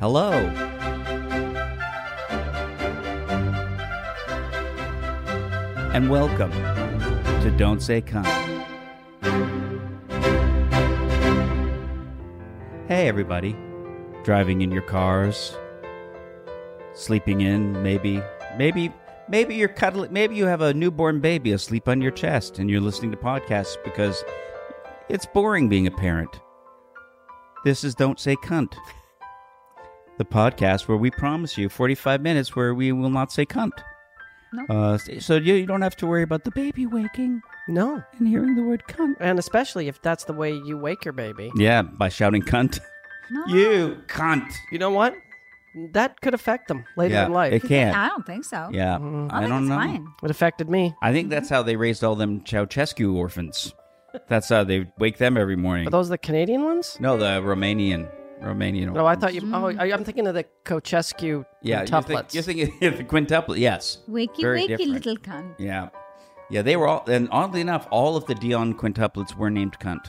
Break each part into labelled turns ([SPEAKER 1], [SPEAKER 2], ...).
[SPEAKER 1] Hello. And welcome to Don't Say Come. Hey, everybody. Driving in your cars, sleeping in, maybe, maybe, maybe you're cuddling, maybe you have a newborn baby asleep on your chest and you're listening to podcasts because it's boring being a parent. This is Don't Say Cunt, the podcast where we promise you 45 minutes where we will not say cunt.
[SPEAKER 2] No.
[SPEAKER 1] Uh, so you, you don't have to worry about the baby waking
[SPEAKER 2] No.
[SPEAKER 1] and hearing the word cunt.
[SPEAKER 2] And especially if that's the way you wake your baby.
[SPEAKER 1] Yeah, by shouting cunt.
[SPEAKER 2] Oh.
[SPEAKER 1] You cunt.
[SPEAKER 2] You know what? That could affect them later
[SPEAKER 1] yeah,
[SPEAKER 2] in life.
[SPEAKER 1] it
[SPEAKER 2] It,
[SPEAKER 1] can.
[SPEAKER 3] I don't think
[SPEAKER 2] Oh.
[SPEAKER 3] so.
[SPEAKER 1] yeah,
[SPEAKER 3] I,
[SPEAKER 1] I
[SPEAKER 3] think
[SPEAKER 1] don't
[SPEAKER 3] it's
[SPEAKER 1] know.
[SPEAKER 3] Fine.
[SPEAKER 2] affected me.
[SPEAKER 1] I think that's how they raised all them Ceausescu orphans. That's how they wake them every morning.
[SPEAKER 2] Are those the Canadian ones?
[SPEAKER 1] No, the Romanian, Romanian.
[SPEAKER 2] No, I thought you. Oh,
[SPEAKER 3] Mm.
[SPEAKER 2] I, I'm thinking of the Kochescu
[SPEAKER 1] yeah,
[SPEAKER 2] tuplets.
[SPEAKER 1] You think, you think the quintuplet? Yes.
[SPEAKER 3] Wakey,
[SPEAKER 1] Very
[SPEAKER 3] wakey,
[SPEAKER 1] different.
[SPEAKER 3] little cunt.
[SPEAKER 1] Yeah, yeah. They were all, and oddly enough, all of the Dion quintuplets were named cunt.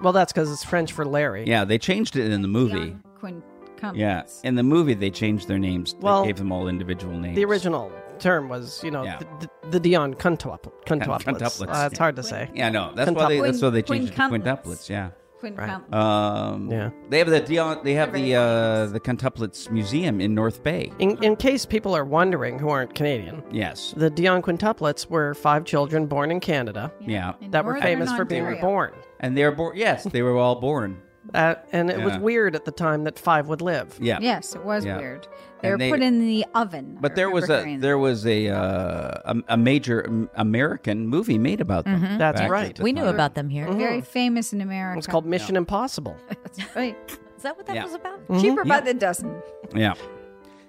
[SPEAKER 2] well, that's because it's French for Larry.
[SPEAKER 1] Yeah, they changed it in the movie.
[SPEAKER 3] Young Quint cunt.
[SPEAKER 1] Yeah, in the movie they changed their names.
[SPEAKER 2] Well,
[SPEAKER 1] they gave them all individual names.
[SPEAKER 2] The original term was, you know,
[SPEAKER 1] Yeah.
[SPEAKER 2] the, the Dion Cuntuple, Cuntuplets.
[SPEAKER 1] Cuntuplets,
[SPEAKER 2] Uh, it's hard to say.
[SPEAKER 1] Yeah, no, that's why they, that's why they
[SPEAKER 3] Quin-
[SPEAKER 1] changed it to
[SPEAKER 3] quintuplets.
[SPEAKER 1] quintuplets. Yeah.
[SPEAKER 3] Quint cunt.
[SPEAKER 1] Um,
[SPEAKER 2] Yeah.
[SPEAKER 1] They have the Dion. They have the
[SPEAKER 3] Everything
[SPEAKER 1] uh, the quintuplets museum in North Bay.
[SPEAKER 2] In, in case people are wondering who aren't Canadian,
[SPEAKER 1] Yes.
[SPEAKER 2] the Dion Quintuplets were five children born in Canada
[SPEAKER 1] Yeah.
[SPEAKER 3] In
[SPEAKER 2] that were
[SPEAKER 3] Northern
[SPEAKER 2] famous for being
[SPEAKER 3] Ontario.
[SPEAKER 2] born.
[SPEAKER 1] And they were born. Yes, they were all born.
[SPEAKER 2] Uh, and it was
[SPEAKER 1] Yeah.
[SPEAKER 2] weird at the time that five would live.
[SPEAKER 1] Yeah.
[SPEAKER 3] Yes, it was
[SPEAKER 1] Yeah.
[SPEAKER 3] weird. They
[SPEAKER 1] And
[SPEAKER 3] were
[SPEAKER 1] they-
[SPEAKER 3] put in the oven. I
[SPEAKER 1] But there was
[SPEAKER 3] remember
[SPEAKER 1] a
[SPEAKER 3] hearing
[SPEAKER 1] there was a uh, a, a major um, American movie made about them. back
[SPEAKER 2] That's
[SPEAKER 1] at
[SPEAKER 2] right.
[SPEAKER 1] the
[SPEAKER 4] We knew
[SPEAKER 1] time.
[SPEAKER 4] about them here.
[SPEAKER 3] that.
[SPEAKER 1] Mm-hmm.
[SPEAKER 3] very famous in
[SPEAKER 2] It
[SPEAKER 3] America.
[SPEAKER 2] was called Mm-hmm. Mission Impossible.
[SPEAKER 3] That's right.
[SPEAKER 4] Is that what that
[SPEAKER 1] Yeah.
[SPEAKER 4] was about?
[SPEAKER 3] Cheaper by
[SPEAKER 1] Yeah.
[SPEAKER 3] the dozen.
[SPEAKER 1] Yeah.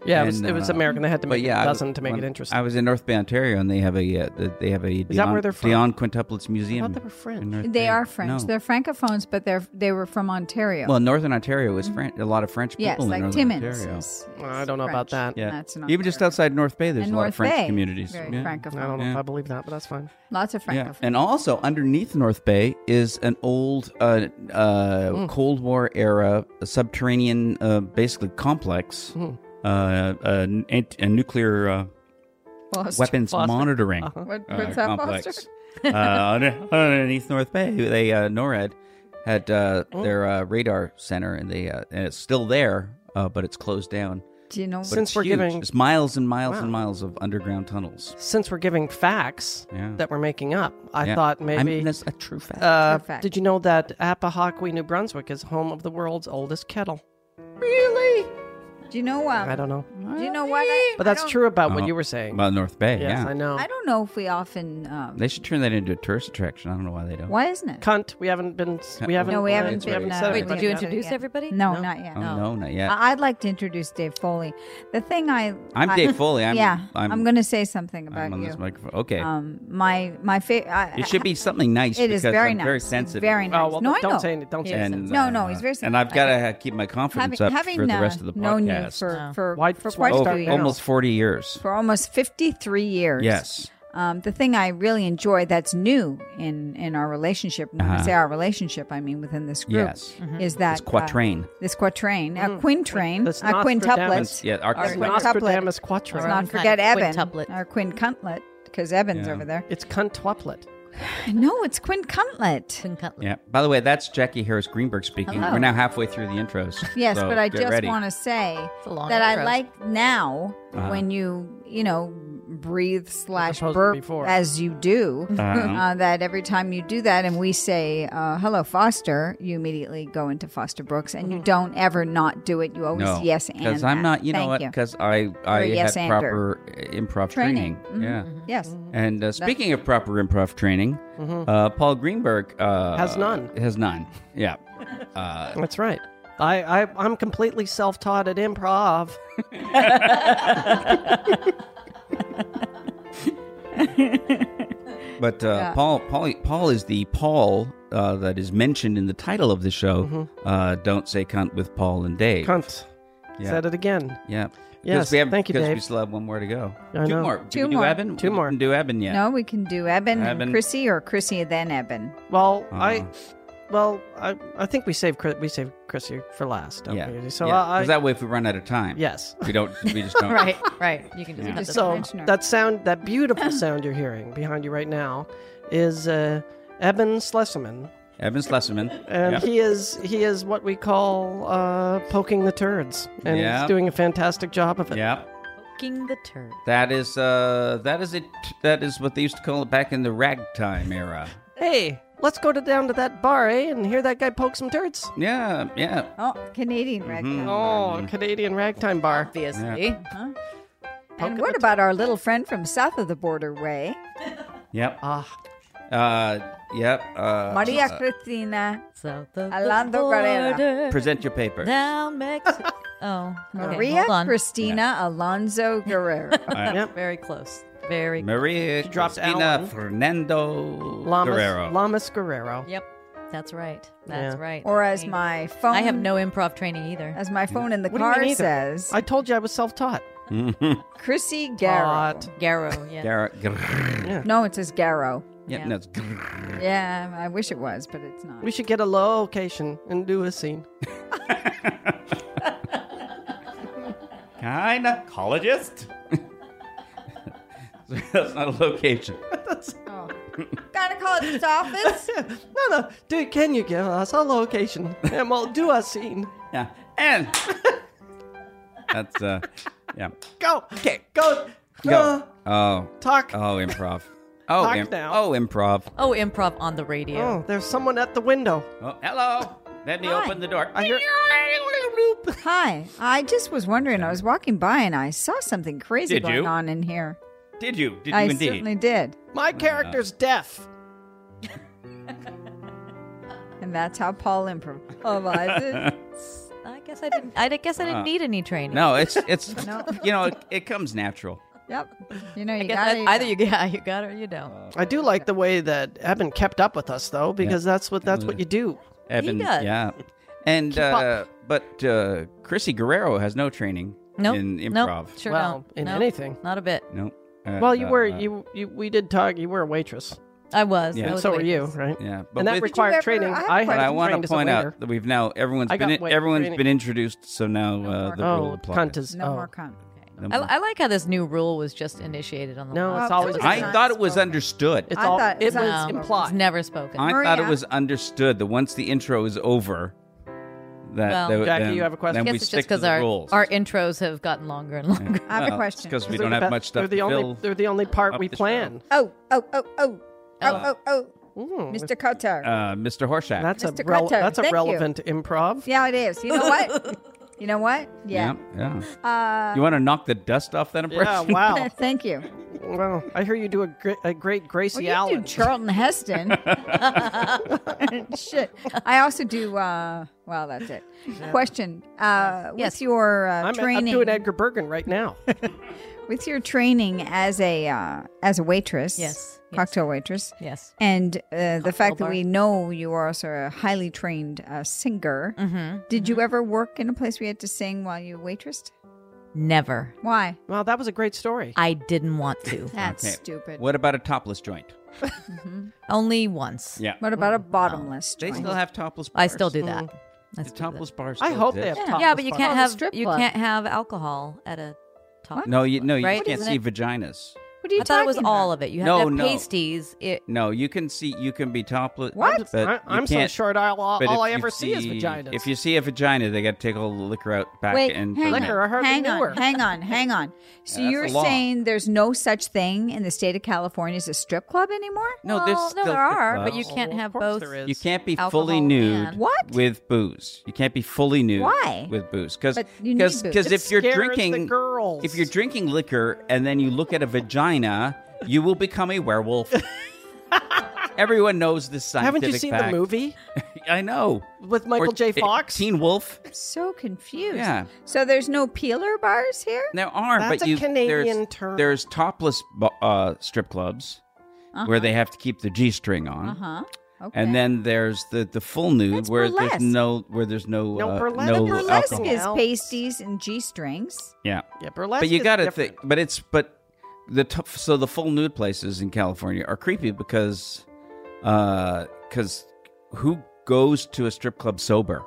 [SPEAKER 2] Yeah, it was,
[SPEAKER 1] And,
[SPEAKER 2] it was
[SPEAKER 1] uh,
[SPEAKER 2] American. They had to
[SPEAKER 1] But
[SPEAKER 2] make
[SPEAKER 1] yeah,
[SPEAKER 2] a
[SPEAKER 1] I was-
[SPEAKER 2] dozen to make
[SPEAKER 1] when
[SPEAKER 2] it interesting.
[SPEAKER 1] I was in North Bay, Ontario, and they have a uh, th- they have a Dion,
[SPEAKER 2] where they're from?
[SPEAKER 1] Dion Quintuplets Museum.
[SPEAKER 2] they were
[SPEAKER 1] in
[SPEAKER 2] French.
[SPEAKER 1] North
[SPEAKER 3] They
[SPEAKER 1] Bay.
[SPEAKER 3] are French.
[SPEAKER 1] No.
[SPEAKER 3] They're francophones, but they're they were from Ontario.
[SPEAKER 1] well, Northern Ontario is French. A lot of French people
[SPEAKER 3] Mm-hmm. yes,
[SPEAKER 1] in
[SPEAKER 3] like
[SPEAKER 1] Northern
[SPEAKER 3] Timmins.
[SPEAKER 1] Ontario.
[SPEAKER 3] is- is
[SPEAKER 2] I don't know about
[SPEAKER 3] French.
[SPEAKER 2] that.
[SPEAKER 1] Yeah,
[SPEAKER 3] That's in
[SPEAKER 1] even just
[SPEAKER 3] Ontario.
[SPEAKER 1] outside North Bay, there's
[SPEAKER 3] And
[SPEAKER 1] a lot
[SPEAKER 3] North
[SPEAKER 1] of French
[SPEAKER 3] Bay,
[SPEAKER 1] communities.
[SPEAKER 3] Very
[SPEAKER 1] yeah.
[SPEAKER 2] I don't
[SPEAKER 3] francophone.
[SPEAKER 2] know if
[SPEAKER 1] Yeah.
[SPEAKER 2] I believe that, but that's fine.
[SPEAKER 3] Lots of
[SPEAKER 1] Yeah.
[SPEAKER 3] francophones.
[SPEAKER 1] And also underneath North Bay is an old uh, uh,
[SPEAKER 3] Mm.
[SPEAKER 1] Cold War era subterranean, uh, basically complex,
[SPEAKER 3] Mm-hmm.
[SPEAKER 1] uh, a, n- ant- a nuclear uh,
[SPEAKER 3] Foster-
[SPEAKER 1] weapons
[SPEAKER 2] Foster.
[SPEAKER 1] monitoring
[SPEAKER 2] Uh-huh.
[SPEAKER 3] What,
[SPEAKER 1] uh,
[SPEAKER 3] what's that, Foster?
[SPEAKER 1] complex. uh, under- underneath North Bay, they uh, NORAD had uh,
[SPEAKER 2] Oh.
[SPEAKER 1] their uh, radar center, and they uh, and it's still there, uh, but it's closed down.
[SPEAKER 3] Do you know?
[SPEAKER 1] But
[SPEAKER 2] Since
[SPEAKER 1] it's
[SPEAKER 2] we're
[SPEAKER 1] huge.
[SPEAKER 2] giving-
[SPEAKER 1] it's miles and miles and
[SPEAKER 2] Wow.
[SPEAKER 1] miles of underground tunnels.
[SPEAKER 2] Since we're giving facts
[SPEAKER 1] Yeah.
[SPEAKER 2] that we're making up, I
[SPEAKER 1] Yeah.
[SPEAKER 2] thought
[SPEAKER 1] I
[SPEAKER 2] maybe.
[SPEAKER 1] mean, that's a true fact.
[SPEAKER 2] uh,
[SPEAKER 3] True fact.
[SPEAKER 2] did you know that Appohockey, New Brunswick, is home of the world's oldest kettle?
[SPEAKER 3] Really? Do you know
[SPEAKER 2] I
[SPEAKER 3] um,
[SPEAKER 2] don't know,
[SPEAKER 3] Do you know what? I,
[SPEAKER 2] but
[SPEAKER 3] I
[SPEAKER 2] that's
[SPEAKER 3] don't-
[SPEAKER 2] true about
[SPEAKER 1] Oh,
[SPEAKER 2] what you were saying.
[SPEAKER 1] about North Bay,
[SPEAKER 2] yes,
[SPEAKER 1] yeah.
[SPEAKER 2] I know.
[SPEAKER 3] I don't know if we often. Um,
[SPEAKER 1] They should turn that into a tourist attraction. I don't know why they don't.
[SPEAKER 3] why isn't it?
[SPEAKER 2] Cunt. We haven't been. We haven't.
[SPEAKER 3] no, we haven't. uh,
[SPEAKER 2] We
[SPEAKER 1] right.
[SPEAKER 2] haven't
[SPEAKER 3] no,
[SPEAKER 2] said
[SPEAKER 4] Wait,
[SPEAKER 2] it, but-
[SPEAKER 4] did you
[SPEAKER 3] haven't done it
[SPEAKER 4] introduce
[SPEAKER 3] yet.
[SPEAKER 4] everybody?
[SPEAKER 3] No,
[SPEAKER 4] No.
[SPEAKER 3] not yet.
[SPEAKER 1] Oh, no. not yet.
[SPEAKER 3] I- I'd like to introduce Dave Foley. The thing I
[SPEAKER 1] I'm
[SPEAKER 3] Uh, I-
[SPEAKER 1] Dave Foley. I'm-
[SPEAKER 3] yeah,
[SPEAKER 1] I'm-
[SPEAKER 3] I'm, going to say something about
[SPEAKER 1] I'm on
[SPEAKER 3] you.
[SPEAKER 1] this microphone. Okay.
[SPEAKER 3] Um, my my favorite.
[SPEAKER 1] it should be something nice.
[SPEAKER 3] It
[SPEAKER 1] because
[SPEAKER 3] is very
[SPEAKER 1] I'm
[SPEAKER 3] nice.
[SPEAKER 1] Very
[SPEAKER 3] It's
[SPEAKER 1] sensitive.
[SPEAKER 3] Very nice.
[SPEAKER 2] Oh well,
[SPEAKER 3] no, I
[SPEAKER 2] don't
[SPEAKER 3] know.
[SPEAKER 2] say any, don't say
[SPEAKER 1] And, uh,
[SPEAKER 2] anything.
[SPEAKER 3] No, no, he's very
[SPEAKER 1] And I've
[SPEAKER 3] sensitive.
[SPEAKER 1] got to keep my confidence
[SPEAKER 3] Having,
[SPEAKER 1] up
[SPEAKER 3] having
[SPEAKER 1] for the
[SPEAKER 3] uh,
[SPEAKER 1] rest of the podcast.
[SPEAKER 3] known you for,
[SPEAKER 4] Oh.
[SPEAKER 3] for,
[SPEAKER 2] Why-
[SPEAKER 3] for
[SPEAKER 2] why
[SPEAKER 3] quite a
[SPEAKER 1] Oh,
[SPEAKER 2] start
[SPEAKER 3] few
[SPEAKER 2] now?
[SPEAKER 3] years.
[SPEAKER 1] almost 40 years.
[SPEAKER 3] for almost 53 years.
[SPEAKER 1] Yes.
[SPEAKER 3] Um, the thing I really enjoy that's new in, in our relationship, when I say our relationship, I mean within this group,
[SPEAKER 1] Uh-huh. Yes.
[SPEAKER 2] Mm-hmm.
[SPEAKER 3] is that
[SPEAKER 1] It's quatrain.
[SPEAKER 3] Uh, this quatrain, a quintrain,
[SPEAKER 2] That's
[SPEAKER 3] a
[SPEAKER 2] Mm-hmm. Nostradamus.
[SPEAKER 3] quintuplet.
[SPEAKER 1] Yeah, our
[SPEAKER 3] Our
[SPEAKER 2] It's
[SPEAKER 1] quintuplets.
[SPEAKER 3] quintuplet.
[SPEAKER 2] Nostradamus
[SPEAKER 3] Let's
[SPEAKER 2] Quatrain.
[SPEAKER 4] Our own
[SPEAKER 3] not
[SPEAKER 4] kind
[SPEAKER 3] forget
[SPEAKER 4] of
[SPEAKER 3] Evan,
[SPEAKER 4] quintuplet.
[SPEAKER 3] our quincuntlet, because Evan's
[SPEAKER 1] Yeah.
[SPEAKER 3] over there.
[SPEAKER 2] It's cuntuplet.
[SPEAKER 3] No, it's quincuntlet.
[SPEAKER 1] Yeah. By the way, that's Jackie Harris Greenberg speaking.
[SPEAKER 4] Hello.
[SPEAKER 1] We're now halfway through the intros.
[SPEAKER 3] Yes,
[SPEAKER 1] so
[SPEAKER 3] but I
[SPEAKER 1] get
[SPEAKER 3] just
[SPEAKER 1] ready.
[SPEAKER 3] want to say
[SPEAKER 4] a long
[SPEAKER 3] that I
[SPEAKER 4] intro.
[SPEAKER 3] like now
[SPEAKER 1] Uh-huh.
[SPEAKER 3] when you, you know, breathe slash
[SPEAKER 2] opposed to
[SPEAKER 3] burp
[SPEAKER 2] before.
[SPEAKER 3] as you do,
[SPEAKER 1] Uh-huh.
[SPEAKER 3] uh that every time you do that and we say, uh, hello, Foster, you immediately go into Foster Brooks and
[SPEAKER 2] Mm-hmm.
[SPEAKER 3] you don't ever not do it. You always
[SPEAKER 1] No,
[SPEAKER 3] yes and.
[SPEAKER 1] because I'm
[SPEAKER 3] that.
[SPEAKER 1] not. You know
[SPEAKER 3] Thank
[SPEAKER 1] what?
[SPEAKER 3] you.
[SPEAKER 1] Because I I
[SPEAKER 3] You're a yes
[SPEAKER 1] had
[SPEAKER 3] ander.
[SPEAKER 1] proper uh, improv training.
[SPEAKER 3] Training. Mm-hmm.
[SPEAKER 1] Yeah.
[SPEAKER 3] Yes.
[SPEAKER 1] And uh, speaking of proper improv training, uh, Paul Greenberg uh,
[SPEAKER 2] Mm-hmm. Has none.
[SPEAKER 1] Has none. Yeah. Uh,
[SPEAKER 2] That's right. I, I I'm completely self-taught at improv.
[SPEAKER 1] but uh,
[SPEAKER 3] Yeah.
[SPEAKER 1] Paul, Paul, Paul is the Paul uh, that is mentioned in the title of the show. Uh, Don't say cunt with Paul and Dave.
[SPEAKER 2] Mm-hmm. Cunt.
[SPEAKER 1] Yeah.
[SPEAKER 2] Said it again.
[SPEAKER 1] Yeah. Because
[SPEAKER 2] Yes,
[SPEAKER 1] we have,
[SPEAKER 2] thank you,
[SPEAKER 1] Because
[SPEAKER 2] Dave.
[SPEAKER 1] we still have one more to go.
[SPEAKER 2] I
[SPEAKER 1] Two
[SPEAKER 2] know.
[SPEAKER 1] more. Did
[SPEAKER 3] Two
[SPEAKER 1] we do
[SPEAKER 3] more.
[SPEAKER 1] Eben?
[SPEAKER 2] Two
[SPEAKER 1] we
[SPEAKER 2] more.
[SPEAKER 1] Didn't do Eben yet.
[SPEAKER 3] No, we can do Eben,
[SPEAKER 1] Eben. Uh-huh.
[SPEAKER 3] and Chrissy or Chrissy and then Eben.
[SPEAKER 2] Well, I Well, I, I think we save Chris, we save Chrissy for last, don't
[SPEAKER 1] yeah.
[SPEAKER 2] we? So uh,
[SPEAKER 1] yeah.
[SPEAKER 2] I,
[SPEAKER 1] 'Cause that way, if we run out of time,
[SPEAKER 2] yes.
[SPEAKER 1] we don't. We just don't.
[SPEAKER 4] right, right. You can just
[SPEAKER 1] Yeah.
[SPEAKER 4] cut the
[SPEAKER 2] So
[SPEAKER 3] conventioner.
[SPEAKER 2] that sound, that beautiful sound you're hearing behind you right now, is uh, Eben Schlesman,
[SPEAKER 1] Evan Schlesman.
[SPEAKER 2] and
[SPEAKER 1] Yep.
[SPEAKER 2] he is he is what we call uh, poking the turds, and
[SPEAKER 1] Yep.
[SPEAKER 2] he's doing a fantastic job of it.
[SPEAKER 1] Yep.
[SPEAKER 4] poking the turd.
[SPEAKER 1] That is uh that is it that is what they used to call it back in the ragtime era.
[SPEAKER 2] Hey, let's go to, down to that bar, eh, and hear that guy poke some turds.
[SPEAKER 1] Yeah, yeah.
[SPEAKER 3] Oh, Canadian
[SPEAKER 1] Mm-hmm.
[SPEAKER 3] ragtime.
[SPEAKER 2] Oh, Canadian ragtime bar.
[SPEAKER 4] Obviously.
[SPEAKER 3] And what about our little friend from south of the border, Way?
[SPEAKER 1] Yep.
[SPEAKER 2] Ah,
[SPEAKER 1] Uh yep. Uh
[SPEAKER 3] Maria Cristina
[SPEAKER 4] South of
[SPEAKER 3] Alando
[SPEAKER 4] the
[SPEAKER 3] Varela.
[SPEAKER 4] border,
[SPEAKER 1] present your paper.
[SPEAKER 4] down Mexico. oh, okay,
[SPEAKER 3] Maria
[SPEAKER 4] hold on.
[SPEAKER 3] Cristina Alonso Guerrero.
[SPEAKER 4] Very close. Very.
[SPEAKER 1] Maria
[SPEAKER 2] dropped
[SPEAKER 1] Cristina
[SPEAKER 2] Alan.
[SPEAKER 1] Fernando
[SPEAKER 2] Lamas
[SPEAKER 1] Guerrero.
[SPEAKER 2] Lamas Guerrero.
[SPEAKER 4] Yep, that's right. That's
[SPEAKER 2] Yeah.
[SPEAKER 4] right.
[SPEAKER 3] or as my phone
[SPEAKER 4] I have no improv training either.
[SPEAKER 3] as my phone in the
[SPEAKER 2] What do you
[SPEAKER 3] car
[SPEAKER 2] mean either?
[SPEAKER 3] says,
[SPEAKER 2] I told you I was self-taught.
[SPEAKER 3] Chrissy Garrow.
[SPEAKER 2] Taught.
[SPEAKER 4] Garrow, yeah.
[SPEAKER 1] Gar- grrr.
[SPEAKER 3] No, it says Garrow.
[SPEAKER 1] Yep,
[SPEAKER 4] Yeah.
[SPEAKER 1] no, it's grrr.
[SPEAKER 3] Yeah, I wish it was, but it's not.
[SPEAKER 2] We should get a location and do a scene.
[SPEAKER 1] gynecologist. That's not a location.
[SPEAKER 3] Gynecologist's office.
[SPEAKER 2] No, no, dude, can you give us a location and we'll do a scene?
[SPEAKER 1] Yeah. And that's uh yeah.
[SPEAKER 2] Go, okay, go,
[SPEAKER 1] Go.
[SPEAKER 2] Uh,
[SPEAKER 1] Oh.
[SPEAKER 2] talk.
[SPEAKER 1] Oh, improv. Oh,
[SPEAKER 2] Talk
[SPEAKER 1] im-
[SPEAKER 2] now.
[SPEAKER 1] oh, improv.
[SPEAKER 4] Oh, improv on the radio.
[SPEAKER 2] Oh, there's someone at the window.
[SPEAKER 1] Oh, hello. Let me
[SPEAKER 3] Hi.
[SPEAKER 1] open the door.
[SPEAKER 2] I hear.
[SPEAKER 3] Hi, I just was wondering. I was walking by and I saw something crazy
[SPEAKER 1] Did
[SPEAKER 3] going
[SPEAKER 1] you?
[SPEAKER 3] on in here.
[SPEAKER 1] Did you? Did you
[SPEAKER 3] I
[SPEAKER 1] indeed?
[SPEAKER 3] certainly did,
[SPEAKER 2] My character's deaf.
[SPEAKER 3] and that's how Paul improvises.
[SPEAKER 4] I guess I didn't. I guess I didn't need any training.
[SPEAKER 1] Ah. No, it's it's
[SPEAKER 3] No.
[SPEAKER 1] you know it, it comes natural.
[SPEAKER 3] yep. You know,
[SPEAKER 4] I
[SPEAKER 3] you
[SPEAKER 4] guess
[SPEAKER 3] got
[SPEAKER 4] I- either you yeah, you got it or you don't.
[SPEAKER 1] Uh,
[SPEAKER 2] I do like the way that Eben kept up with us though, because that's what that's
[SPEAKER 1] Mm.
[SPEAKER 2] what you do.
[SPEAKER 1] Evan,
[SPEAKER 4] does.
[SPEAKER 1] yeah, and uh, but uh, Chrissy Guerrero has no training
[SPEAKER 4] Nope.
[SPEAKER 1] in improv.
[SPEAKER 4] Nope. Sure
[SPEAKER 2] Well,
[SPEAKER 4] don't.
[SPEAKER 2] in
[SPEAKER 4] Nope.
[SPEAKER 2] anything.
[SPEAKER 4] Not a bit.
[SPEAKER 1] Nope. Uh,
[SPEAKER 2] Well, you
[SPEAKER 1] uh,
[SPEAKER 2] were
[SPEAKER 1] uh,
[SPEAKER 2] you you we did talk. You were a waitress,
[SPEAKER 4] I was.
[SPEAKER 1] Yeah.
[SPEAKER 4] I
[SPEAKER 1] And
[SPEAKER 4] was
[SPEAKER 2] so were
[SPEAKER 4] waiting.
[SPEAKER 2] you, right?
[SPEAKER 1] Yeah, but
[SPEAKER 2] and that
[SPEAKER 1] with-
[SPEAKER 2] required
[SPEAKER 3] ever-
[SPEAKER 2] training.
[SPEAKER 3] I have
[SPEAKER 2] I,
[SPEAKER 1] But
[SPEAKER 3] a
[SPEAKER 2] had
[SPEAKER 3] question.
[SPEAKER 1] I
[SPEAKER 2] been
[SPEAKER 1] want
[SPEAKER 2] trained
[SPEAKER 1] to
[SPEAKER 2] as a
[SPEAKER 1] point
[SPEAKER 2] waiter.
[SPEAKER 1] out that we've now everyone's
[SPEAKER 2] I
[SPEAKER 1] been
[SPEAKER 2] got
[SPEAKER 1] in,
[SPEAKER 2] wait-
[SPEAKER 1] everyone's
[SPEAKER 2] training.
[SPEAKER 1] been introduced, so now uh, the rule
[SPEAKER 2] Oh,
[SPEAKER 1] applies.
[SPEAKER 2] cunt is
[SPEAKER 3] no
[SPEAKER 2] oh.
[SPEAKER 3] more comment.
[SPEAKER 1] No
[SPEAKER 4] I,
[SPEAKER 1] more.
[SPEAKER 4] I like how this new rule was just initiated on the
[SPEAKER 2] No,
[SPEAKER 4] law.
[SPEAKER 2] it's
[SPEAKER 3] Oh,
[SPEAKER 2] always
[SPEAKER 3] that was
[SPEAKER 1] I
[SPEAKER 3] not
[SPEAKER 1] thought it was
[SPEAKER 3] spoken.
[SPEAKER 1] understood.
[SPEAKER 2] it's
[SPEAKER 3] I
[SPEAKER 2] all
[SPEAKER 3] thought it
[SPEAKER 2] it
[SPEAKER 3] was um,
[SPEAKER 2] was
[SPEAKER 4] No,
[SPEAKER 2] implied.
[SPEAKER 4] Um, It's never spoken.
[SPEAKER 1] I thought it
[SPEAKER 3] Maria.
[SPEAKER 1] was understood that once the intro is over, that
[SPEAKER 4] Well-
[SPEAKER 1] that-
[SPEAKER 2] Jackie,
[SPEAKER 1] then-
[SPEAKER 2] you have a question?
[SPEAKER 1] Then
[SPEAKER 4] I
[SPEAKER 2] I
[SPEAKER 4] guess
[SPEAKER 1] we
[SPEAKER 4] it's
[SPEAKER 1] stick to
[SPEAKER 4] just because
[SPEAKER 1] the
[SPEAKER 4] our
[SPEAKER 1] rules.
[SPEAKER 4] our intros have gotten longer and longer.
[SPEAKER 3] I have a question.
[SPEAKER 1] because we
[SPEAKER 2] They're
[SPEAKER 1] don't
[SPEAKER 2] the
[SPEAKER 1] have
[SPEAKER 2] best-
[SPEAKER 1] much stuff
[SPEAKER 2] They're the
[SPEAKER 1] to
[SPEAKER 2] only
[SPEAKER 1] fill.
[SPEAKER 2] they're the only part
[SPEAKER 1] up
[SPEAKER 2] we
[SPEAKER 1] the show.
[SPEAKER 2] plan.
[SPEAKER 3] Oh, oh, oh, oh,
[SPEAKER 4] Uh,
[SPEAKER 3] oh, oh, oh,
[SPEAKER 2] Mm,
[SPEAKER 3] Mr. Kotar.
[SPEAKER 1] uh, Mr. Horshack.
[SPEAKER 2] That's a
[SPEAKER 3] Mr.
[SPEAKER 2] rel-
[SPEAKER 3] Crutcher,
[SPEAKER 2] that's a
[SPEAKER 3] thank you.
[SPEAKER 2] relevant improv.
[SPEAKER 3] yeah, it is. You know what? you know what? Yeah.
[SPEAKER 1] yeah.
[SPEAKER 3] Uh,
[SPEAKER 1] you want to knock the dust off that impression?
[SPEAKER 2] Yeah, wow.
[SPEAKER 3] Thank you.
[SPEAKER 2] well, I hear you do a, gr- a great Gracie
[SPEAKER 3] Well, you
[SPEAKER 2] Allen.
[SPEAKER 3] do Charlton Heston. Shit. I also do. Uh, well, that's it. Question: uh, With
[SPEAKER 4] Yes.
[SPEAKER 3] your uh,
[SPEAKER 2] I'm, I'm
[SPEAKER 3] training,
[SPEAKER 2] doing Edgar Bergen right now.
[SPEAKER 3] with your training as a uh, as a waitress,
[SPEAKER 4] Yes, yes.
[SPEAKER 3] cocktail waitress,
[SPEAKER 4] yes.
[SPEAKER 3] and uh, the fact that
[SPEAKER 4] bar.
[SPEAKER 3] we know you are also a highly trained uh,
[SPEAKER 4] Mm-hmm.
[SPEAKER 3] singer. Did
[SPEAKER 1] Mm-hmm.
[SPEAKER 3] you ever work in a place where you had to sing while you waitressed?
[SPEAKER 4] Never.
[SPEAKER 3] Why?
[SPEAKER 2] wow, that was a great story.
[SPEAKER 4] I didn't want to.
[SPEAKER 3] That's
[SPEAKER 1] Okay.
[SPEAKER 3] stupid. What,
[SPEAKER 1] What about a topless joint?
[SPEAKER 4] Only once.
[SPEAKER 1] Yeah.
[SPEAKER 3] about a bottomless?
[SPEAKER 1] They
[SPEAKER 3] joint?
[SPEAKER 1] still have topless bars.
[SPEAKER 4] I still do that. I
[SPEAKER 1] The
[SPEAKER 4] still do that.
[SPEAKER 1] topless bars.
[SPEAKER 2] I
[SPEAKER 1] still
[SPEAKER 2] hope they
[SPEAKER 1] exist.
[SPEAKER 2] have
[SPEAKER 4] Yeah,
[SPEAKER 2] topless
[SPEAKER 4] but you
[SPEAKER 2] bars.
[SPEAKER 4] can't
[SPEAKER 3] the
[SPEAKER 4] have
[SPEAKER 3] strip
[SPEAKER 4] you
[SPEAKER 3] club.
[SPEAKER 4] can't have alcohol at a top.
[SPEAKER 1] No, you no, you
[SPEAKER 4] Right?
[SPEAKER 1] can't see vaginas.
[SPEAKER 3] What are you
[SPEAKER 4] I thought it was
[SPEAKER 3] talking
[SPEAKER 4] all
[SPEAKER 3] about?
[SPEAKER 4] of it. You have
[SPEAKER 1] No,
[SPEAKER 4] to have
[SPEAKER 1] no.
[SPEAKER 4] pasties. It,
[SPEAKER 1] No, you can see. You can be topless.
[SPEAKER 3] What?
[SPEAKER 1] But
[SPEAKER 2] I,
[SPEAKER 1] you
[SPEAKER 2] I'm so
[SPEAKER 1] can't-
[SPEAKER 2] short. All, all,
[SPEAKER 1] but if
[SPEAKER 2] I
[SPEAKER 1] you
[SPEAKER 2] ever see, is
[SPEAKER 1] see-
[SPEAKER 2] vaginas.
[SPEAKER 1] If you see a vagina, they got to take all the liquor out back
[SPEAKER 3] Wait,
[SPEAKER 1] and
[SPEAKER 3] hang
[SPEAKER 1] bring
[SPEAKER 2] Liquor,
[SPEAKER 1] it.
[SPEAKER 2] I heard
[SPEAKER 3] hang
[SPEAKER 2] they
[SPEAKER 3] on,
[SPEAKER 2] were.
[SPEAKER 3] hang on, hang on. So
[SPEAKER 1] Yeah, that's
[SPEAKER 3] you're
[SPEAKER 1] the law.
[SPEAKER 3] saying there's no such thing in the state of California as a strip club anymore?
[SPEAKER 1] No, there's
[SPEAKER 4] well, no,
[SPEAKER 1] still
[SPEAKER 4] there are,
[SPEAKER 1] clubs.
[SPEAKER 4] but you
[SPEAKER 2] Oh,
[SPEAKER 4] can't
[SPEAKER 2] well, of
[SPEAKER 4] have
[SPEAKER 2] course
[SPEAKER 4] both.
[SPEAKER 2] there is.
[SPEAKER 1] You can't be
[SPEAKER 4] Alcohol
[SPEAKER 1] fully nude
[SPEAKER 4] and-
[SPEAKER 3] What?
[SPEAKER 1] with booze. You can't be fully nude
[SPEAKER 3] Why?
[SPEAKER 1] with booze because
[SPEAKER 3] But you need booze.
[SPEAKER 1] because
[SPEAKER 3] It
[SPEAKER 1] if you're
[SPEAKER 2] scares the
[SPEAKER 1] drinking
[SPEAKER 2] girls.
[SPEAKER 1] if you're drinking liquor and then you look at a vagina, you will become a werewolf. Everyone knows this scientific
[SPEAKER 2] Haven't you seen
[SPEAKER 1] fact.
[SPEAKER 2] the movie
[SPEAKER 1] I know.
[SPEAKER 2] with Michael
[SPEAKER 1] Or
[SPEAKER 2] J.
[SPEAKER 1] t-
[SPEAKER 2] Fox?
[SPEAKER 1] Teen Wolf.
[SPEAKER 3] I'm so confused.
[SPEAKER 1] Yeah.
[SPEAKER 3] So there's no peeler bars here?
[SPEAKER 1] There are,
[SPEAKER 2] That's
[SPEAKER 1] but
[SPEAKER 2] a
[SPEAKER 1] you
[SPEAKER 2] Canadian
[SPEAKER 1] there's,
[SPEAKER 2] term.
[SPEAKER 1] there's topless bu- uh, strip clubs
[SPEAKER 3] Uh-huh.
[SPEAKER 1] where they have to keep the g string on.
[SPEAKER 3] Huh? Uh-huh. Okay.
[SPEAKER 1] Mm-hmm. And then there's the, the full nude
[SPEAKER 3] That's
[SPEAKER 1] where
[SPEAKER 3] burlesque.
[SPEAKER 1] there's no where there's no
[SPEAKER 2] No
[SPEAKER 1] uh,
[SPEAKER 2] burlesque.
[SPEAKER 1] no
[SPEAKER 2] The
[SPEAKER 3] burlesque
[SPEAKER 1] alcohol.
[SPEAKER 3] is
[SPEAKER 2] Alcohol.
[SPEAKER 3] pasties and g strings.
[SPEAKER 1] yeah.
[SPEAKER 2] yeah, burlesque.
[SPEAKER 1] but you
[SPEAKER 2] is
[SPEAKER 1] got to
[SPEAKER 2] different.
[SPEAKER 1] think. But it's but the t- so the full nude places in California are creepy because because uh, who goes to a strip club sober.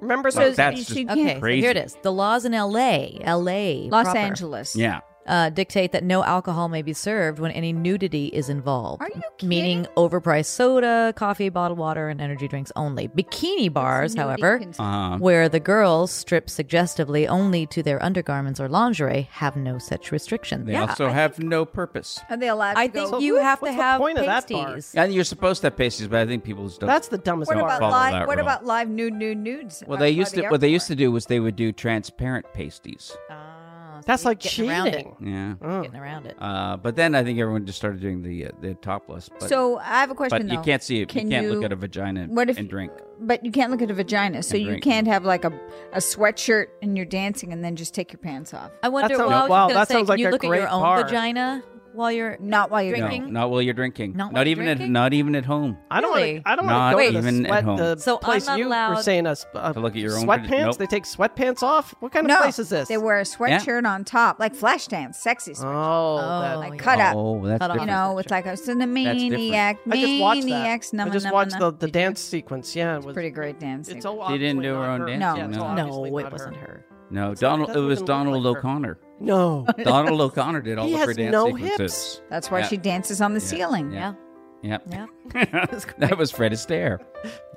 [SPEAKER 2] Remember,
[SPEAKER 1] Like,
[SPEAKER 2] so
[SPEAKER 1] that's
[SPEAKER 3] she-
[SPEAKER 1] just
[SPEAKER 4] Okay, so
[SPEAKER 1] Crazy.
[SPEAKER 4] here it is. The laws in L.A., L.A.,
[SPEAKER 3] Los
[SPEAKER 4] proper,
[SPEAKER 3] Angeles.
[SPEAKER 1] yeah.
[SPEAKER 4] uh, dictate that no alcohol may be served when any nudity is involved.
[SPEAKER 3] Are you
[SPEAKER 4] Meaning overpriced soda, coffee, bottled water, and energy drinks only. Bikini bars,
[SPEAKER 3] Nudity
[SPEAKER 4] however,
[SPEAKER 3] cons-
[SPEAKER 1] Uh,
[SPEAKER 4] where the girls strip suggestively only to their undergarments or lingerie, have no such restriction.
[SPEAKER 1] they also have no purpose.
[SPEAKER 3] Are they allowed to
[SPEAKER 4] I
[SPEAKER 3] go?
[SPEAKER 4] think
[SPEAKER 2] So
[SPEAKER 4] you
[SPEAKER 2] who-
[SPEAKER 4] have to
[SPEAKER 2] what's the
[SPEAKER 4] have
[SPEAKER 2] point of that bar?
[SPEAKER 4] pasties.
[SPEAKER 1] And you're supposed to have pasties, but I think people just don't.
[SPEAKER 2] that's the dumbest
[SPEAKER 3] What
[SPEAKER 2] part.
[SPEAKER 3] about
[SPEAKER 1] follow
[SPEAKER 3] live?
[SPEAKER 1] that
[SPEAKER 3] What
[SPEAKER 1] rule.
[SPEAKER 3] about live nude nude nudes?
[SPEAKER 1] well,
[SPEAKER 3] out
[SPEAKER 1] they
[SPEAKER 3] by
[SPEAKER 1] used
[SPEAKER 3] the
[SPEAKER 1] to. What they
[SPEAKER 3] airport?
[SPEAKER 1] used to do was they would do transparent pasties.
[SPEAKER 4] Ah, so
[SPEAKER 2] That's
[SPEAKER 4] you're
[SPEAKER 2] like
[SPEAKER 4] getting around it.
[SPEAKER 2] cheating.
[SPEAKER 1] Yeah.
[SPEAKER 4] Getting around it.
[SPEAKER 1] Uh, but then I think everyone just started doing the uh, the topless. But,
[SPEAKER 3] So I have a question
[SPEAKER 1] but
[SPEAKER 3] though.
[SPEAKER 1] you can't see it.
[SPEAKER 3] Can
[SPEAKER 1] you can't
[SPEAKER 3] you-
[SPEAKER 1] look at a vagina
[SPEAKER 3] What if
[SPEAKER 1] and drink.
[SPEAKER 3] But you can't look at a vagina, so
[SPEAKER 1] And
[SPEAKER 3] you
[SPEAKER 1] drink.
[SPEAKER 3] can't have like a a sweatshirt and you're dancing and then just take your pants off.
[SPEAKER 4] I wonder.
[SPEAKER 2] sounds-
[SPEAKER 4] well, I was
[SPEAKER 2] wow,
[SPEAKER 4] just gonna
[SPEAKER 2] that
[SPEAKER 4] say,
[SPEAKER 2] sounds
[SPEAKER 4] can
[SPEAKER 2] like
[SPEAKER 4] you
[SPEAKER 2] a
[SPEAKER 4] look at
[SPEAKER 2] great
[SPEAKER 4] your own
[SPEAKER 2] bar.
[SPEAKER 4] vagina while you're
[SPEAKER 3] Not while you're
[SPEAKER 1] No,
[SPEAKER 4] Drinking?
[SPEAKER 1] not while you're drinking.
[SPEAKER 4] Not
[SPEAKER 1] Not,
[SPEAKER 4] while
[SPEAKER 1] even at,
[SPEAKER 4] drinking?
[SPEAKER 1] not even at home.
[SPEAKER 2] I don't
[SPEAKER 4] Really?
[SPEAKER 2] want. I don't
[SPEAKER 1] Not
[SPEAKER 2] want to go to
[SPEAKER 1] even at
[SPEAKER 2] the sweat.
[SPEAKER 1] home.
[SPEAKER 2] The
[SPEAKER 4] So I'm
[SPEAKER 2] place
[SPEAKER 4] not
[SPEAKER 2] you
[SPEAKER 4] allowed-
[SPEAKER 2] were saying us. Uh,
[SPEAKER 1] To look at your own
[SPEAKER 2] sweatpants.
[SPEAKER 1] vagi- nope.
[SPEAKER 2] They take sweatpants off. What kind of
[SPEAKER 3] No.
[SPEAKER 2] place is this?
[SPEAKER 3] They wear a sweatshirt on top, like flash dance, sexy,
[SPEAKER 2] Oh,
[SPEAKER 3] sweatshirt,
[SPEAKER 2] that-
[SPEAKER 4] Oh,
[SPEAKER 3] like
[SPEAKER 4] yeah.
[SPEAKER 3] cut up.
[SPEAKER 1] Oh, that's
[SPEAKER 4] Cut off.
[SPEAKER 1] different.
[SPEAKER 3] You know, with like a so the maniac,
[SPEAKER 2] I just watched that.
[SPEAKER 3] maniacs,
[SPEAKER 2] I
[SPEAKER 3] numma,
[SPEAKER 2] just
[SPEAKER 3] numma,
[SPEAKER 2] watched
[SPEAKER 3] numma.
[SPEAKER 2] the, the dance sequence. Yeah, it
[SPEAKER 3] It's
[SPEAKER 2] was
[SPEAKER 3] pretty great dancing.
[SPEAKER 2] It's all
[SPEAKER 1] She didn't
[SPEAKER 2] obviously
[SPEAKER 1] do her own
[SPEAKER 2] not
[SPEAKER 3] dancing,
[SPEAKER 2] Yeah, it's
[SPEAKER 1] no.
[SPEAKER 2] all
[SPEAKER 4] no,
[SPEAKER 2] obviously
[SPEAKER 4] it
[SPEAKER 2] not
[SPEAKER 4] wasn't her.
[SPEAKER 1] no, Donald. It
[SPEAKER 2] doesn't
[SPEAKER 1] was
[SPEAKER 2] even look
[SPEAKER 1] Donald
[SPEAKER 2] like her.
[SPEAKER 1] O'Connor.
[SPEAKER 2] No.
[SPEAKER 1] Donald O'Connor did all
[SPEAKER 2] He
[SPEAKER 1] of her
[SPEAKER 2] has
[SPEAKER 1] dance
[SPEAKER 2] no
[SPEAKER 1] sequences.
[SPEAKER 3] That's why
[SPEAKER 1] Yeah.
[SPEAKER 3] she dances on the ceiling.
[SPEAKER 1] Yeah. Yep.
[SPEAKER 4] Yeah.
[SPEAKER 1] that was Fred Astaire.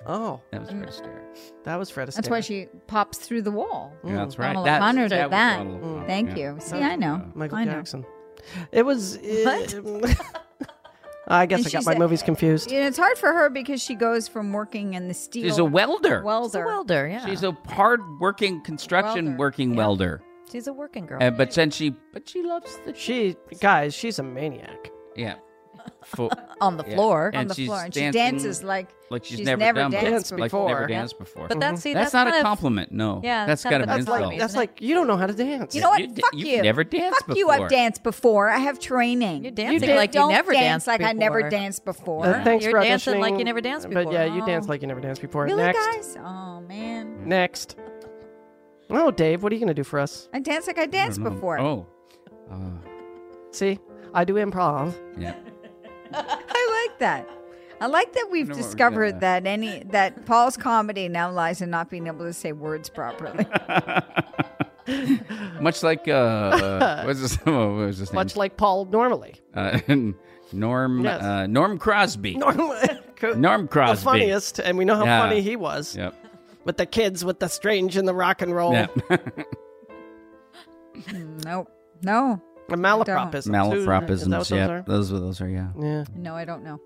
[SPEAKER 2] Oh,
[SPEAKER 1] That was
[SPEAKER 3] Mm.
[SPEAKER 1] Fred Astaire.
[SPEAKER 2] that was Fred Astaire.
[SPEAKER 3] That's why she pops through the wall.
[SPEAKER 1] Yeah, that's right.
[SPEAKER 3] Donald
[SPEAKER 1] That's-
[SPEAKER 3] O'Connor
[SPEAKER 1] that
[SPEAKER 3] did
[SPEAKER 1] was
[SPEAKER 3] that.
[SPEAKER 1] Donald O'Connor,
[SPEAKER 3] Thank
[SPEAKER 1] Mm. yeah.
[SPEAKER 3] you. See, I know.
[SPEAKER 2] Michael
[SPEAKER 3] I know.
[SPEAKER 2] Jackson. It was. What? I guess
[SPEAKER 3] And
[SPEAKER 2] I
[SPEAKER 3] she's
[SPEAKER 2] got my
[SPEAKER 3] a-
[SPEAKER 2] movies confused.
[SPEAKER 3] You know, it's hard for her because she goes from working in the steel
[SPEAKER 1] She's a welder.
[SPEAKER 4] She's a
[SPEAKER 3] welder.
[SPEAKER 4] welder. Yeah.
[SPEAKER 1] She's a hard-working construction
[SPEAKER 3] Welder.
[SPEAKER 1] working welder.
[SPEAKER 4] She's a working girl.
[SPEAKER 1] Uh, but then she, but she loves the
[SPEAKER 2] She, guys, she's a maniac.
[SPEAKER 1] yeah. Fo-
[SPEAKER 4] on the
[SPEAKER 1] yeah.
[SPEAKER 4] floor.
[SPEAKER 3] on the
[SPEAKER 1] she's
[SPEAKER 3] floor, and she
[SPEAKER 1] dancing
[SPEAKER 3] dances like
[SPEAKER 1] like she's,
[SPEAKER 3] she's
[SPEAKER 1] never,
[SPEAKER 3] never
[SPEAKER 1] done before.
[SPEAKER 3] danced
[SPEAKER 1] like she's
[SPEAKER 2] before.
[SPEAKER 1] never danced before.
[SPEAKER 4] but that's see,
[SPEAKER 1] Mm-hmm. that's,
[SPEAKER 4] that's,
[SPEAKER 1] not
[SPEAKER 4] kind
[SPEAKER 1] a
[SPEAKER 4] of-
[SPEAKER 1] compliment. No,
[SPEAKER 4] Yeah,
[SPEAKER 1] that's
[SPEAKER 4] that's
[SPEAKER 1] got to be an
[SPEAKER 4] kind of
[SPEAKER 2] That's
[SPEAKER 4] Insult.
[SPEAKER 2] like
[SPEAKER 1] insult.
[SPEAKER 2] that's like you don't know how to dance. Uh,
[SPEAKER 3] You know what?
[SPEAKER 1] You d-
[SPEAKER 3] Fuck
[SPEAKER 1] you've
[SPEAKER 3] you.
[SPEAKER 1] never danced
[SPEAKER 3] Fuck you. I've
[SPEAKER 1] before.
[SPEAKER 3] danced before. I have training.
[SPEAKER 4] You're dancing
[SPEAKER 3] You
[SPEAKER 4] like you
[SPEAKER 3] don't
[SPEAKER 4] never
[SPEAKER 3] dance
[SPEAKER 4] danced
[SPEAKER 3] like I never
[SPEAKER 4] before.
[SPEAKER 3] danced before.
[SPEAKER 2] Uh, thanks for
[SPEAKER 4] You're dancing like you
[SPEAKER 2] auditioning,
[SPEAKER 4] never danced
[SPEAKER 2] But
[SPEAKER 4] before.
[SPEAKER 2] yeah, you
[SPEAKER 4] Oh.
[SPEAKER 2] dance like you never danced before.
[SPEAKER 3] really,
[SPEAKER 2] Next,
[SPEAKER 3] guys? Oh man,
[SPEAKER 2] next. Oh, Dave, what are you gonna do for us?
[SPEAKER 3] I danced like I
[SPEAKER 1] I
[SPEAKER 3] danced
[SPEAKER 1] don't know.
[SPEAKER 3] before.
[SPEAKER 1] Oh, uh,
[SPEAKER 2] See, I do improv.
[SPEAKER 1] yeah.
[SPEAKER 3] I like that. I like that we've
[SPEAKER 1] know what we're
[SPEAKER 3] discovered
[SPEAKER 1] getting
[SPEAKER 3] that any that Paul's comedy now lies in not being able to say words properly.
[SPEAKER 1] Oh, Much like uh, what's his, what was his name?
[SPEAKER 2] Much like Paul normally.
[SPEAKER 1] uh, Norm
[SPEAKER 2] Yes.
[SPEAKER 1] uh, Norm Crosby.
[SPEAKER 2] Normally.
[SPEAKER 1] Norm
[SPEAKER 2] the
[SPEAKER 1] Crosby.
[SPEAKER 2] funniest, and we know how
[SPEAKER 1] Yeah.
[SPEAKER 2] funny he was
[SPEAKER 1] Yep.
[SPEAKER 2] with the kids, with the strange and the rock and roll.
[SPEAKER 1] Yeah.
[SPEAKER 3] nope. No.
[SPEAKER 2] The malapropism.
[SPEAKER 1] Malapropisms. Yeah. Those were those are yeah.
[SPEAKER 2] Yeah.
[SPEAKER 3] No, I don't know.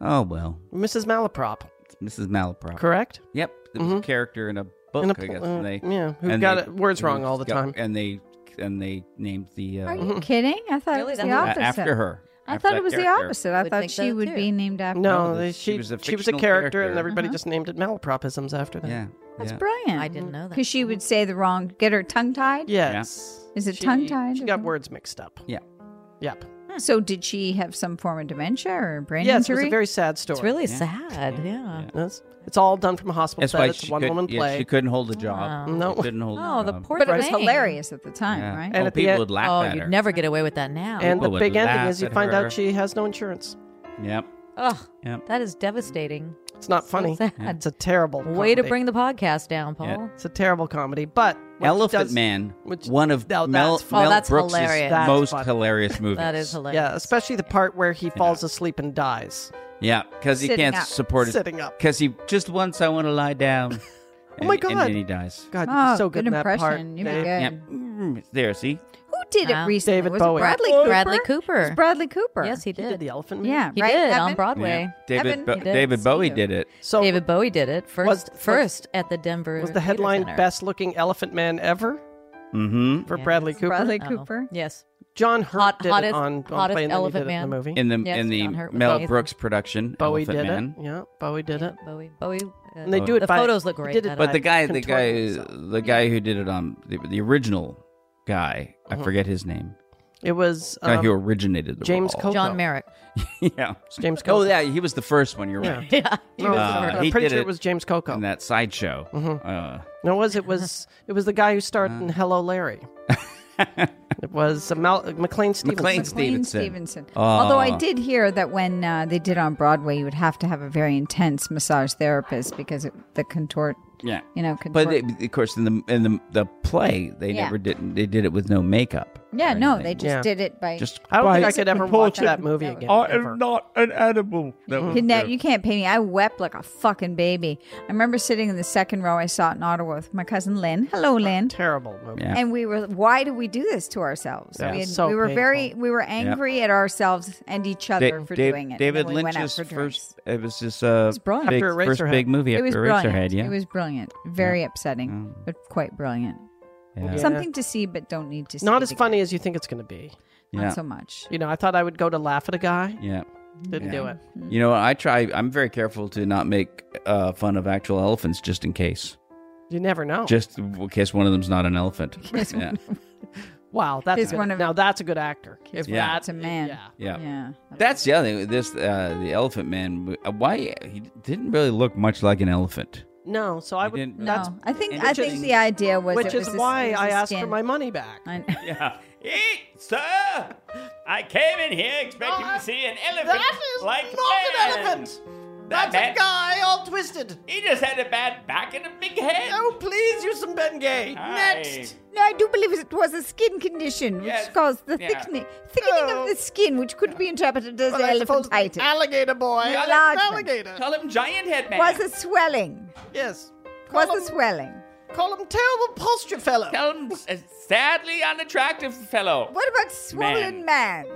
[SPEAKER 1] Oh well,
[SPEAKER 2] Mrs. Malaprop,
[SPEAKER 1] Mrs. Malaprop.
[SPEAKER 2] correct? Mm-hmm.
[SPEAKER 1] Yep. It was a character in a book,
[SPEAKER 2] In a
[SPEAKER 1] I
[SPEAKER 2] pl-
[SPEAKER 1] guess.
[SPEAKER 2] uh,
[SPEAKER 1] and they,
[SPEAKER 2] yeah, who
[SPEAKER 1] and
[SPEAKER 2] got
[SPEAKER 1] they-
[SPEAKER 2] it- words
[SPEAKER 1] who
[SPEAKER 2] wrong all the
[SPEAKER 1] got-
[SPEAKER 2] time.
[SPEAKER 1] And they and they named the uh,
[SPEAKER 3] Are you kidding? I thought it
[SPEAKER 4] Really?
[SPEAKER 3] was the
[SPEAKER 4] That's-
[SPEAKER 1] uh,
[SPEAKER 3] opposite.
[SPEAKER 1] after her.
[SPEAKER 3] I
[SPEAKER 1] after
[SPEAKER 3] thought
[SPEAKER 1] that
[SPEAKER 3] it was the
[SPEAKER 1] character.
[SPEAKER 3] opposite. I
[SPEAKER 4] Would
[SPEAKER 3] thought
[SPEAKER 4] think
[SPEAKER 3] she
[SPEAKER 4] so,
[SPEAKER 3] would
[SPEAKER 4] too.
[SPEAKER 3] be named after.
[SPEAKER 2] No,
[SPEAKER 1] No,
[SPEAKER 2] they,
[SPEAKER 1] this-
[SPEAKER 2] she,
[SPEAKER 1] she was a
[SPEAKER 2] she was a
[SPEAKER 1] fictional
[SPEAKER 2] character, and
[SPEAKER 1] character.
[SPEAKER 2] everybody just named it malapropisms after that.
[SPEAKER 1] Yeah.
[SPEAKER 3] That's
[SPEAKER 1] yeah.
[SPEAKER 3] brilliant.
[SPEAKER 4] I didn't know that.
[SPEAKER 3] Because she would say the wrong, get her tongue tied.
[SPEAKER 2] Yes.
[SPEAKER 3] Is it
[SPEAKER 2] She-
[SPEAKER 3] tongue-tied
[SPEAKER 2] She
[SPEAKER 3] or
[SPEAKER 2] got
[SPEAKER 3] something?
[SPEAKER 2] words mixed up.
[SPEAKER 1] Yeah.
[SPEAKER 2] Yep.
[SPEAKER 3] So did she have some form of dementia or brain
[SPEAKER 2] yes, it
[SPEAKER 3] injury?
[SPEAKER 2] was a very sad story.
[SPEAKER 4] It's really
[SPEAKER 1] Yeah.
[SPEAKER 4] sad. Yeah.
[SPEAKER 2] Yes. It's all done from a hospital
[SPEAKER 1] That's
[SPEAKER 2] bed.
[SPEAKER 1] why
[SPEAKER 2] It's
[SPEAKER 1] she,
[SPEAKER 2] a one woman
[SPEAKER 1] could, yeah,
[SPEAKER 2] play.
[SPEAKER 1] she couldn't hold a job.
[SPEAKER 2] Wow. No.
[SPEAKER 1] She couldn't hold
[SPEAKER 4] Oh,
[SPEAKER 1] a
[SPEAKER 4] the
[SPEAKER 1] job.
[SPEAKER 4] poor
[SPEAKER 3] but it was
[SPEAKER 4] thing.
[SPEAKER 3] hilarious at the time,
[SPEAKER 1] Yeah.
[SPEAKER 3] right?
[SPEAKER 2] And
[SPEAKER 1] oh,
[SPEAKER 2] at the
[SPEAKER 1] people
[SPEAKER 2] end-
[SPEAKER 1] would laugh
[SPEAKER 4] Oh,
[SPEAKER 1] at her.
[SPEAKER 4] you'd never get away with that now.
[SPEAKER 2] and the
[SPEAKER 1] People would
[SPEAKER 2] big ending
[SPEAKER 1] laugh
[SPEAKER 2] is you
[SPEAKER 1] at
[SPEAKER 2] find
[SPEAKER 1] her.
[SPEAKER 2] out she has no insurance.
[SPEAKER 1] Yep.
[SPEAKER 4] Ugh,
[SPEAKER 1] Yep.
[SPEAKER 4] that is devastating.
[SPEAKER 2] It's not funny.
[SPEAKER 4] sad.
[SPEAKER 2] It's a terrible
[SPEAKER 4] Way to
[SPEAKER 2] comedy.
[SPEAKER 4] bring the podcast down, Paul.
[SPEAKER 1] Yeah.
[SPEAKER 2] It's a terrible comedy, but what she
[SPEAKER 1] Elephant
[SPEAKER 2] does-
[SPEAKER 1] Man,
[SPEAKER 2] which-
[SPEAKER 1] one of
[SPEAKER 2] No,
[SPEAKER 1] Mel,
[SPEAKER 2] that's
[SPEAKER 1] Mel
[SPEAKER 4] Oh, that's
[SPEAKER 1] Brooks'
[SPEAKER 4] hilarious.
[SPEAKER 2] That's
[SPEAKER 1] most
[SPEAKER 2] funny.
[SPEAKER 1] hilarious movies.
[SPEAKER 4] That is hilarious.
[SPEAKER 2] Yeah, especially the part where he falls asleep and dies
[SPEAKER 1] Yeah, because he
[SPEAKER 3] Sitting
[SPEAKER 1] can't
[SPEAKER 3] up.
[SPEAKER 1] support it.
[SPEAKER 2] sitting up.
[SPEAKER 1] Because he just once I want to lie down.
[SPEAKER 2] Oh my
[SPEAKER 1] And- And
[SPEAKER 2] God.
[SPEAKER 1] then he dies.
[SPEAKER 2] God,
[SPEAKER 3] Oh,
[SPEAKER 2] you're so good,
[SPEAKER 3] good
[SPEAKER 2] in that part.
[SPEAKER 3] impression. You were
[SPEAKER 2] Dave.
[SPEAKER 3] good.
[SPEAKER 1] Yeah. Mm, There, see?
[SPEAKER 3] Who did it
[SPEAKER 4] Wow.
[SPEAKER 3] recently?
[SPEAKER 2] David
[SPEAKER 3] was
[SPEAKER 2] Bowie.
[SPEAKER 3] It Bradley
[SPEAKER 2] Bradley
[SPEAKER 3] Cooper.
[SPEAKER 4] Cooper.
[SPEAKER 3] It was Bradley Cooper.
[SPEAKER 4] Yes, he
[SPEAKER 2] He
[SPEAKER 4] did.
[SPEAKER 2] did the Elephant Man.
[SPEAKER 3] Yeah,
[SPEAKER 4] He
[SPEAKER 3] right.
[SPEAKER 4] did
[SPEAKER 3] Evan?
[SPEAKER 4] on Broadway.
[SPEAKER 1] Yeah. David,
[SPEAKER 3] Evan,
[SPEAKER 1] Bo-
[SPEAKER 3] he did.
[SPEAKER 1] David Bowie
[SPEAKER 3] Excuse.
[SPEAKER 1] did it.
[SPEAKER 2] So
[SPEAKER 4] David Bowie did it first.
[SPEAKER 2] Was- was-
[SPEAKER 4] first at the Denver.
[SPEAKER 2] was the
[SPEAKER 4] Theater
[SPEAKER 2] headline
[SPEAKER 4] Center.
[SPEAKER 2] "Best Looking Elephant Man Ever"
[SPEAKER 1] Mm-hmm.
[SPEAKER 2] for
[SPEAKER 4] Yes.
[SPEAKER 2] Bradley Cooper?
[SPEAKER 3] Bradley
[SPEAKER 4] Oh,
[SPEAKER 3] Cooper.
[SPEAKER 4] Yes.
[SPEAKER 2] John Hurt
[SPEAKER 4] Hot-
[SPEAKER 2] did
[SPEAKER 4] hottest-
[SPEAKER 2] it on, on
[SPEAKER 4] hottest
[SPEAKER 2] Play and Then He
[SPEAKER 4] Elephant
[SPEAKER 2] did it in
[SPEAKER 4] Man.
[SPEAKER 2] the movie.
[SPEAKER 1] In the
[SPEAKER 4] Yes,
[SPEAKER 1] in the
[SPEAKER 4] John Hurt was
[SPEAKER 1] Mel
[SPEAKER 4] amazing.
[SPEAKER 1] Brooks production,
[SPEAKER 2] Bowie
[SPEAKER 1] Elephant
[SPEAKER 2] did
[SPEAKER 1] Man.
[SPEAKER 2] it. Yeah, Bowie did it.
[SPEAKER 4] Bowie. Bowie. uh,
[SPEAKER 2] And they do it
[SPEAKER 4] the
[SPEAKER 2] by-
[SPEAKER 4] photos look
[SPEAKER 2] they
[SPEAKER 4] great.
[SPEAKER 2] did it
[SPEAKER 4] by the
[SPEAKER 2] by-
[SPEAKER 4] way.
[SPEAKER 1] But the guy, the guy,
[SPEAKER 2] Contorting himself.
[SPEAKER 1] the guy who did it on the, the original guy,
[SPEAKER 3] Uh-huh.
[SPEAKER 1] I forget his name.
[SPEAKER 2] It was
[SPEAKER 1] guy
[SPEAKER 2] um,
[SPEAKER 1] who originated the
[SPEAKER 2] James
[SPEAKER 1] role.
[SPEAKER 2] Coco.
[SPEAKER 4] John Merrick.
[SPEAKER 1] yeah,
[SPEAKER 2] James
[SPEAKER 1] Oh
[SPEAKER 2] Coco.
[SPEAKER 1] yeah, he was the first one. You're right.
[SPEAKER 4] yeah.
[SPEAKER 3] Oh.
[SPEAKER 4] He
[SPEAKER 2] No,
[SPEAKER 4] was
[SPEAKER 1] Uh,
[SPEAKER 4] the
[SPEAKER 2] I'm
[SPEAKER 4] first.
[SPEAKER 1] he
[SPEAKER 2] pretty
[SPEAKER 1] did
[SPEAKER 2] sure
[SPEAKER 1] it
[SPEAKER 2] it was James Coco.
[SPEAKER 1] In that sideshow. Uh,
[SPEAKER 3] Mm-hmm.
[SPEAKER 2] No, it was it was it was the guy who starred in Hello Larry. It was uh, Mal- McLean Stevenson.
[SPEAKER 1] McLean
[SPEAKER 3] Wayne
[SPEAKER 1] Stevenson.
[SPEAKER 3] Stevenson.
[SPEAKER 1] Ah.
[SPEAKER 3] Although I did hear that when uh, they did on Broadway, you would have to have a very intense massage therapist because it, the contort,
[SPEAKER 1] Yeah.
[SPEAKER 3] you know, contort.
[SPEAKER 1] But they, of course, in the in the, the play, they
[SPEAKER 3] Yeah.
[SPEAKER 1] never did. They did it with no makeup.
[SPEAKER 3] yeah,
[SPEAKER 1] or
[SPEAKER 3] no,
[SPEAKER 1] anything.
[SPEAKER 3] they just
[SPEAKER 2] Yeah.
[SPEAKER 3] did it by.
[SPEAKER 1] just.
[SPEAKER 2] I don't think I
[SPEAKER 1] by-
[SPEAKER 2] could ever watch
[SPEAKER 3] Reported.
[SPEAKER 2] that movie again.
[SPEAKER 1] I
[SPEAKER 2] ever.
[SPEAKER 1] am not an animal. That was
[SPEAKER 3] Couldn't that-
[SPEAKER 1] the-
[SPEAKER 3] you can't pay me. I wept like a fucking baby. I remember sitting in the second row. I saw it in Ottawa with my cousin Lynn. Hello, Lynn.
[SPEAKER 2] Terrible movie.
[SPEAKER 1] Yeah.
[SPEAKER 3] And we were, why do we do this to ourselves?
[SPEAKER 2] That
[SPEAKER 3] we,
[SPEAKER 2] was so
[SPEAKER 3] we were very,
[SPEAKER 2] painful.
[SPEAKER 3] we were angry at ourselves and each other
[SPEAKER 1] Da-
[SPEAKER 3] for
[SPEAKER 1] Da-
[SPEAKER 3] doing it. And
[SPEAKER 1] David
[SPEAKER 3] then we went out
[SPEAKER 1] Lynch's
[SPEAKER 3] for drinks.
[SPEAKER 1] first. It was his uh,
[SPEAKER 3] brilliant.
[SPEAKER 1] big,
[SPEAKER 2] After
[SPEAKER 1] first
[SPEAKER 2] Eraserhead.
[SPEAKER 1] big movie
[SPEAKER 3] it was
[SPEAKER 1] after Eraserhead.
[SPEAKER 3] brilliant.
[SPEAKER 1] Yeah.
[SPEAKER 3] It was brilliant. Very upsetting, but quite brilliant.
[SPEAKER 1] yeah.
[SPEAKER 3] Something to see, but don't need to see.
[SPEAKER 2] Not
[SPEAKER 3] it
[SPEAKER 2] as
[SPEAKER 3] again.
[SPEAKER 2] funny as you think it's going to be.
[SPEAKER 1] Yeah.
[SPEAKER 3] Not so much.
[SPEAKER 2] You know, I thought I would go to laugh at a guy.
[SPEAKER 1] yeah.
[SPEAKER 2] Didn't do it.
[SPEAKER 1] You know, I try. I'm very careful to not make uh, fun of actual elephants, just in case,
[SPEAKER 2] You never know.
[SPEAKER 1] just in case one of them's not an elephant. yeah.
[SPEAKER 2] wow, that's
[SPEAKER 3] He's
[SPEAKER 2] good.
[SPEAKER 3] one of-
[SPEAKER 2] now that's a good actor. If
[SPEAKER 1] Yeah.
[SPEAKER 2] that-
[SPEAKER 3] It's a man.
[SPEAKER 2] Yeah.
[SPEAKER 1] yeah,
[SPEAKER 3] Yeah.
[SPEAKER 1] That's the other thing. This uh, the elephant man. uh, Why he didn't really look much like an elephant.
[SPEAKER 2] No, so I
[SPEAKER 1] He
[SPEAKER 2] would.
[SPEAKER 1] didn't-
[SPEAKER 3] No,
[SPEAKER 2] That's
[SPEAKER 3] I think
[SPEAKER 1] and
[SPEAKER 3] I
[SPEAKER 1] which
[SPEAKER 3] think
[SPEAKER 1] is-
[SPEAKER 3] the idea was
[SPEAKER 2] which
[SPEAKER 3] it
[SPEAKER 2] is
[SPEAKER 3] was a-
[SPEAKER 2] why
[SPEAKER 3] it was a
[SPEAKER 2] I asked for
[SPEAKER 3] skin-
[SPEAKER 2] my money back.
[SPEAKER 3] I know.
[SPEAKER 1] Yeah. Eat, sir! I came in here expecting
[SPEAKER 2] Oh,
[SPEAKER 1] to see an elephant That man-
[SPEAKER 2] guy all twisted.
[SPEAKER 1] He just had a bad back and a big head.
[SPEAKER 2] Oh, please use some Bengay. Next.
[SPEAKER 3] No, I do believe it was a skin condition which
[SPEAKER 1] Yes.
[SPEAKER 3] caused the
[SPEAKER 1] Yeah. Oh.
[SPEAKER 3] thickening, thickening of the skin, which could be interpreted as
[SPEAKER 2] I suppose
[SPEAKER 3] elephantitis.
[SPEAKER 2] Alligator boy.
[SPEAKER 3] Enlargement.
[SPEAKER 2] Alligator.
[SPEAKER 1] Call him Giant Head Man.
[SPEAKER 3] was a swelling.
[SPEAKER 2] Yes.
[SPEAKER 3] Was
[SPEAKER 2] Call
[SPEAKER 3] a
[SPEAKER 2] him,
[SPEAKER 3] swelling.
[SPEAKER 2] call him terrible posture fellow.
[SPEAKER 1] Tell him a uh, sadly unattractive fellow.
[SPEAKER 3] What about swollen man?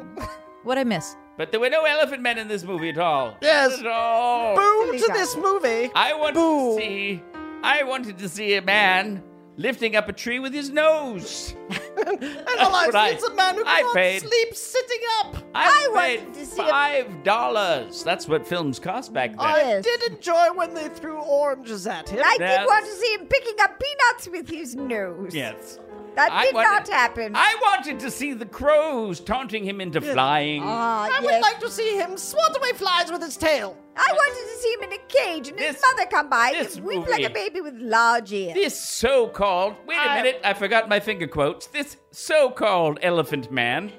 [SPEAKER 4] What I miss?
[SPEAKER 1] But there were no elephant men in this movie at all.
[SPEAKER 2] Yes.
[SPEAKER 1] At all.
[SPEAKER 2] Boo to
[SPEAKER 3] guy.
[SPEAKER 2] this movie.
[SPEAKER 1] I wanted
[SPEAKER 2] Boo.
[SPEAKER 1] to see. I wanted to see a man lifting up a tree with his nose.
[SPEAKER 2] and all I've
[SPEAKER 1] what I-
[SPEAKER 2] seen is a man who
[SPEAKER 1] I
[SPEAKER 2] can't
[SPEAKER 1] paid.
[SPEAKER 2] sleep sitting up.
[SPEAKER 1] I,
[SPEAKER 3] wanted
[SPEAKER 1] paid
[SPEAKER 3] to see a-
[SPEAKER 1] five dollars. That's what films cost back then.
[SPEAKER 2] I
[SPEAKER 3] Yes.
[SPEAKER 2] did enjoy when they threw oranges at him.
[SPEAKER 3] I
[SPEAKER 1] That's-
[SPEAKER 3] did want to see him picking up peanuts with his nose.
[SPEAKER 1] Yes.
[SPEAKER 3] That
[SPEAKER 1] I
[SPEAKER 3] did
[SPEAKER 1] wanted-
[SPEAKER 3] not happen.
[SPEAKER 1] I wanted to see the crows taunting him into flying.
[SPEAKER 3] Ah,
[SPEAKER 2] I would
[SPEAKER 3] yes.
[SPEAKER 2] like to see him swat away flies with his tail.
[SPEAKER 3] I wanted to see him in a cage and
[SPEAKER 1] This-
[SPEAKER 3] his mother come by
[SPEAKER 1] this
[SPEAKER 3] and weep like
[SPEAKER 1] movie-
[SPEAKER 3] a baby with large ears.
[SPEAKER 1] This so called, wait a
[SPEAKER 2] I-
[SPEAKER 1] minute, I forgot my finger quotes. This so called elephant man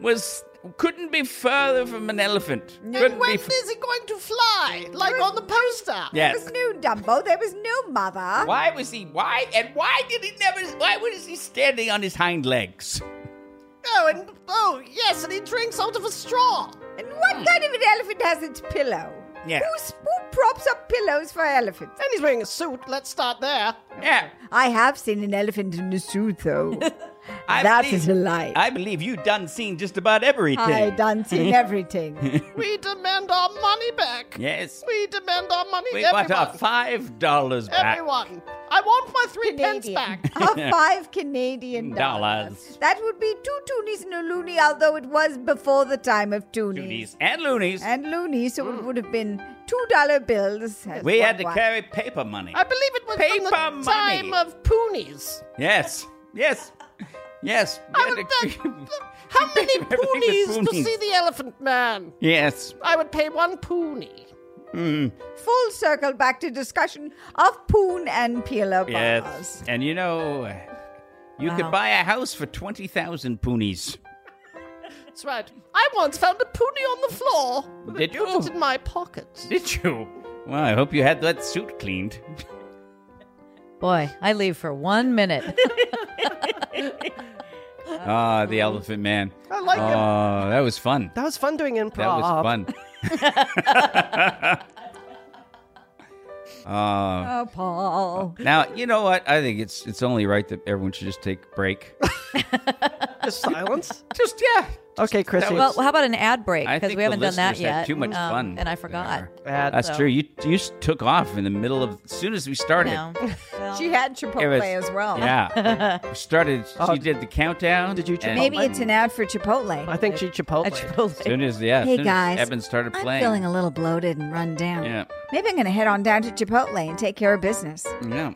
[SPEAKER 1] was, couldn't be further from an elephant. Couldn't
[SPEAKER 2] When
[SPEAKER 1] be.
[SPEAKER 2] is he going to fly? Like on the poster.
[SPEAKER 3] There was
[SPEAKER 1] yes.
[SPEAKER 3] no Dumbo. There was no mother.
[SPEAKER 1] Why was he, why, and why did he never, why was he standing on his hind legs?
[SPEAKER 2] Oh, and oh, yes, and he drinks out of a straw.
[SPEAKER 3] And what kind of an elephant has its pillow?
[SPEAKER 1] Hmm. Yeah.
[SPEAKER 3] Who's, who props up pillows for elephants?
[SPEAKER 2] And he's wearing a suit. Let's start there.
[SPEAKER 1] Yeah.
[SPEAKER 3] I have seen an elephant in a suit, though.
[SPEAKER 1] I
[SPEAKER 3] That
[SPEAKER 1] believe-
[SPEAKER 3] is a lie.
[SPEAKER 1] I believe you done seen just about everything.
[SPEAKER 3] I done seen everything.
[SPEAKER 2] We demand our money back.
[SPEAKER 1] Yes.
[SPEAKER 2] We demand our money.
[SPEAKER 1] We
[SPEAKER 2] everyone.
[SPEAKER 1] want our five dollars back.
[SPEAKER 2] everyone. I want my three pence
[SPEAKER 3] Canadian.
[SPEAKER 2] back.
[SPEAKER 3] Our five Canadian dollars.
[SPEAKER 1] Dollars.
[SPEAKER 3] That would be two toonies and a loony, although it was before the time of toonies.
[SPEAKER 1] Loonies and loonies.
[SPEAKER 3] And loony, so it would have been two dollar bills. as
[SPEAKER 1] Hmm. we
[SPEAKER 3] one
[SPEAKER 1] had to
[SPEAKER 3] one.
[SPEAKER 1] carry paper money.
[SPEAKER 2] I believe it was from the
[SPEAKER 1] Paper money.
[SPEAKER 2] time of poonies.
[SPEAKER 1] Yes. Yes. Yes. We
[SPEAKER 2] I
[SPEAKER 1] had
[SPEAKER 2] would
[SPEAKER 1] to-
[SPEAKER 2] bet- How many
[SPEAKER 1] Everything with
[SPEAKER 2] poonies to
[SPEAKER 1] poonies.
[SPEAKER 2] see the elephant man?
[SPEAKER 1] Yes.
[SPEAKER 2] I would pay one poonie.
[SPEAKER 3] Full circle back to discussion of Poon and Peeler bars.
[SPEAKER 1] Yes. And you know, you could buy a house for 20,000 poonies.
[SPEAKER 2] That's right. I once found a poonie on the floor. but
[SPEAKER 1] Did
[SPEAKER 2] I put
[SPEAKER 1] you?
[SPEAKER 2] it in my pocket.
[SPEAKER 1] Did you? Well, I hope you had that suit cleaned.
[SPEAKER 4] Boy, I leave for one minute.
[SPEAKER 1] Ah, the elephant man.
[SPEAKER 2] I like him.
[SPEAKER 1] Oh, that was fun.
[SPEAKER 2] That was fun doing improv.
[SPEAKER 1] That was fun. Ah.
[SPEAKER 3] Oh, Paul.
[SPEAKER 1] Now you know what I think it's it's only right that everyone should just take a break.
[SPEAKER 2] Just silence.
[SPEAKER 1] just yeah,
[SPEAKER 2] Okay, Chrissy.
[SPEAKER 4] well, how about an ad break?
[SPEAKER 1] I
[SPEAKER 4] Because
[SPEAKER 1] think
[SPEAKER 4] we haven't
[SPEAKER 1] the
[SPEAKER 4] done that
[SPEAKER 1] listeners had
[SPEAKER 4] yet.
[SPEAKER 1] too much
[SPEAKER 4] Um,
[SPEAKER 1] fun
[SPEAKER 4] and I forgot.
[SPEAKER 1] there.
[SPEAKER 2] Ad-
[SPEAKER 1] That's
[SPEAKER 4] So-
[SPEAKER 1] true. You you just took off in the middle of as soon as we started.
[SPEAKER 4] No. Well,
[SPEAKER 3] She had
[SPEAKER 1] It
[SPEAKER 3] Chipotle
[SPEAKER 1] was-
[SPEAKER 3] as well.
[SPEAKER 1] Yeah, we started.
[SPEAKER 2] Oh.
[SPEAKER 1] She did the countdown.
[SPEAKER 2] Did you
[SPEAKER 1] and
[SPEAKER 2] Chipotle?
[SPEAKER 3] Maybe it's an ad for Chipotle.
[SPEAKER 2] I think she Chipotle.
[SPEAKER 4] a Chipotle.
[SPEAKER 1] As soon as yeah, as
[SPEAKER 3] hey
[SPEAKER 1] soon
[SPEAKER 3] guys,
[SPEAKER 1] as Evan started
[SPEAKER 3] I'm
[SPEAKER 1] playing.
[SPEAKER 3] feeling a little bloated and run down.
[SPEAKER 1] Yeah.
[SPEAKER 3] Maybe I'm going to head on down to Chipotle and take care of business.
[SPEAKER 1] yeah,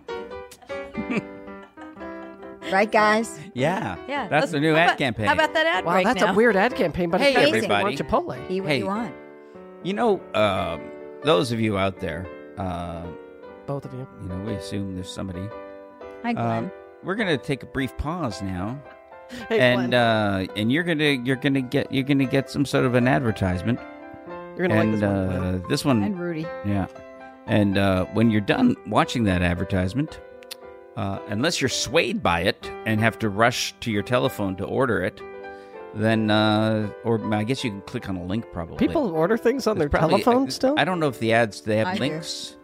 [SPEAKER 3] Right, guys?
[SPEAKER 1] yeah,
[SPEAKER 4] Yeah.
[SPEAKER 1] That's
[SPEAKER 4] let's-
[SPEAKER 1] the new
[SPEAKER 4] how
[SPEAKER 1] ad
[SPEAKER 4] about-
[SPEAKER 1] campaign.
[SPEAKER 4] How about that ad
[SPEAKER 2] wow,
[SPEAKER 4] break
[SPEAKER 2] that's
[SPEAKER 4] now?
[SPEAKER 2] a weird ad campaign, but
[SPEAKER 1] Hey,
[SPEAKER 2] it does
[SPEAKER 1] everybody.
[SPEAKER 2] Chipotle.
[SPEAKER 3] Eat what
[SPEAKER 1] Hey.
[SPEAKER 3] you want.
[SPEAKER 1] you know, um, those of you out there, uh,
[SPEAKER 2] Both of you.
[SPEAKER 1] you know, we assume there's somebody. Uh,
[SPEAKER 3] Hi, Glenn.
[SPEAKER 1] Um, we're gonna take a brief pause now
[SPEAKER 2] Hey,
[SPEAKER 1] and
[SPEAKER 2] Glenn,
[SPEAKER 1] uh, and you're gonna you're gonna get you're gonna get some sort of an advertisement.
[SPEAKER 2] you're gonna
[SPEAKER 1] and
[SPEAKER 2] like this one. Glenn.
[SPEAKER 1] uh, this one,
[SPEAKER 3] And Rudy.
[SPEAKER 1] yeah. And uh, when you're done watching that advertisement, uh, unless you're swayed by it and have to rush to your telephone to order it, then uh, or I guess you can click on a link probably.
[SPEAKER 2] People order things on
[SPEAKER 1] It's
[SPEAKER 2] their
[SPEAKER 1] probably- uh,
[SPEAKER 2] telephone still.
[SPEAKER 1] I don't know if the ads they have
[SPEAKER 3] I do.
[SPEAKER 1] links.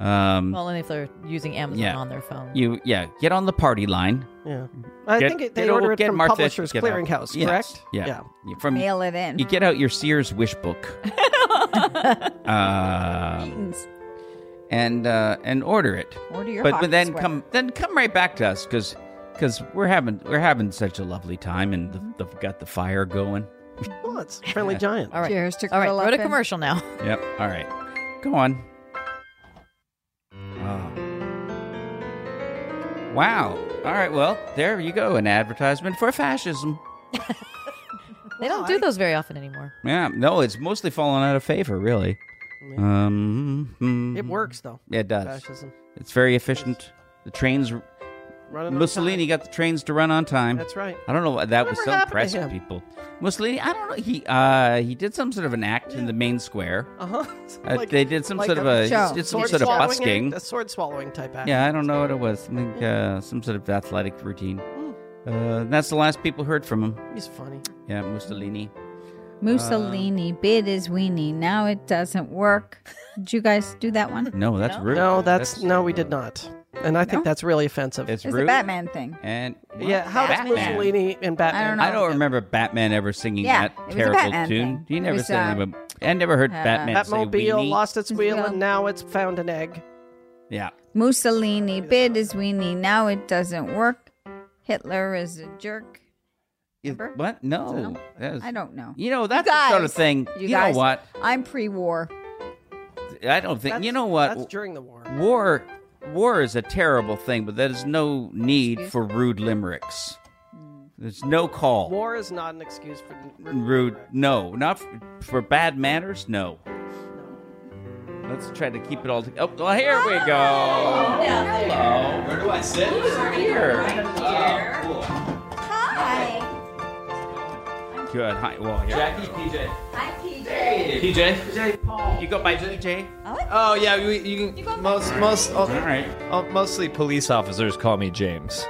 [SPEAKER 1] Um,
[SPEAKER 4] Well, and if they're using Amazon
[SPEAKER 1] Yeah.
[SPEAKER 4] on their phone.
[SPEAKER 1] you yeah, get on the party line.
[SPEAKER 2] yeah, I
[SPEAKER 1] Get-
[SPEAKER 2] think it, they
[SPEAKER 1] get old-
[SPEAKER 2] order it
[SPEAKER 1] get
[SPEAKER 2] from
[SPEAKER 1] Martha-
[SPEAKER 2] Publishers
[SPEAKER 1] get out.
[SPEAKER 2] Clearinghouse,
[SPEAKER 1] Yes,
[SPEAKER 2] correct?
[SPEAKER 1] Yeah.
[SPEAKER 2] yeah.
[SPEAKER 1] You- From
[SPEAKER 3] Mail it in.
[SPEAKER 1] you get out your Sears wish book. um, and uh, and order it.
[SPEAKER 3] Order your
[SPEAKER 1] but but
[SPEAKER 3] hockey
[SPEAKER 1] then
[SPEAKER 3] sweater.
[SPEAKER 1] come then come right back to us because we're having we're having such a lovely time and the, the,
[SPEAKER 2] Mm-hmm.
[SPEAKER 1] got the fire going.
[SPEAKER 2] Well, it's Friendly Giant.
[SPEAKER 4] All right.
[SPEAKER 3] Cheers to
[SPEAKER 4] All right,
[SPEAKER 3] curl
[SPEAKER 4] go
[SPEAKER 3] up
[SPEAKER 4] to
[SPEAKER 3] in.
[SPEAKER 4] commercial now.
[SPEAKER 1] Yep. All right. Go on. Oh. Wow. All right. Well, there you go. An advertisement for fascism.
[SPEAKER 4] They don't do those very often anymore.
[SPEAKER 1] Yeah. No, it's mostly fallen out of favor, really. Um, mm,
[SPEAKER 2] It works though.
[SPEAKER 1] It does.
[SPEAKER 2] Fascism.
[SPEAKER 1] It's very efficient. The trains.
[SPEAKER 2] Running on
[SPEAKER 1] Mussolini got the trains to run on time.
[SPEAKER 2] time. That's right.
[SPEAKER 1] I don't know. why- That was
[SPEAKER 2] Whatever
[SPEAKER 1] so
[SPEAKER 2] happened to
[SPEAKER 1] impressive,
[SPEAKER 2] him?
[SPEAKER 1] people. Mussolini. I don't know. He uh he did some sort of an act in the main square.
[SPEAKER 2] Uh huh.
[SPEAKER 1] Uh, they did some sort of a, he
[SPEAKER 3] show.
[SPEAKER 1] did some
[SPEAKER 3] Sword
[SPEAKER 1] sort of
[SPEAKER 2] swallowing
[SPEAKER 1] busking.
[SPEAKER 2] act, a sword swallowing type act.
[SPEAKER 1] Yeah, I don't know what it was. I think uh, some sort of athletic routine.
[SPEAKER 3] Hmm.
[SPEAKER 1] Uh, that's the last people heard from him.
[SPEAKER 2] he's funny.
[SPEAKER 1] Yeah, Mussolini. Uh,
[SPEAKER 3] Mussolini bid is weenie. Now it doesn't work. Did you guys do that one?
[SPEAKER 1] No, that's rude.
[SPEAKER 2] No, that's, no, we did not, and I think that's really offensive.
[SPEAKER 1] It's
[SPEAKER 3] It's
[SPEAKER 1] rude.
[SPEAKER 3] a Batman thing.
[SPEAKER 1] And
[SPEAKER 2] yeah, how does
[SPEAKER 1] Batman.
[SPEAKER 2] Mussolini and Batman?
[SPEAKER 3] I don't know.
[SPEAKER 1] I don't remember Batman ever singing
[SPEAKER 3] Yeah, it
[SPEAKER 1] that
[SPEAKER 3] was a
[SPEAKER 1] terrible
[SPEAKER 3] Batman
[SPEAKER 1] tune.
[SPEAKER 3] thing.
[SPEAKER 1] He
[SPEAKER 3] It
[SPEAKER 1] never
[SPEAKER 3] was,
[SPEAKER 1] said
[SPEAKER 3] uh,
[SPEAKER 1] anything about- I never heard
[SPEAKER 3] uh,
[SPEAKER 1] Batman say
[SPEAKER 2] Batmobile
[SPEAKER 1] weenie.
[SPEAKER 2] lost its
[SPEAKER 3] It's
[SPEAKER 2] wheel
[SPEAKER 3] well-
[SPEAKER 2] and now it's found an egg.
[SPEAKER 1] Yeah.
[SPEAKER 3] Mussolini bid is weenie. Now it doesn't work. Hitler is a jerk.
[SPEAKER 1] Is-
[SPEAKER 3] Remember?
[SPEAKER 1] What? No. That was-
[SPEAKER 3] I don't know.
[SPEAKER 1] You know, that's the sort of
[SPEAKER 3] guys.
[SPEAKER 1] thing. You,
[SPEAKER 3] You, guys,
[SPEAKER 1] know what?
[SPEAKER 3] I'm pre-war.
[SPEAKER 1] I don't think.
[SPEAKER 2] That's-
[SPEAKER 1] You know what?
[SPEAKER 2] That's during the war.
[SPEAKER 1] War war is a terrible thing, but there is no need for rude limericks. There's no call.
[SPEAKER 2] War is not an excuse for
[SPEAKER 1] rude no, not for, for bad manners, no. Let's try to keep it all together. Oh, well, here we go. Hello. Where do I sit? Here. Oh,
[SPEAKER 3] Hi,
[SPEAKER 1] cool. Good. Hi. Well, here. Jackie, PJ.
[SPEAKER 3] I'm PJ.
[SPEAKER 1] PJ. PJ Paul. You go by PJ.
[SPEAKER 5] Oh yeah, we, you can most most oh,
[SPEAKER 1] All right.
[SPEAKER 5] oh, mostly police officers call me James.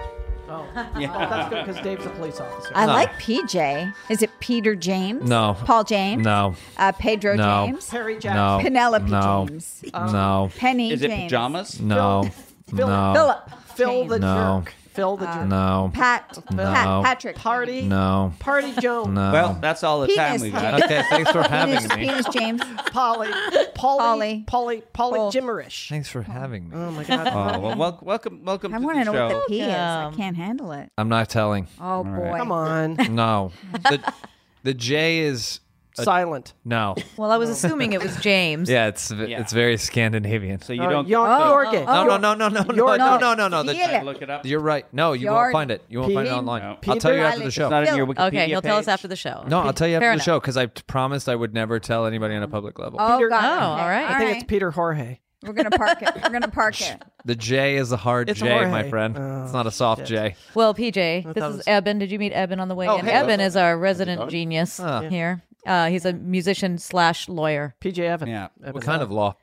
[SPEAKER 2] Oh,
[SPEAKER 1] Yeah.
[SPEAKER 2] that's good because Dave's a police officer.
[SPEAKER 3] I like PJ. Is it Peter James?
[SPEAKER 5] No.
[SPEAKER 3] Paul James?
[SPEAKER 5] No.
[SPEAKER 3] Uh, Pedro
[SPEAKER 5] No.
[SPEAKER 3] James?
[SPEAKER 2] Harry Jackson.
[SPEAKER 5] No.
[SPEAKER 3] Penelope
[SPEAKER 5] no,
[SPEAKER 3] James.
[SPEAKER 5] no.
[SPEAKER 3] Penny
[SPEAKER 1] Is it
[SPEAKER 3] James.
[SPEAKER 1] pajamas?
[SPEAKER 5] No.
[SPEAKER 2] Phil-
[SPEAKER 5] No.
[SPEAKER 3] Philip.
[SPEAKER 2] Phil
[SPEAKER 3] James.
[SPEAKER 2] the
[SPEAKER 5] No.
[SPEAKER 2] jerk. Phil
[SPEAKER 3] Uh,
[SPEAKER 2] the jerk.
[SPEAKER 5] No.
[SPEAKER 3] Pat. Pat.
[SPEAKER 5] No.
[SPEAKER 3] Patrick.
[SPEAKER 2] Party.
[SPEAKER 5] No.
[SPEAKER 2] Party Joan.
[SPEAKER 5] No.
[SPEAKER 1] Well, that's all the time
[SPEAKER 3] Penis
[SPEAKER 1] we got.
[SPEAKER 3] head.
[SPEAKER 5] okay, thanks for
[SPEAKER 3] Penis,
[SPEAKER 5] having me.
[SPEAKER 3] Penis James.
[SPEAKER 2] Polly. Polly.
[SPEAKER 3] Polly.
[SPEAKER 2] Polly. Polly
[SPEAKER 3] Paul.
[SPEAKER 2] Gimmerish.
[SPEAKER 5] Thanks for having me.
[SPEAKER 2] Oh my God.
[SPEAKER 1] Oh, well, wel- welcome, welcome
[SPEAKER 3] I
[SPEAKER 1] to
[SPEAKER 3] want
[SPEAKER 1] the
[SPEAKER 3] to know
[SPEAKER 1] show.
[SPEAKER 3] what the P is. I
[SPEAKER 4] Welcome.
[SPEAKER 3] can't handle it.
[SPEAKER 5] I'm not telling.
[SPEAKER 3] Oh, boy.
[SPEAKER 2] Come
[SPEAKER 1] Uh,
[SPEAKER 2] on.
[SPEAKER 5] No. The the J is
[SPEAKER 2] Silent.
[SPEAKER 5] no.
[SPEAKER 4] Well, I was assuming it was James.
[SPEAKER 5] Yeah, it's it's very Scandinavian.
[SPEAKER 1] so you
[SPEAKER 2] Uh,
[SPEAKER 1] don't
[SPEAKER 2] Jon
[SPEAKER 3] Oh,
[SPEAKER 2] Jorge.
[SPEAKER 5] No, no, no, no, no, no,
[SPEAKER 2] Jordan.
[SPEAKER 5] no, no, no, no.
[SPEAKER 3] Feel
[SPEAKER 5] The,
[SPEAKER 3] it.
[SPEAKER 1] look it up.
[SPEAKER 5] you're right. No, you
[SPEAKER 3] Jordan.
[SPEAKER 5] won't find it. You won't find it
[SPEAKER 2] Peter-
[SPEAKER 5] online.
[SPEAKER 1] No.
[SPEAKER 5] I'll tell you
[SPEAKER 3] Peter
[SPEAKER 5] after the
[SPEAKER 3] Riley.
[SPEAKER 5] show.
[SPEAKER 1] It's not in your
[SPEAKER 3] Phil-
[SPEAKER 1] Wikipedia
[SPEAKER 4] Okay, he'll tell us
[SPEAKER 1] page.
[SPEAKER 4] after the show.
[SPEAKER 5] No, I'll tell you after
[SPEAKER 4] Fair
[SPEAKER 5] the
[SPEAKER 4] enough.
[SPEAKER 5] show because I t- promised I would never tell anybody on a public level.
[SPEAKER 3] Oh,
[SPEAKER 2] Peter-
[SPEAKER 3] God.
[SPEAKER 4] Oh,
[SPEAKER 3] Okay.
[SPEAKER 4] all right. I
[SPEAKER 2] I think it's Peter Jorge.
[SPEAKER 3] We're going to park it. We're going to park it.
[SPEAKER 5] The J is a hard
[SPEAKER 2] It's
[SPEAKER 5] J,
[SPEAKER 2] Jorge.
[SPEAKER 5] my friend.
[SPEAKER 2] Oh,
[SPEAKER 5] it's not a soft J.
[SPEAKER 4] Well, PJ,
[SPEAKER 2] that
[SPEAKER 4] this is
[SPEAKER 2] was-
[SPEAKER 4] Eben. Did you meet Eben on the way
[SPEAKER 5] Oh,
[SPEAKER 4] in?
[SPEAKER 5] hey.
[SPEAKER 4] Eben is our resident genius here. Uh, he's a musician slash lawyer.
[SPEAKER 2] PJ Evan.
[SPEAKER 1] Yeah.
[SPEAKER 5] What kind of law?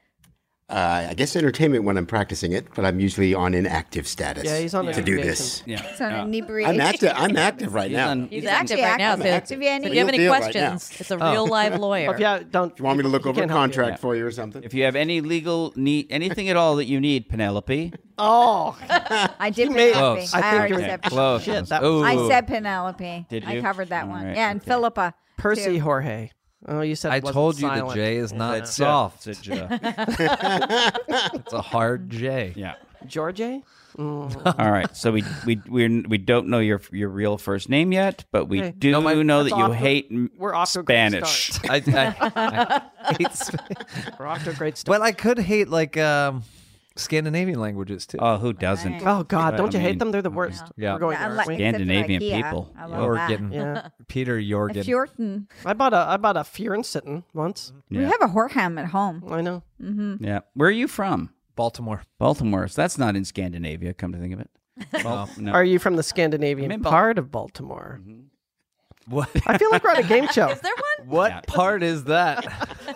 [SPEAKER 6] Uh, I guess entertainment when I'm practicing it, but I'm usually on inactive status.
[SPEAKER 2] Yeah, he's on
[SPEAKER 6] to do
[SPEAKER 2] inactivation.
[SPEAKER 6] this.
[SPEAKER 1] Yeah.
[SPEAKER 3] It's on inebriation.
[SPEAKER 6] I'm active. I'm active right now.
[SPEAKER 1] on-
[SPEAKER 6] Do
[SPEAKER 4] He's
[SPEAKER 1] He's
[SPEAKER 4] active
[SPEAKER 3] actually
[SPEAKER 4] right now. So,
[SPEAKER 3] active. I'm active.
[SPEAKER 4] so if you
[SPEAKER 6] Real
[SPEAKER 4] have any
[SPEAKER 6] deal right
[SPEAKER 4] questions,
[SPEAKER 6] now.
[SPEAKER 4] it's a real live lawyer.
[SPEAKER 2] But yeah, don't.
[SPEAKER 6] you want me to look
[SPEAKER 2] he
[SPEAKER 6] over a
[SPEAKER 2] can't help you.
[SPEAKER 6] contract for you or something?
[SPEAKER 1] If you have any legal need, anything at all that you need, Penelope,
[SPEAKER 2] Oh,
[SPEAKER 3] I did
[SPEAKER 2] made-
[SPEAKER 3] Penelope.
[SPEAKER 5] Close.
[SPEAKER 2] I
[SPEAKER 3] I
[SPEAKER 2] think
[SPEAKER 3] already
[SPEAKER 2] you're-
[SPEAKER 3] said
[SPEAKER 5] Close.
[SPEAKER 2] Shit, that-
[SPEAKER 5] Ooh.
[SPEAKER 3] I said Penelope.
[SPEAKER 1] Did
[SPEAKER 3] I
[SPEAKER 1] you?
[SPEAKER 3] covered that
[SPEAKER 1] All
[SPEAKER 3] one.
[SPEAKER 1] right,
[SPEAKER 3] yeah, and
[SPEAKER 1] okay.
[SPEAKER 3] Philippa.
[SPEAKER 2] Percy
[SPEAKER 3] too.
[SPEAKER 2] Jorge. Oh, you said
[SPEAKER 5] I
[SPEAKER 2] it wasn't
[SPEAKER 5] told you the
[SPEAKER 2] silent.
[SPEAKER 5] J is not
[SPEAKER 1] It's a-
[SPEAKER 5] soft.
[SPEAKER 1] it's a J.
[SPEAKER 5] It's a hard J.
[SPEAKER 1] yeah.
[SPEAKER 2] Jorge.
[SPEAKER 1] All right. So we we we we don't know your your real first name yet, but we
[SPEAKER 2] Okay.
[SPEAKER 1] do
[SPEAKER 5] No, my-
[SPEAKER 1] know that
[SPEAKER 2] That's
[SPEAKER 1] you
[SPEAKER 2] off to-
[SPEAKER 1] hate m-
[SPEAKER 2] We're off to a great
[SPEAKER 1] Spanish.
[SPEAKER 2] start.
[SPEAKER 5] I, I, I hate Sp-
[SPEAKER 2] We're off to a great start.
[SPEAKER 5] well, I could hate like um, Scandinavian languages too.
[SPEAKER 1] Oh, who doesn't?
[SPEAKER 2] Oh God, don't you
[SPEAKER 1] I
[SPEAKER 2] hate
[SPEAKER 1] mean,
[SPEAKER 2] them? They're the worst.
[SPEAKER 5] Yeah.
[SPEAKER 2] We're going
[SPEAKER 3] Yeah, I
[SPEAKER 2] there,
[SPEAKER 3] like-
[SPEAKER 2] aren't we?
[SPEAKER 1] Scandinavian
[SPEAKER 3] Except for IKEA.
[SPEAKER 1] people.
[SPEAKER 3] I love that.
[SPEAKER 5] Jorgen.
[SPEAKER 2] Yeah.
[SPEAKER 5] Peter Jorgen.
[SPEAKER 3] Fjorten.
[SPEAKER 2] I bought a I bought a Fierensitten once.
[SPEAKER 1] Yeah.
[SPEAKER 3] We have a Horham at home.
[SPEAKER 2] I know.
[SPEAKER 1] yeah. Where are you from?
[SPEAKER 5] Baltimore.
[SPEAKER 1] Baltimore. So that's not in Scandinavia. Come to think of it. Well, no.
[SPEAKER 2] Are you from the Scandinavian
[SPEAKER 1] I'm in Bal-
[SPEAKER 2] part of Baltimore?
[SPEAKER 5] Mm-hmm. What?
[SPEAKER 2] I feel like we're on a game show.
[SPEAKER 4] there one?
[SPEAKER 5] What
[SPEAKER 1] Yeah.
[SPEAKER 5] part is that?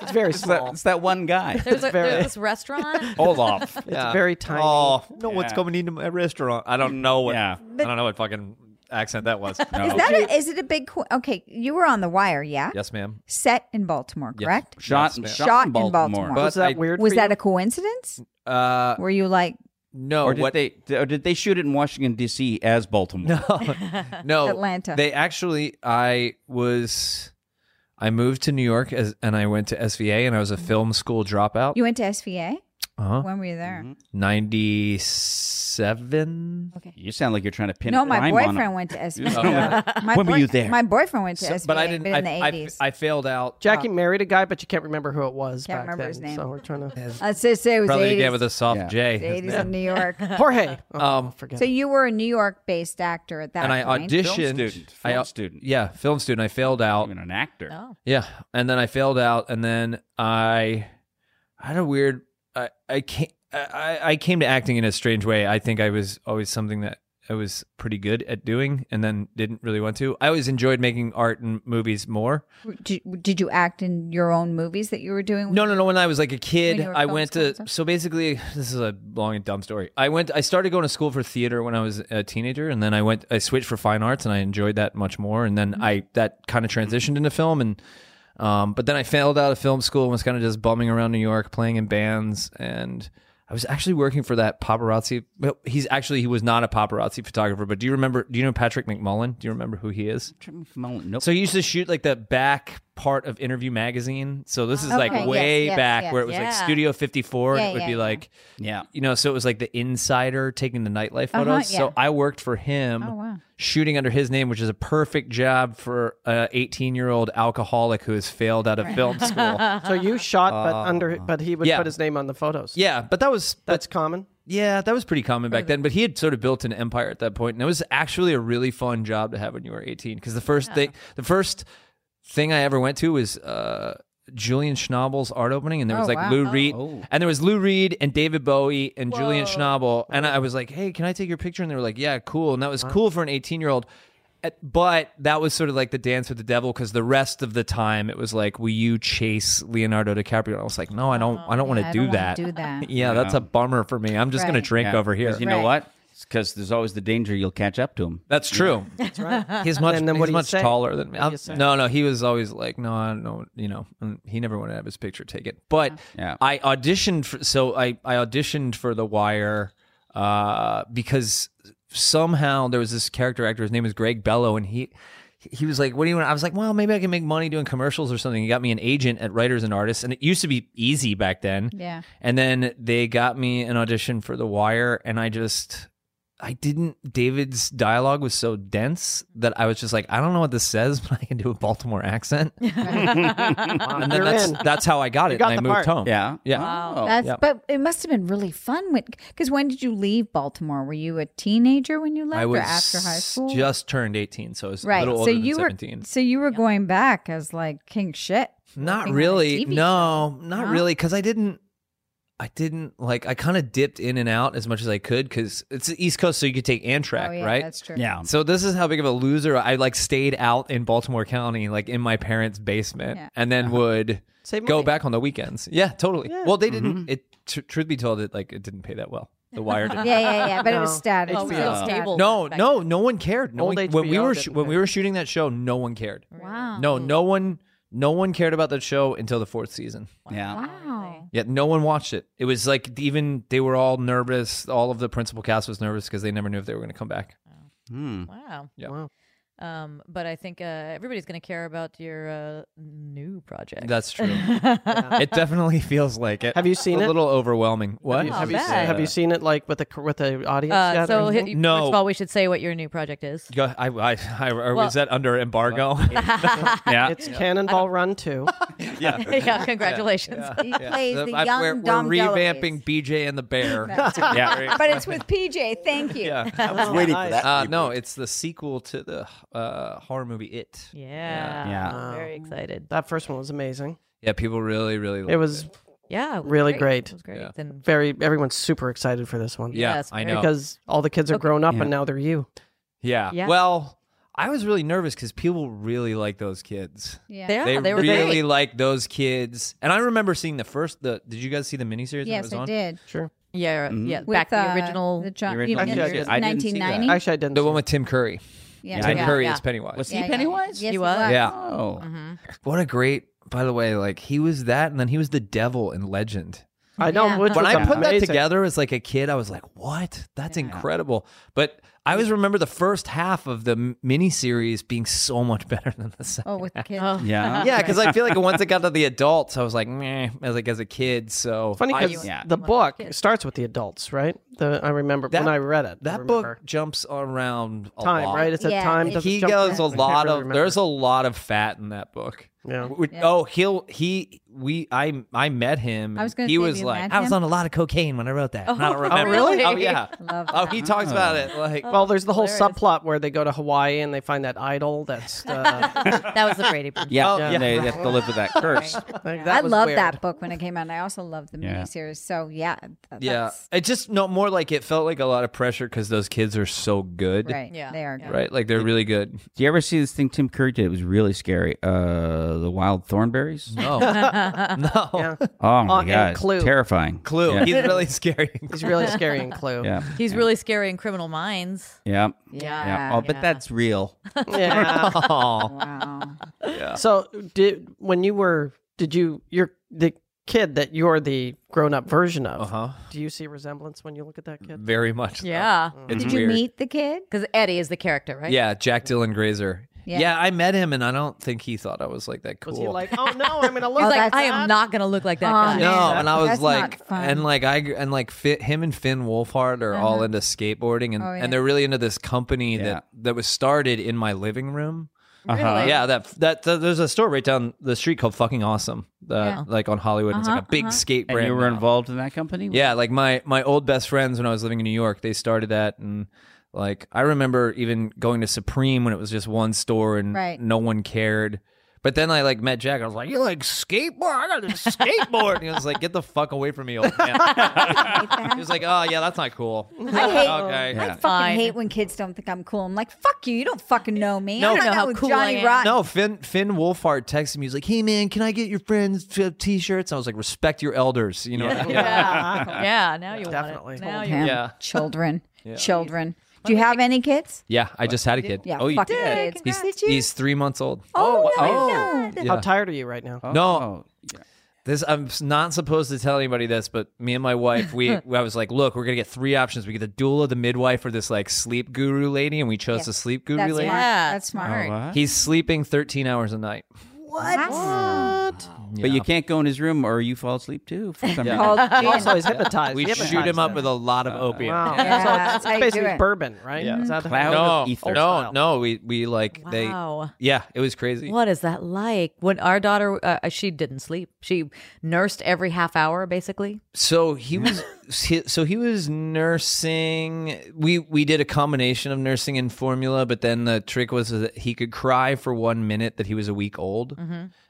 [SPEAKER 2] It's very
[SPEAKER 1] It's that,
[SPEAKER 2] small.
[SPEAKER 1] it's that one guy,
[SPEAKER 4] There's, a,
[SPEAKER 2] very-
[SPEAKER 4] there's this restaurant.
[SPEAKER 1] Olaf.
[SPEAKER 5] Yeah.
[SPEAKER 2] very tiny.
[SPEAKER 5] Oh, no one's
[SPEAKER 1] Yeah.
[SPEAKER 5] coming into my restaurant. I don't know what.
[SPEAKER 1] Yeah.
[SPEAKER 5] I don't know what fucking accent that was.
[SPEAKER 1] No.
[SPEAKER 3] Is that a, is it a big? qu- Okay, you were on the wire, yeah.
[SPEAKER 5] Yes, ma'am.
[SPEAKER 3] Set in Baltimore,
[SPEAKER 5] Yes.
[SPEAKER 3] correct?
[SPEAKER 1] shot,
[SPEAKER 5] Yes,
[SPEAKER 1] shot,
[SPEAKER 3] Shot
[SPEAKER 1] in Baltimore?
[SPEAKER 3] in Baltimore.
[SPEAKER 5] But
[SPEAKER 2] was that
[SPEAKER 5] I-
[SPEAKER 2] weird?
[SPEAKER 3] Was
[SPEAKER 2] for
[SPEAKER 3] that
[SPEAKER 2] you?
[SPEAKER 3] a coincidence?
[SPEAKER 5] Uh,
[SPEAKER 3] Were you like
[SPEAKER 5] no.
[SPEAKER 1] Or did
[SPEAKER 5] what
[SPEAKER 1] they? Or did they shoot it in Washington D.C. as Baltimore?
[SPEAKER 5] no
[SPEAKER 3] Atlanta.
[SPEAKER 5] They actually, I was, I moved to New York as, and I went to SVA, and I was a film school dropout.
[SPEAKER 3] Mm-hmm. you went to SVA?
[SPEAKER 5] uh-huh.
[SPEAKER 3] When were you there?
[SPEAKER 1] Mm-hmm.
[SPEAKER 5] Ninety-seven.
[SPEAKER 3] Okay.
[SPEAKER 1] You sound like you're trying to pin.
[SPEAKER 3] No,
[SPEAKER 1] a
[SPEAKER 3] my
[SPEAKER 1] crime on 'em.
[SPEAKER 3] boyfriend went to SVA.
[SPEAKER 1] Yeah.
[SPEAKER 3] My
[SPEAKER 1] When were
[SPEAKER 3] boy-
[SPEAKER 1] you there?
[SPEAKER 3] My boyfriend went to SVA,
[SPEAKER 5] but I didn't.
[SPEAKER 3] in the
[SPEAKER 5] I, I,
[SPEAKER 3] eighties.
[SPEAKER 5] I failed out.
[SPEAKER 2] Jackie married a guy, but you can't remember who it was
[SPEAKER 3] Oh. Can't
[SPEAKER 2] back
[SPEAKER 3] remember his
[SPEAKER 2] then.
[SPEAKER 3] name.
[SPEAKER 2] So we're trying to
[SPEAKER 3] Let's just say Uh, it was
[SPEAKER 5] Probably again
[SPEAKER 3] eighties.
[SPEAKER 5] with a soft
[SPEAKER 1] Yeah.
[SPEAKER 5] J.
[SPEAKER 3] Eighties in New York.
[SPEAKER 2] Jorge. Oh,
[SPEAKER 5] Um,
[SPEAKER 2] forget.
[SPEAKER 3] So you were a New York-based actor at that
[SPEAKER 5] and I
[SPEAKER 3] point.
[SPEAKER 5] auditioned.
[SPEAKER 1] Film student.
[SPEAKER 5] I
[SPEAKER 1] Film
[SPEAKER 5] au-
[SPEAKER 1] student.
[SPEAKER 5] Yeah, film student. I failed out.
[SPEAKER 1] Even an actor.
[SPEAKER 4] Oh.
[SPEAKER 5] Yeah, and then I failed out, and then I, I had a weird. I I came I, I came to acting in a strange way. I think I was always something that I was pretty good at doing, and then didn't really want to. I always enjoyed making art and movies more.
[SPEAKER 3] Did, did you act in your own movies that you were doing?
[SPEAKER 5] No, no, no. When I was like a kid,
[SPEAKER 3] When you were
[SPEAKER 5] I
[SPEAKER 3] film
[SPEAKER 5] went
[SPEAKER 3] school
[SPEAKER 5] to.
[SPEAKER 3] and stuff?
[SPEAKER 5] So basically, this is a long and dumb story. I went. I started going to school for theater when I was a teenager, and then I went. I switched for fine arts, and I enjoyed that much more. And
[SPEAKER 3] Mm-hmm.
[SPEAKER 5] then I that kind of transitioned into film, and um, but then I failed out of film school and was kind of just bumming around New York, playing in bands, and I was actually working for that paparazzi. Well, he's actually he was not a paparazzi photographer, but do you remember? Do you know Patrick McMullen? Do you remember who he is?
[SPEAKER 1] Trim from all- Nope.
[SPEAKER 5] So he used to shoot like the back part of Interview Magazine. So this is like
[SPEAKER 3] Okay, yes,
[SPEAKER 5] way
[SPEAKER 3] yes,
[SPEAKER 5] back
[SPEAKER 3] yes.
[SPEAKER 5] where it was like
[SPEAKER 4] Yeah.
[SPEAKER 5] Studio 54 and
[SPEAKER 3] Yeah,
[SPEAKER 5] it would
[SPEAKER 3] yeah,
[SPEAKER 5] be
[SPEAKER 3] yeah.
[SPEAKER 5] like,
[SPEAKER 1] yeah.
[SPEAKER 5] you know, so it was like the insider taking the nightlife
[SPEAKER 3] Uh-huh,
[SPEAKER 5] photos.
[SPEAKER 3] yeah.
[SPEAKER 5] So I worked for him
[SPEAKER 3] Oh, wow.
[SPEAKER 5] shooting under his name, which is a perfect job for a 18 year old alcoholic who has failed out of film school.
[SPEAKER 2] Oh, So you shot, but under, but he would
[SPEAKER 5] Uh, Yeah.
[SPEAKER 2] put his name on the photos.
[SPEAKER 5] Yeah, but that was
[SPEAKER 2] that's common.
[SPEAKER 5] yeah, that was pretty common back then. But he had sort of built an empire at that point, and it was actually a really fun job to have when you were eighteen. Because the first thing, the first thing I ever went to was uh, Julian Schnabel's art opening, and there was
[SPEAKER 3] Oh,
[SPEAKER 5] like
[SPEAKER 3] wow.
[SPEAKER 5] Lou Reed,
[SPEAKER 1] Oh.
[SPEAKER 5] and there was Lou Reed and David Bowie and Julian Schnabel, and I was like, "Hey, can I take your picture?" And they were like, "Yeah, cool." And that was cool for an eighteen-year-old. But that was sort of like the dance with the devil because the rest of the time it was like, "Will you chase Leonardo DiCaprio?" And I was like, "No, I don't. I don't want to
[SPEAKER 3] Uh-huh. I
[SPEAKER 5] do
[SPEAKER 3] don't wanna
[SPEAKER 5] that.
[SPEAKER 3] do that.
[SPEAKER 5] Yeah, that's a bummer for me. I'm just gonna
[SPEAKER 3] Right.
[SPEAKER 5] drink
[SPEAKER 1] Yeah,
[SPEAKER 5] over here.
[SPEAKER 1] 'cause You know
[SPEAKER 3] Right.
[SPEAKER 1] what? Because there's always the danger you'll catch up to him.
[SPEAKER 5] that's true. That's right. He's much
[SPEAKER 2] And then what do
[SPEAKER 5] he's
[SPEAKER 2] you
[SPEAKER 5] much
[SPEAKER 2] say?
[SPEAKER 5] taller than me.
[SPEAKER 2] What do you
[SPEAKER 5] I'm-
[SPEAKER 2] say?
[SPEAKER 5] no, no, he was always like, no, I don't know, you know. and he never wanted to have his picture taken. But
[SPEAKER 1] Yeah.
[SPEAKER 5] I auditioned for so I I auditioned for The Wire uh, because somehow there was this character actor. His name is Greg Bellow, and he. He was like, "What do you want?" I was like, "Well, maybe I can make money doing commercials or something." He got me an agent at Writers and Artists, and it used to be easy back then.
[SPEAKER 3] Yeah.
[SPEAKER 5] And then they got me an audition for The Wire, and I just, I didn't. David's dialogue was so dense that I was just like, I don't know what this says, but I can do a Baltimore accent. and then
[SPEAKER 2] You're
[SPEAKER 5] that's
[SPEAKER 2] in.
[SPEAKER 5] that's how I got it.
[SPEAKER 2] got
[SPEAKER 5] and I
[SPEAKER 2] the
[SPEAKER 5] moved
[SPEAKER 2] part.
[SPEAKER 5] home.
[SPEAKER 1] Yeah.
[SPEAKER 5] yeah.
[SPEAKER 1] Oh.
[SPEAKER 3] That's, But it must have been really fun when, because when did you leave Baltimore? Were you a teenager when you left,
[SPEAKER 5] I was
[SPEAKER 3] or after high school?
[SPEAKER 5] just turned eighteen, so I was a
[SPEAKER 3] right.
[SPEAKER 5] little
[SPEAKER 3] So
[SPEAKER 5] older than
[SPEAKER 3] you were
[SPEAKER 5] seventeen.
[SPEAKER 3] so you were going back as like king shit. working on
[SPEAKER 5] Not
[SPEAKER 3] a
[SPEAKER 5] really.
[SPEAKER 3] TV
[SPEAKER 5] No, not
[SPEAKER 3] No?
[SPEAKER 5] really. Because I didn't. I didn't like. I kind of dipped in and out as much as I could because it's the East Coast, so you could take Amtrak,
[SPEAKER 3] oh yeah,
[SPEAKER 5] right?
[SPEAKER 3] that's true.
[SPEAKER 1] Yeah.
[SPEAKER 5] So this is how big of a loser I like stayed out in Baltimore County, like in my parents' basement,
[SPEAKER 3] Yeah.
[SPEAKER 5] and then would
[SPEAKER 2] Save
[SPEAKER 5] go
[SPEAKER 2] money. Mm-hmm.
[SPEAKER 5] back on the weekends. Yeah, totally. Well, they didn't. It tr- truth be told, it like it didn't pay that well. The wire didn't.
[SPEAKER 3] Yeah, yeah, yeah. But it was
[SPEAKER 2] No.
[SPEAKER 3] static.
[SPEAKER 4] Oh,
[SPEAKER 3] It
[SPEAKER 4] we
[SPEAKER 3] was
[SPEAKER 4] were
[SPEAKER 3] static.
[SPEAKER 4] stable.
[SPEAKER 5] No,
[SPEAKER 4] back
[SPEAKER 5] no,
[SPEAKER 4] then.
[SPEAKER 5] no one cared. No
[SPEAKER 2] Old
[SPEAKER 5] one, when we
[SPEAKER 2] HBO
[SPEAKER 5] were
[SPEAKER 2] didn't
[SPEAKER 5] sh- when
[SPEAKER 2] pay.
[SPEAKER 5] we were shooting that show, no one cared.
[SPEAKER 3] Wow.
[SPEAKER 5] No, no one, no one cared about that show until the fourth season.
[SPEAKER 1] Yeah.
[SPEAKER 3] Wow.
[SPEAKER 5] Yet no one watched it. It was like even they were all nervous. All of the principal cast was nervous because they never knew if they were going to come back.
[SPEAKER 1] Hmm.
[SPEAKER 4] Wow.
[SPEAKER 5] Yeah.
[SPEAKER 2] Wow.
[SPEAKER 4] Um, but I think uh, everybody's going to care about your uh, new project.
[SPEAKER 5] That's true. It definitely feels like it.
[SPEAKER 2] Have you seen
[SPEAKER 5] a
[SPEAKER 2] it?
[SPEAKER 5] little overwhelming. What?
[SPEAKER 4] you-
[SPEAKER 2] have,
[SPEAKER 4] Not
[SPEAKER 2] you,
[SPEAKER 4] bad.
[SPEAKER 2] have you seen it like with a with a audience
[SPEAKER 4] uh,
[SPEAKER 2] yet?
[SPEAKER 4] so,
[SPEAKER 2] or
[SPEAKER 4] hi-
[SPEAKER 2] anything?
[SPEAKER 4] first
[SPEAKER 5] No.
[SPEAKER 4] of all, we should say what your new project is.
[SPEAKER 5] Go, I, I, I, or
[SPEAKER 4] Well-
[SPEAKER 5] was that under embargo?
[SPEAKER 1] Yeah.
[SPEAKER 2] it's Cannonball Run Two.
[SPEAKER 4] yeah, congratulations.
[SPEAKER 3] He plays the
[SPEAKER 5] I-
[SPEAKER 3] young
[SPEAKER 5] we're, we're
[SPEAKER 3] Dom
[SPEAKER 5] revamping BJ and the Bear.
[SPEAKER 1] yeah.
[SPEAKER 3] Deloise. But it's with PJ. Thank you.
[SPEAKER 5] yeah.
[SPEAKER 6] I was waiting for that.
[SPEAKER 5] Uh, no, it's the sequel to the uh, horror movie It.
[SPEAKER 4] Yeah.
[SPEAKER 1] Yeah.
[SPEAKER 4] Very excited.
[SPEAKER 2] That first one was amazing.
[SPEAKER 5] Yeah, people really, really.
[SPEAKER 2] It
[SPEAKER 5] liked
[SPEAKER 2] was
[SPEAKER 4] Yeah, it was
[SPEAKER 2] Really great.
[SPEAKER 4] It was great.
[SPEAKER 5] Yeah.
[SPEAKER 4] Then
[SPEAKER 2] Very everyone's super excited for this one.
[SPEAKER 5] Yeah,
[SPEAKER 4] Yes,
[SPEAKER 5] I
[SPEAKER 4] very
[SPEAKER 5] know.
[SPEAKER 2] Because all the kids are grown up and now they're you.
[SPEAKER 5] yeah.
[SPEAKER 4] Yeah.
[SPEAKER 5] Well, I was really nervous because people really like those kids.
[SPEAKER 3] Yeah.
[SPEAKER 4] they,
[SPEAKER 5] they,
[SPEAKER 4] they, were
[SPEAKER 5] really
[SPEAKER 4] great.
[SPEAKER 5] like those kids. And I remember seeing the first. The did you guys see the miniseries? that
[SPEAKER 3] yes,
[SPEAKER 5] was
[SPEAKER 3] I
[SPEAKER 5] on?
[SPEAKER 3] did.
[SPEAKER 2] Sure.
[SPEAKER 4] Yeah, yeah.
[SPEAKER 3] With,
[SPEAKER 4] back the
[SPEAKER 3] uh,
[SPEAKER 4] original.
[SPEAKER 3] the John,
[SPEAKER 1] The original
[SPEAKER 3] you-
[SPEAKER 2] Actually, I did.
[SPEAKER 1] I didn't see that.
[SPEAKER 3] 1990.
[SPEAKER 2] Actually, I didn't.
[SPEAKER 5] The
[SPEAKER 2] see
[SPEAKER 5] one
[SPEAKER 2] it.
[SPEAKER 5] with Tim Curry.
[SPEAKER 3] Yeah,
[SPEAKER 5] Tim
[SPEAKER 3] yeah,
[SPEAKER 5] Curry
[SPEAKER 4] yeah.
[SPEAKER 5] is Pennywise.
[SPEAKER 1] Was
[SPEAKER 3] yeah,
[SPEAKER 1] he
[SPEAKER 3] yeah.
[SPEAKER 1] Pennywise?
[SPEAKER 3] Yes,
[SPEAKER 4] He
[SPEAKER 3] it
[SPEAKER 4] was?
[SPEAKER 5] Yeah.
[SPEAKER 1] Oh,
[SPEAKER 5] What a great. By the way, like he was that, and then he was the devil in Legend.
[SPEAKER 2] I know.
[SPEAKER 3] Yeah.
[SPEAKER 2] Which
[SPEAKER 5] when
[SPEAKER 2] was
[SPEAKER 5] I put that
[SPEAKER 2] amazing.
[SPEAKER 5] together as like a kid, I was like, "What? That's incredible!" But I always remember the first half of the m- miniseries being so much better than the second.
[SPEAKER 3] Oh, with the kids.
[SPEAKER 1] yeah.
[SPEAKER 5] Yeah, because I feel like once it got to the adults, I was like, "Meh," as like as a kid. So
[SPEAKER 2] Funny
[SPEAKER 5] I-
[SPEAKER 2] because
[SPEAKER 1] yeah.
[SPEAKER 2] the book starts with the adults, right? The I remember
[SPEAKER 5] That-
[SPEAKER 2] when I read it. I
[SPEAKER 5] that
[SPEAKER 2] remember.
[SPEAKER 5] book jumps around a
[SPEAKER 2] time
[SPEAKER 5] lot.
[SPEAKER 2] right. It's a
[SPEAKER 3] Yeah,
[SPEAKER 2] time.
[SPEAKER 3] it-
[SPEAKER 2] doesn't
[SPEAKER 5] he
[SPEAKER 2] jump
[SPEAKER 5] goes
[SPEAKER 2] back.
[SPEAKER 5] a
[SPEAKER 2] I can't
[SPEAKER 5] lot
[SPEAKER 2] really
[SPEAKER 5] of
[SPEAKER 2] remember.
[SPEAKER 5] there's a lot of fat in that book.
[SPEAKER 2] Yeah.
[SPEAKER 5] Which- Oh, he'll he we I I met him.
[SPEAKER 3] I was gonna
[SPEAKER 5] he
[SPEAKER 3] say,
[SPEAKER 5] was
[SPEAKER 3] have you
[SPEAKER 5] like
[SPEAKER 3] met
[SPEAKER 5] I was
[SPEAKER 3] him?"
[SPEAKER 5] on a lot of cocaine when I wrote that. and I don't
[SPEAKER 4] Oh,
[SPEAKER 5] remember.
[SPEAKER 4] really?
[SPEAKER 5] Oh yeah.
[SPEAKER 3] Love
[SPEAKER 5] Oh,
[SPEAKER 3] that.
[SPEAKER 5] he talks about it like
[SPEAKER 2] Well, there's the whole
[SPEAKER 4] Hilarious.
[SPEAKER 2] subplot where they go to Hawaii and they find that idol. That's uh,
[SPEAKER 4] that was the Brady Bunch.
[SPEAKER 1] Yeah,
[SPEAKER 5] Oh,
[SPEAKER 1] and
[SPEAKER 5] yeah.
[SPEAKER 1] they they have to live with that curse.
[SPEAKER 2] like, that
[SPEAKER 3] I
[SPEAKER 2] was
[SPEAKER 3] love
[SPEAKER 2] weird.
[SPEAKER 3] that book when it came out. And I also love the
[SPEAKER 1] Yeah.
[SPEAKER 3] miniseries. So yeah, th-
[SPEAKER 5] Yeah,
[SPEAKER 3] that's
[SPEAKER 5] it just no more like it felt like a lot of pressure because those kids are so good,
[SPEAKER 3] right.
[SPEAKER 4] Yeah.
[SPEAKER 3] They are good.
[SPEAKER 5] Right? Like they're really good.
[SPEAKER 1] Do you ever see this thing Tim Curry did? It was really scary. Uh, the Wild Thornberries.
[SPEAKER 5] No, no,
[SPEAKER 2] Yeah,
[SPEAKER 1] Oh
[SPEAKER 2] Uh,
[SPEAKER 1] my
[SPEAKER 2] and
[SPEAKER 1] god,
[SPEAKER 2] Clue.
[SPEAKER 1] terrifying.
[SPEAKER 5] Clue.
[SPEAKER 1] Yeah.
[SPEAKER 5] He's really scary.
[SPEAKER 2] he's really scary in Clue.
[SPEAKER 1] Yeah,
[SPEAKER 4] He's really scary in Criminal Minds.
[SPEAKER 1] yeah,
[SPEAKER 3] Yeah.
[SPEAKER 1] yeah. Oh, but that's real.
[SPEAKER 2] Yeah.
[SPEAKER 5] Oh,
[SPEAKER 3] Wow.
[SPEAKER 2] so, did when you were, did you, you're the kid that you're the grown-up version of?
[SPEAKER 5] uh
[SPEAKER 1] Uh-huh.
[SPEAKER 5] huh.
[SPEAKER 2] Do you see resemblance when you look at that kid?
[SPEAKER 1] Mm,
[SPEAKER 5] Very much. so.
[SPEAKER 4] Yeah,
[SPEAKER 5] It's
[SPEAKER 3] Did you
[SPEAKER 5] weird.
[SPEAKER 3] meet the kid?
[SPEAKER 4] because Eddie is the character, right?
[SPEAKER 5] Yeah, Jack Dylan Grazer.
[SPEAKER 3] Yeah.
[SPEAKER 5] Yeah. I met him, and I don't think he thought I was like that cool.
[SPEAKER 2] Was he like, oh no, I'm gonna look
[SPEAKER 4] He's
[SPEAKER 3] Oh,
[SPEAKER 4] like,
[SPEAKER 3] that's
[SPEAKER 4] I am not gonna look like that
[SPEAKER 3] Oh,
[SPEAKER 4] guy.
[SPEAKER 5] no, and I was
[SPEAKER 3] That's
[SPEAKER 5] like,
[SPEAKER 3] not fun. Uh-huh.
[SPEAKER 5] and like I and like fit him and Finn Wolfhard are all into skateboarding, and
[SPEAKER 3] Oh, yeah.
[SPEAKER 5] and they're really into this company
[SPEAKER 1] Yeah.
[SPEAKER 5] that that was started in my living room.
[SPEAKER 3] Oh,
[SPEAKER 1] Uh-huh.
[SPEAKER 5] Yeah, that that th- there's a store right down the street called Fucking Awesome, uh,
[SPEAKER 3] Yeah. Uh-huh,
[SPEAKER 5] like on Hollywood. and It's like a big skate
[SPEAKER 1] And
[SPEAKER 5] brand.
[SPEAKER 1] you were
[SPEAKER 5] now.
[SPEAKER 1] involved in that company?
[SPEAKER 5] Yeah, like my my old best friends when I was living in New York, they started that, and like I remember even going to Supreme when it was just one store and
[SPEAKER 3] Right.
[SPEAKER 5] no one cared. But then I like met Jack. I was like, "You like skateboard? I got this skateboard." and he was like, "Get the fuck away from me, old man." he was like, "Oh yeah, that's not cool."
[SPEAKER 3] I hate.
[SPEAKER 5] okay.
[SPEAKER 3] I fucking
[SPEAKER 4] Fine.
[SPEAKER 3] hate when kids don't think I'm cool. I'm like, fuck you. You don't fucking know me.
[SPEAKER 4] No,
[SPEAKER 3] I don't
[SPEAKER 4] no,
[SPEAKER 3] know
[SPEAKER 4] how
[SPEAKER 3] who
[SPEAKER 4] cool
[SPEAKER 3] Johnny
[SPEAKER 4] I am.
[SPEAKER 3] Rotten
[SPEAKER 5] No, Finn Finn Wolfhard texted me. He's like, "Hey man, can I get your friends' t- t-shirts?" I was like, "Respect your elders," you know.
[SPEAKER 4] yeah, yeah. Now you
[SPEAKER 2] Definitely.
[SPEAKER 4] want it. Now
[SPEAKER 2] Told
[SPEAKER 4] you
[SPEAKER 3] Him.
[SPEAKER 5] Yeah.
[SPEAKER 3] Children. Children. Do you have any kids?
[SPEAKER 5] Yeah, I just had a kid.
[SPEAKER 3] Yeah.
[SPEAKER 1] Oh, you
[SPEAKER 3] fuck
[SPEAKER 1] did?
[SPEAKER 3] Kids.
[SPEAKER 5] He's,
[SPEAKER 3] Did you?
[SPEAKER 5] he's three months old.
[SPEAKER 3] oh, my
[SPEAKER 1] oh.
[SPEAKER 3] God.
[SPEAKER 5] Yeah.
[SPEAKER 2] How tired are you right now?
[SPEAKER 1] Oh,
[SPEAKER 5] No.
[SPEAKER 1] yeah.
[SPEAKER 5] This I'm s- not supposed to tell anybody this, but me and my wife, we I was like, look, we're gonna get three options. We get the doula, the midwife, or this like sleep guru lady, and we chose the sleep guru
[SPEAKER 3] That's
[SPEAKER 5] lady.
[SPEAKER 3] smart.
[SPEAKER 4] Yeah.
[SPEAKER 3] That's smart.
[SPEAKER 1] Oh, what?
[SPEAKER 5] He's sleeping 13 hours a night.
[SPEAKER 1] But you can't go in his room, or you fall asleep too. For some reason.
[SPEAKER 3] Called Jen.
[SPEAKER 2] Also, he's hypnotized.
[SPEAKER 5] We
[SPEAKER 2] Hypnotized
[SPEAKER 5] shoot him up
[SPEAKER 2] him.
[SPEAKER 5] with a lot of opium.
[SPEAKER 2] Wow.
[SPEAKER 3] Yeah, Mm-hmm.
[SPEAKER 2] So it's-
[SPEAKER 3] that's
[SPEAKER 2] it's
[SPEAKER 3] how you do
[SPEAKER 2] basically
[SPEAKER 3] it.
[SPEAKER 2] bourbon, right? Is that
[SPEAKER 1] Cloud
[SPEAKER 5] No,
[SPEAKER 1] of ether.
[SPEAKER 5] no, no. We we like
[SPEAKER 4] Wow.
[SPEAKER 5] they. Yeah, it was crazy.
[SPEAKER 4] What is that like? When our daughter, uh, she didn't sleep. She nursed every half hour, basically.
[SPEAKER 5] So he was he- so he was nursing. We we did a combination of nursing and formula, but then the trick was that he could cry for one minute that he was a week old,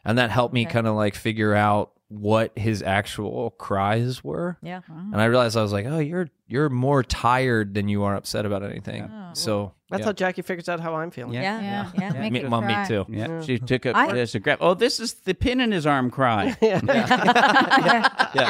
[SPEAKER 5] and that helped me kind of like figure out what his actual cries were.
[SPEAKER 4] Yeah.
[SPEAKER 5] And I realized I was like, oh, you're you're more tired than you are upset about anything. So
[SPEAKER 2] That's how Jackie figures out how I'm feeling.
[SPEAKER 1] Yeah.
[SPEAKER 4] Yeah. Yeah.
[SPEAKER 3] Yeah.
[SPEAKER 5] yeah.
[SPEAKER 3] Make
[SPEAKER 5] me,
[SPEAKER 3] you
[SPEAKER 5] mom, me
[SPEAKER 3] cry.
[SPEAKER 5] too.
[SPEAKER 1] Yeah, she took a,
[SPEAKER 3] I-
[SPEAKER 1] there's a grab. Oh, this is the pin in his arm cry.
[SPEAKER 5] Yeah. Oh,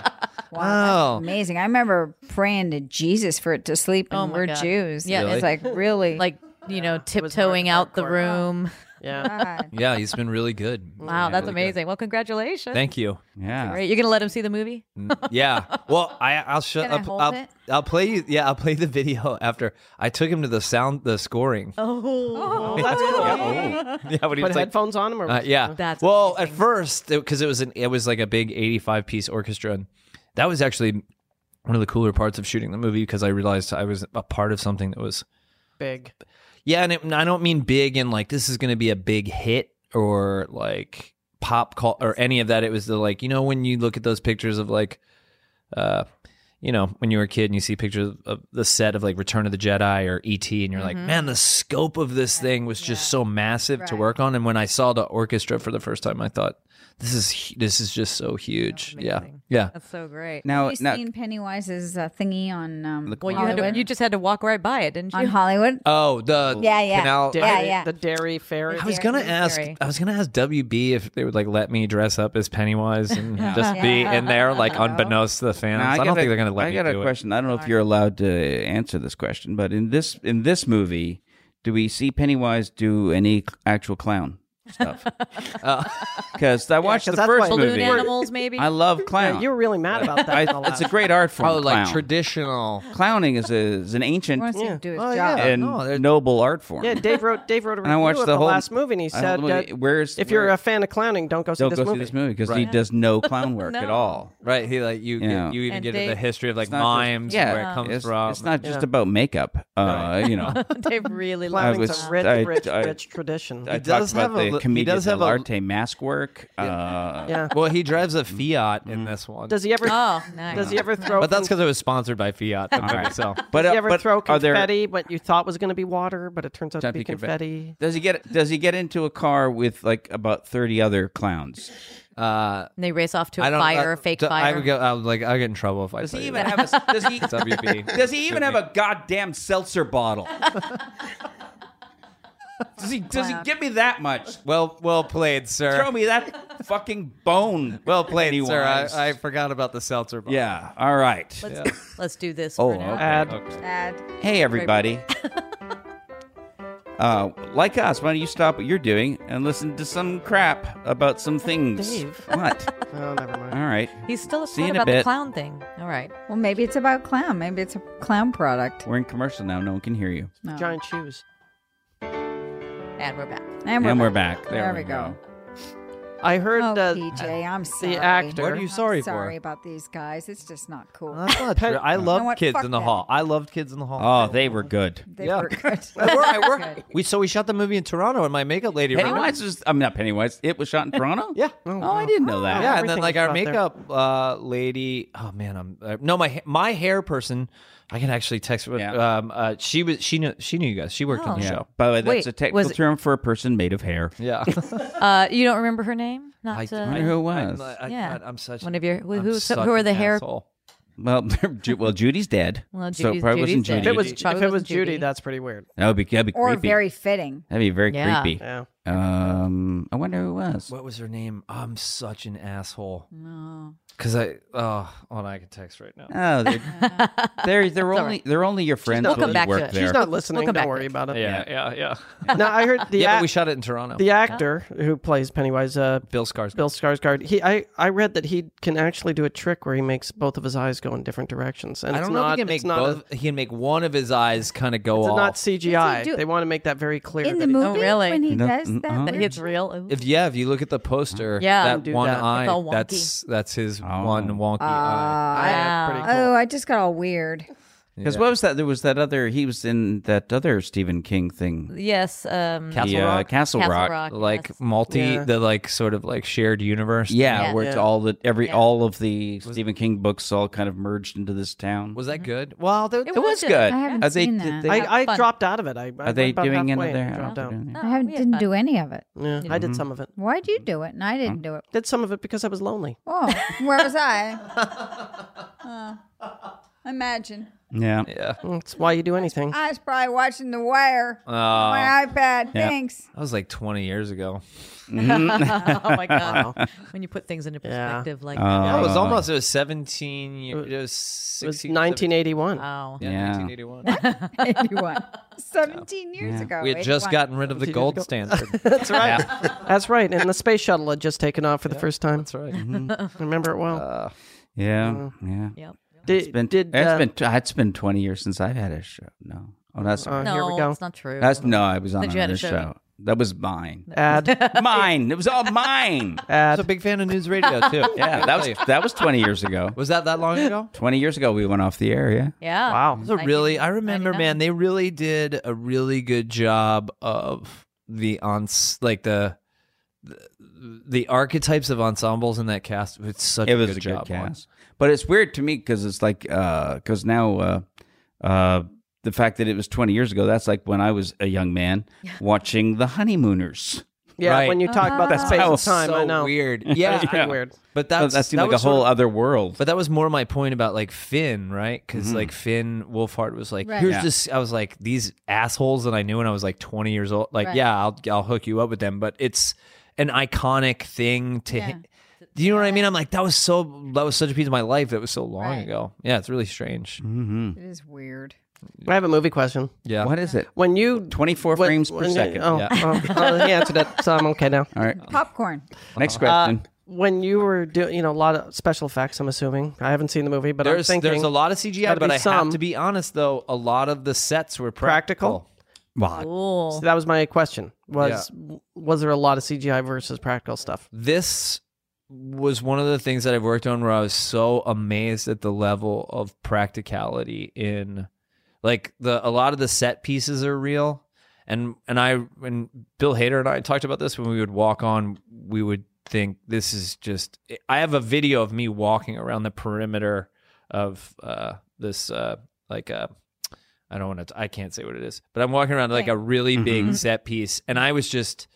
[SPEAKER 3] Wow,
[SPEAKER 5] Wow.
[SPEAKER 3] that's amazing. I remember praying to Jesus for it to sleep, and
[SPEAKER 4] Oh my
[SPEAKER 3] we're
[SPEAKER 4] God.
[SPEAKER 3] Jews.
[SPEAKER 4] Yeah,
[SPEAKER 3] it's
[SPEAKER 5] Really?
[SPEAKER 3] like really
[SPEAKER 4] Like, you know, tiptoeing out the room.
[SPEAKER 2] Yeah.
[SPEAKER 3] God.
[SPEAKER 5] Yeah, he's been really good.
[SPEAKER 4] Wow, that's
[SPEAKER 5] really good.
[SPEAKER 4] amazing. Well, congratulations.
[SPEAKER 5] Thank you.
[SPEAKER 1] Yeah.
[SPEAKER 4] Great. You're going to let him see the movie?
[SPEAKER 5] yeah. Well, I I'll show
[SPEAKER 3] Can I
[SPEAKER 5] up.
[SPEAKER 3] hold
[SPEAKER 5] I'll,
[SPEAKER 3] it?
[SPEAKER 5] I'll play you. Yeah, I'll play the video after I took him to the sound, the scoring.
[SPEAKER 4] Oh.
[SPEAKER 2] That's cool.
[SPEAKER 5] Yeah, when he
[SPEAKER 2] Put
[SPEAKER 5] was like,
[SPEAKER 2] headphones on him, or
[SPEAKER 5] uh, yeah.
[SPEAKER 4] That's
[SPEAKER 5] well, at first because it, was an it was like a big eighty five piece orchestra, and that was actually one of the cooler parts of shooting the movie because I realized I was a part of something that was
[SPEAKER 2] big.
[SPEAKER 5] yeah, and, it, and I don't mean big and like this is going to be a big hit or like pop call or any of that. It was the like you know when you look at those pictures of like, uh, you know when you were a kid and you see pictures of the set of like Return of the Jedi or ET and you're like, man, the scope of this thing was just so massive to work on. And when I saw the orchestra for the first time, I thought this is hu- this is just so huge. yeah,
[SPEAKER 4] amazing.
[SPEAKER 5] yeah.
[SPEAKER 4] That's so great.
[SPEAKER 1] Now,
[SPEAKER 5] Oh,
[SPEAKER 3] you
[SPEAKER 1] now
[SPEAKER 3] seen Pennywise's uh, thingy on um,
[SPEAKER 1] Look-
[SPEAKER 4] well, you, had
[SPEAKER 3] Hollywood?
[SPEAKER 4] to, you just had to walk right by it, didn't you?
[SPEAKER 3] on Hollywood.
[SPEAKER 5] Oh, the
[SPEAKER 3] Yeah, yeah.
[SPEAKER 5] Canal.
[SPEAKER 2] Dairy,
[SPEAKER 3] Yeah, yeah.
[SPEAKER 2] The dairy ferry.
[SPEAKER 5] I was
[SPEAKER 3] Dairy,
[SPEAKER 5] gonna
[SPEAKER 3] dairy.
[SPEAKER 5] ask. I was gonna ask WB if they would like let me dress up as Pennywise and just be in there like unbeknownst to the fans.
[SPEAKER 1] Now,
[SPEAKER 5] I, don't
[SPEAKER 1] got a-
[SPEAKER 5] think they're gonna let
[SPEAKER 1] I
[SPEAKER 5] me
[SPEAKER 1] got
[SPEAKER 5] do
[SPEAKER 1] a
[SPEAKER 5] it.
[SPEAKER 1] question. I don't know if you're allowed to answer this question, but in this in this movie, do we see Pennywise do any actual clown stuff? Because I watched
[SPEAKER 2] 'cause
[SPEAKER 1] the
[SPEAKER 2] that's
[SPEAKER 1] first
[SPEAKER 2] why-
[SPEAKER 4] Balloon
[SPEAKER 1] movie.
[SPEAKER 4] animals, maybe.
[SPEAKER 1] I love
[SPEAKER 2] Yeah,
[SPEAKER 1] clown.
[SPEAKER 2] you were really mad about
[SPEAKER 1] I-
[SPEAKER 2] that.
[SPEAKER 1] it's a great art form.
[SPEAKER 5] Oh, like
[SPEAKER 1] clown.
[SPEAKER 5] traditional.
[SPEAKER 1] clowning is, a, is an
[SPEAKER 3] He
[SPEAKER 1] ancient
[SPEAKER 3] wants to do his
[SPEAKER 5] Oh,
[SPEAKER 3] job.
[SPEAKER 5] yeah.
[SPEAKER 1] and
[SPEAKER 5] No, there's-
[SPEAKER 1] noble art form.
[SPEAKER 2] Yeah, Dave wrote Dave wrote a
[SPEAKER 1] And I
[SPEAKER 2] review
[SPEAKER 1] watched
[SPEAKER 2] of
[SPEAKER 1] the
[SPEAKER 2] the
[SPEAKER 1] whole-
[SPEAKER 2] last movie, and he
[SPEAKER 1] I don't
[SPEAKER 2] said,
[SPEAKER 1] know the movie.
[SPEAKER 2] uh,
[SPEAKER 1] "Where's
[SPEAKER 2] "If you're
[SPEAKER 1] where-
[SPEAKER 2] a fan of clowning, don't go see
[SPEAKER 1] don't
[SPEAKER 2] this
[SPEAKER 1] go
[SPEAKER 2] movie."
[SPEAKER 1] see this movie because he
[SPEAKER 5] Right.
[SPEAKER 1] does no clown work at
[SPEAKER 4] No.
[SPEAKER 1] all.
[SPEAKER 5] Right, he like you.
[SPEAKER 1] Yeah.
[SPEAKER 5] You even
[SPEAKER 4] And
[SPEAKER 5] get
[SPEAKER 4] they-
[SPEAKER 5] the history of like
[SPEAKER 1] It's not just-
[SPEAKER 5] mimes,
[SPEAKER 1] yeah,
[SPEAKER 5] where it comes
[SPEAKER 1] it's,
[SPEAKER 5] from.
[SPEAKER 1] It's not just
[SPEAKER 2] Yeah.
[SPEAKER 1] about makeup. Uh, you know,
[SPEAKER 4] Dave really
[SPEAKER 1] I
[SPEAKER 4] loved
[SPEAKER 2] Clowning's
[SPEAKER 1] was-
[SPEAKER 2] a rich,
[SPEAKER 1] I-
[SPEAKER 2] rich,
[SPEAKER 1] I-
[SPEAKER 2] rich tradition.
[SPEAKER 1] I talked
[SPEAKER 5] does
[SPEAKER 1] about
[SPEAKER 5] have a
[SPEAKER 1] the
[SPEAKER 5] li- he
[SPEAKER 1] comedian
[SPEAKER 5] does have a-
[SPEAKER 1] arte mask work. Uh,
[SPEAKER 2] yeah.
[SPEAKER 5] Well, he drives a
[SPEAKER 1] Mm-hmm.
[SPEAKER 5] Fiat in this one,
[SPEAKER 2] Does he ever?
[SPEAKER 4] Oh, nice.
[SPEAKER 2] Does he ever throw?
[SPEAKER 5] but that's because it was sponsored by Fiat. The movie,
[SPEAKER 1] right.
[SPEAKER 5] so
[SPEAKER 1] But
[SPEAKER 2] does
[SPEAKER 1] uh,
[SPEAKER 2] he ever
[SPEAKER 1] but
[SPEAKER 2] throw
[SPEAKER 1] are there-
[SPEAKER 2] confetti? What you thought was going to be water, but it turns out to
[SPEAKER 1] Don't
[SPEAKER 2] be
[SPEAKER 1] be confetti.
[SPEAKER 2] confetti.
[SPEAKER 1] Does he get does he get into a car with like about thirty other clowns?
[SPEAKER 5] uh,
[SPEAKER 4] And they race off to
[SPEAKER 5] I
[SPEAKER 4] a
[SPEAKER 5] don't.
[SPEAKER 4] fire,
[SPEAKER 5] uh,
[SPEAKER 4] a fake
[SPEAKER 5] d- I
[SPEAKER 4] fire.
[SPEAKER 5] would go. I would like. I get in trouble if I
[SPEAKER 1] Does
[SPEAKER 5] say
[SPEAKER 1] he even
[SPEAKER 5] that.
[SPEAKER 1] have a does he
[SPEAKER 5] WB.
[SPEAKER 1] does he even have a goddamn seltzer bottle? Does he does he give me that much?
[SPEAKER 5] Well, well played, sir.
[SPEAKER 1] Throw me that fucking bone.
[SPEAKER 5] Well played, sir.
[SPEAKER 1] Pennywise.
[SPEAKER 5] I, I forgot about the seltzer. Bottle.
[SPEAKER 1] Yeah. All right.
[SPEAKER 4] Let's, let's do this.
[SPEAKER 1] Oh,
[SPEAKER 4] for now.
[SPEAKER 1] okay.
[SPEAKER 2] Add
[SPEAKER 3] Bad.
[SPEAKER 1] Hey, everybody. uh, like us, why don't you stop what you're doing and listen to some crap about some things?
[SPEAKER 2] Dave.
[SPEAKER 1] What?
[SPEAKER 2] Oh, never mind.
[SPEAKER 1] All right.
[SPEAKER 4] He's still
[SPEAKER 1] See you
[SPEAKER 4] upset
[SPEAKER 1] in a
[SPEAKER 4] about the
[SPEAKER 1] bit.
[SPEAKER 4] clown thing. All right.
[SPEAKER 3] Well, maybe it's about clown. Maybe it's a clown product.
[SPEAKER 1] We're in commercial now. No one can hear you.
[SPEAKER 3] No.
[SPEAKER 2] Giant shoes.
[SPEAKER 4] And we're back.
[SPEAKER 3] And
[SPEAKER 1] and we're back. There,
[SPEAKER 3] There
[SPEAKER 1] we
[SPEAKER 3] we go.
[SPEAKER 2] I heard uh,
[SPEAKER 3] Oh,
[SPEAKER 2] that
[SPEAKER 3] PJ, I'm sorry.
[SPEAKER 2] actor. What
[SPEAKER 5] are you
[SPEAKER 3] I'm
[SPEAKER 5] sorry for?
[SPEAKER 3] Sorry about these guys. It's just not cool.
[SPEAKER 5] That's not true. I
[SPEAKER 3] know
[SPEAKER 5] love
[SPEAKER 3] what?
[SPEAKER 5] kids
[SPEAKER 3] Fuck
[SPEAKER 5] in the
[SPEAKER 3] that.
[SPEAKER 5] hall. I loved kids in the hall.
[SPEAKER 1] Oh, they were good.
[SPEAKER 3] they
[SPEAKER 5] yeah.
[SPEAKER 3] were good.
[SPEAKER 5] we so we shot the movie in Toronto, and my makeup lady. remember?
[SPEAKER 1] Pennywise was, I'm not Pennywise. It was shot in Toronto?
[SPEAKER 5] Yeah.
[SPEAKER 1] Oh, I didn't know that.
[SPEAKER 5] yeah, and then
[SPEAKER 2] Everything
[SPEAKER 5] like
[SPEAKER 2] is
[SPEAKER 5] our
[SPEAKER 2] out there.
[SPEAKER 5] makeup uh, lady. Oh man, I'm uh, no my ha- my hair person. I can actually text. her,
[SPEAKER 1] Yeah.
[SPEAKER 5] Um, uh, she was she knew she knew you guys. She worked on the
[SPEAKER 1] Yeah.
[SPEAKER 5] show.
[SPEAKER 1] By the way, that's
[SPEAKER 4] Wait,
[SPEAKER 1] a technical
[SPEAKER 4] was it-
[SPEAKER 1] term for a person made of hair.
[SPEAKER 5] Yeah,
[SPEAKER 4] Uh, you don't remember her name? Not uh,
[SPEAKER 1] wonder who it was.
[SPEAKER 5] I,
[SPEAKER 4] Yeah.
[SPEAKER 5] am such
[SPEAKER 4] One of your- who-
[SPEAKER 5] I'm
[SPEAKER 4] who- who
[SPEAKER 5] such
[SPEAKER 4] are the
[SPEAKER 5] an
[SPEAKER 4] hair-
[SPEAKER 5] asshole.
[SPEAKER 1] Well, Ju- well, Judy's dead.
[SPEAKER 4] Well,
[SPEAKER 1] so it
[SPEAKER 4] Judy's-
[SPEAKER 1] probably
[SPEAKER 4] Judy's
[SPEAKER 1] wasn't
[SPEAKER 4] dead.
[SPEAKER 2] if it
[SPEAKER 1] Judy.
[SPEAKER 2] was
[SPEAKER 4] Judy.
[SPEAKER 2] if it was
[SPEAKER 4] Probably wasn't
[SPEAKER 2] Judy,
[SPEAKER 4] Judy.
[SPEAKER 2] that's pretty weird.
[SPEAKER 1] that would be, that'd be
[SPEAKER 3] or
[SPEAKER 1] creepy.
[SPEAKER 3] very fitting.
[SPEAKER 1] that'd be very
[SPEAKER 4] Yeah.
[SPEAKER 1] creepy.
[SPEAKER 2] Yeah.
[SPEAKER 1] Um, I wonder who it was.
[SPEAKER 5] What was her name? I'm such an asshole.
[SPEAKER 3] No.
[SPEAKER 5] Because I oh, well, I can text right now.
[SPEAKER 1] Oh, they're they're, they're only they're only your friends
[SPEAKER 4] not-
[SPEAKER 1] till
[SPEAKER 4] We'll come
[SPEAKER 1] you
[SPEAKER 4] back to
[SPEAKER 1] work
[SPEAKER 4] it.
[SPEAKER 1] there.
[SPEAKER 2] She's not listening.
[SPEAKER 4] come back
[SPEAKER 2] Don't worry about it.
[SPEAKER 5] Yeah, yeah, yeah.
[SPEAKER 2] No, I heard the
[SPEAKER 5] Yeah, but
[SPEAKER 2] ac-
[SPEAKER 5] we shot it in Toronto.
[SPEAKER 2] the actor who plays Pennywise, uh,
[SPEAKER 5] Bill Skarsgård.
[SPEAKER 2] Bill Skarsgård. He, I, I read that he can actually do a trick where he makes both of his eyes go in different directions, and
[SPEAKER 5] I
[SPEAKER 2] it's
[SPEAKER 5] don't know
[SPEAKER 2] not,
[SPEAKER 5] if he can make
[SPEAKER 2] it's not a-
[SPEAKER 5] both. he can make one of his eyes kind of go
[SPEAKER 2] it's
[SPEAKER 5] off.
[SPEAKER 2] not CGI.
[SPEAKER 3] Does he do-
[SPEAKER 2] They want to make that very clear.
[SPEAKER 3] In the
[SPEAKER 2] that he-
[SPEAKER 3] movie,
[SPEAKER 4] Oh, really? uh-huh.
[SPEAKER 3] when he
[SPEAKER 1] No,
[SPEAKER 3] does that,
[SPEAKER 1] uh-uh.
[SPEAKER 4] That
[SPEAKER 3] weird
[SPEAKER 4] hits real. Ooh.
[SPEAKER 5] if yeah, if you look at the poster,
[SPEAKER 4] Yeah.
[SPEAKER 5] that
[SPEAKER 2] Do
[SPEAKER 5] one
[SPEAKER 2] that. It's
[SPEAKER 5] eye,
[SPEAKER 4] all wonky.
[SPEAKER 5] that's that's his
[SPEAKER 1] Oh.
[SPEAKER 5] one wonky
[SPEAKER 3] Ah,
[SPEAKER 2] Yeah,
[SPEAKER 5] eye.
[SPEAKER 2] it's
[SPEAKER 4] Wow.
[SPEAKER 2] pretty cool.
[SPEAKER 3] Oh, I just got all weird.
[SPEAKER 1] Because what was that? There was that other. He was in that other Stephen King thing.
[SPEAKER 4] Yes. Um,
[SPEAKER 5] Castle
[SPEAKER 1] the,
[SPEAKER 5] Rock?
[SPEAKER 1] Castle,
[SPEAKER 4] Castle
[SPEAKER 1] Rock.
[SPEAKER 4] Rock,
[SPEAKER 5] Like
[SPEAKER 4] yes.
[SPEAKER 5] multi,
[SPEAKER 2] Yeah.
[SPEAKER 5] the like sort of like shared universe.
[SPEAKER 1] Yeah,
[SPEAKER 4] Yeah.
[SPEAKER 1] where it's
[SPEAKER 2] Yeah.
[SPEAKER 1] all the every all of the Stephen King books all kind of merged into this town.
[SPEAKER 5] was that good? Well, there,
[SPEAKER 1] it was good.
[SPEAKER 3] I haven't
[SPEAKER 1] Are they,
[SPEAKER 3] seen
[SPEAKER 1] did
[SPEAKER 3] that.
[SPEAKER 1] they-
[SPEAKER 2] I, I
[SPEAKER 4] fun.
[SPEAKER 2] dropped out of it. I, I
[SPEAKER 1] are they
[SPEAKER 2] about
[SPEAKER 1] doing
[SPEAKER 2] halfway
[SPEAKER 1] another?
[SPEAKER 2] and
[SPEAKER 1] there?
[SPEAKER 2] dropped out.
[SPEAKER 4] No,
[SPEAKER 3] I haven't,
[SPEAKER 4] we had
[SPEAKER 3] didn't
[SPEAKER 4] fun.
[SPEAKER 3] do any of it.
[SPEAKER 2] Yeah, I did some of it.
[SPEAKER 3] Why'd you do it? And I didn't do it.
[SPEAKER 2] Did some of it because I was lonely.
[SPEAKER 3] Oh, where was I? Uh, imagine.
[SPEAKER 1] Yeah.
[SPEAKER 5] yeah.
[SPEAKER 2] That's why you do anything.
[SPEAKER 3] I was probably watching The Wire
[SPEAKER 5] Oh,
[SPEAKER 3] on my iPad.
[SPEAKER 1] Yeah.
[SPEAKER 3] Thanks.
[SPEAKER 5] that was like 20 years ago.
[SPEAKER 4] oh my god! When you put things into
[SPEAKER 2] Yeah.
[SPEAKER 4] perspective, like
[SPEAKER 1] Uh,
[SPEAKER 5] That was almost it was 17 years. It was
[SPEAKER 2] It was
[SPEAKER 5] 16,
[SPEAKER 2] 1981.
[SPEAKER 4] wow.
[SPEAKER 5] Yeah,
[SPEAKER 1] Yeah.
[SPEAKER 5] 1981.
[SPEAKER 3] 81. 17 years ago.
[SPEAKER 5] we had just
[SPEAKER 3] 81.
[SPEAKER 5] gotten rid of the gold standard.
[SPEAKER 2] That's right. That's right. And the space shuttle had just taken off for the first time.
[SPEAKER 5] That's right.
[SPEAKER 2] I remember it well.
[SPEAKER 1] yeah,
[SPEAKER 2] Mm-hmm.
[SPEAKER 1] yeah.
[SPEAKER 4] Yep.
[SPEAKER 2] did,
[SPEAKER 1] It's been
[SPEAKER 2] did
[SPEAKER 1] it's
[SPEAKER 2] uh,
[SPEAKER 1] been it's been twenty years since I've had a show. No, oh that's
[SPEAKER 2] Uh,
[SPEAKER 4] No,
[SPEAKER 2] here we go.
[SPEAKER 4] it's not true.
[SPEAKER 1] that's no. I was on
[SPEAKER 4] That you had a
[SPEAKER 1] another
[SPEAKER 4] show.
[SPEAKER 1] show. That was mine.
[SPEAKER 2] ad
[SPEAKER 1] mine. It was all mine.
[SPEAKER 5] I was
[SPEAKER 2] ad
[SPEAKER 5] a big fan of news radio too.
[SPEAKER 1] Yeah, that was that was twenty years ago.
[SPEAKER 5] Was that that long ago?
[SPEAKER 1] Twenty years ago, we went off the air. Yeah.
[SPEAKER 4] yeah.
[SPEAKER 2] wow.
[SPEAKER 5] So really, I remember, man, they really did a really good job of the ons like the the, the archetypes of ensembles in that cast. It's such
[SPEAKER 1] it was
[SPEAKER 5] a good, job on.
[SPEAKER 1] cast. But it's weird to me because it's like because now uh, uh, the fact that it was 20 years ago, that's like when I was a young man watching The Honeymooners.
[SPEAKER 2] Yeah,
[SPEAKER 5] Right.
[SPEAKER 2] when you talk about
[SPEAKER 1] That's
[SPEAKER 2] that space
[SPEAKER 1] how
[SPEAKER 2] and time,
[SPEAKER 5] so
[SPEAKER 2] I know.
[SPEAKER 5] weird. Yeah,
[SPEAKER 2] Pretty weird.
[SPEAKER 5] But
[SPEAKER 1] Oh,
[SPEAKER 5] that's
[SPEAKER 1] that seemed
[SPEAKER 5] that
[SPEAKER 1] like a
[SPEAKER 5] was sort
[SPEAKER 1] whole
[SPEAKER 5] of-
[SPEAKER 1] other world.
[SPEAKER 5] But that was more my point about like Finn, right? Because like Finn Wolfhard was like,
[SPEAKER 3] Right.
[SPEAKER 5] "Here's
[SPEAKER 1] Yeah.
[SPEAKER 5] this." I was like, "These assholes that I knew when I was like 20 years old." Like,
[SPEAKER 3] Right.
[SPEAKER 5] yeah, I'll I'll hook you up with them, but it's an iconic thing to.
[SPEAKER 3] Yeah.
[SPEAKER 5] Do you know what I mean? I'm like, that was so that was such a piece of my life that was so long
[SPEAKER 3] Right.
[SPEAKER 5] ago. Yeah, it's really strange.
[SPEAKER 1] mm-hmm.
[SPEAKER 3] It is weird.
[SPEAKER 2] I have a movie question.
[SPEAKER 5] Yeah,
[SPEAKER 1] What is it?
[SPEAKER 2] When you
[SPEAKER 1] 24
[SPEAKER 2] when-
[SPEAKER 1] frames per
[SPEAKER 2] when you-
[SPEAKER 1] second.
[SPEAKER 2] Oh,
[SPEAKER 5] Yeah.
[SPEAKER 2] oh, oh, he answered it, so I'm okay now.
[SPEAKER 1] All right.
[SPEAKER 3] Popcorn.
[SPEAKER 1] Next
[SPEAKER 2] Uh,
[SPEAKER 1] question.
[SPEAKER 2] when you were doing, you know, a lot of special effects. I'm assuming I haven't seen the movie, but
[SPEAKER 5] there's
[SPEAKER 2] I'm thinking
[SPEAKER 5] there's a lot of CGI,
[SPEAKER 2] gotta
[SPEAKER 5] but
[SPEAKER 2] be
[SPEAKER 5] I
[SPEAKER 2] some.
[SPEAKER 5] have to be honest though, a lot of the sets were practical.
[SPEAKER 2] Practical?
[SPEAKER 1] Well,
[SPEAKER 4] Cool.
[SPEAKER 2] So that was my question. Was was there a lot of CGI versus practical stuff?
[SPEAKER 5] this was one of the things that I've worked on where I was so amazed at the level of practicality in like the a lot of the set pieces are real and and I and Bill Hader and I talked about this when we would walk on we would think this is just I have a video of me walking around the perimeter of uh this uh like uh I don't want to I can't say what it is but I'm walking around like a really
[SPEAKER 2] Mm-hmm.
[SPEAKER 5] big set piece and I was just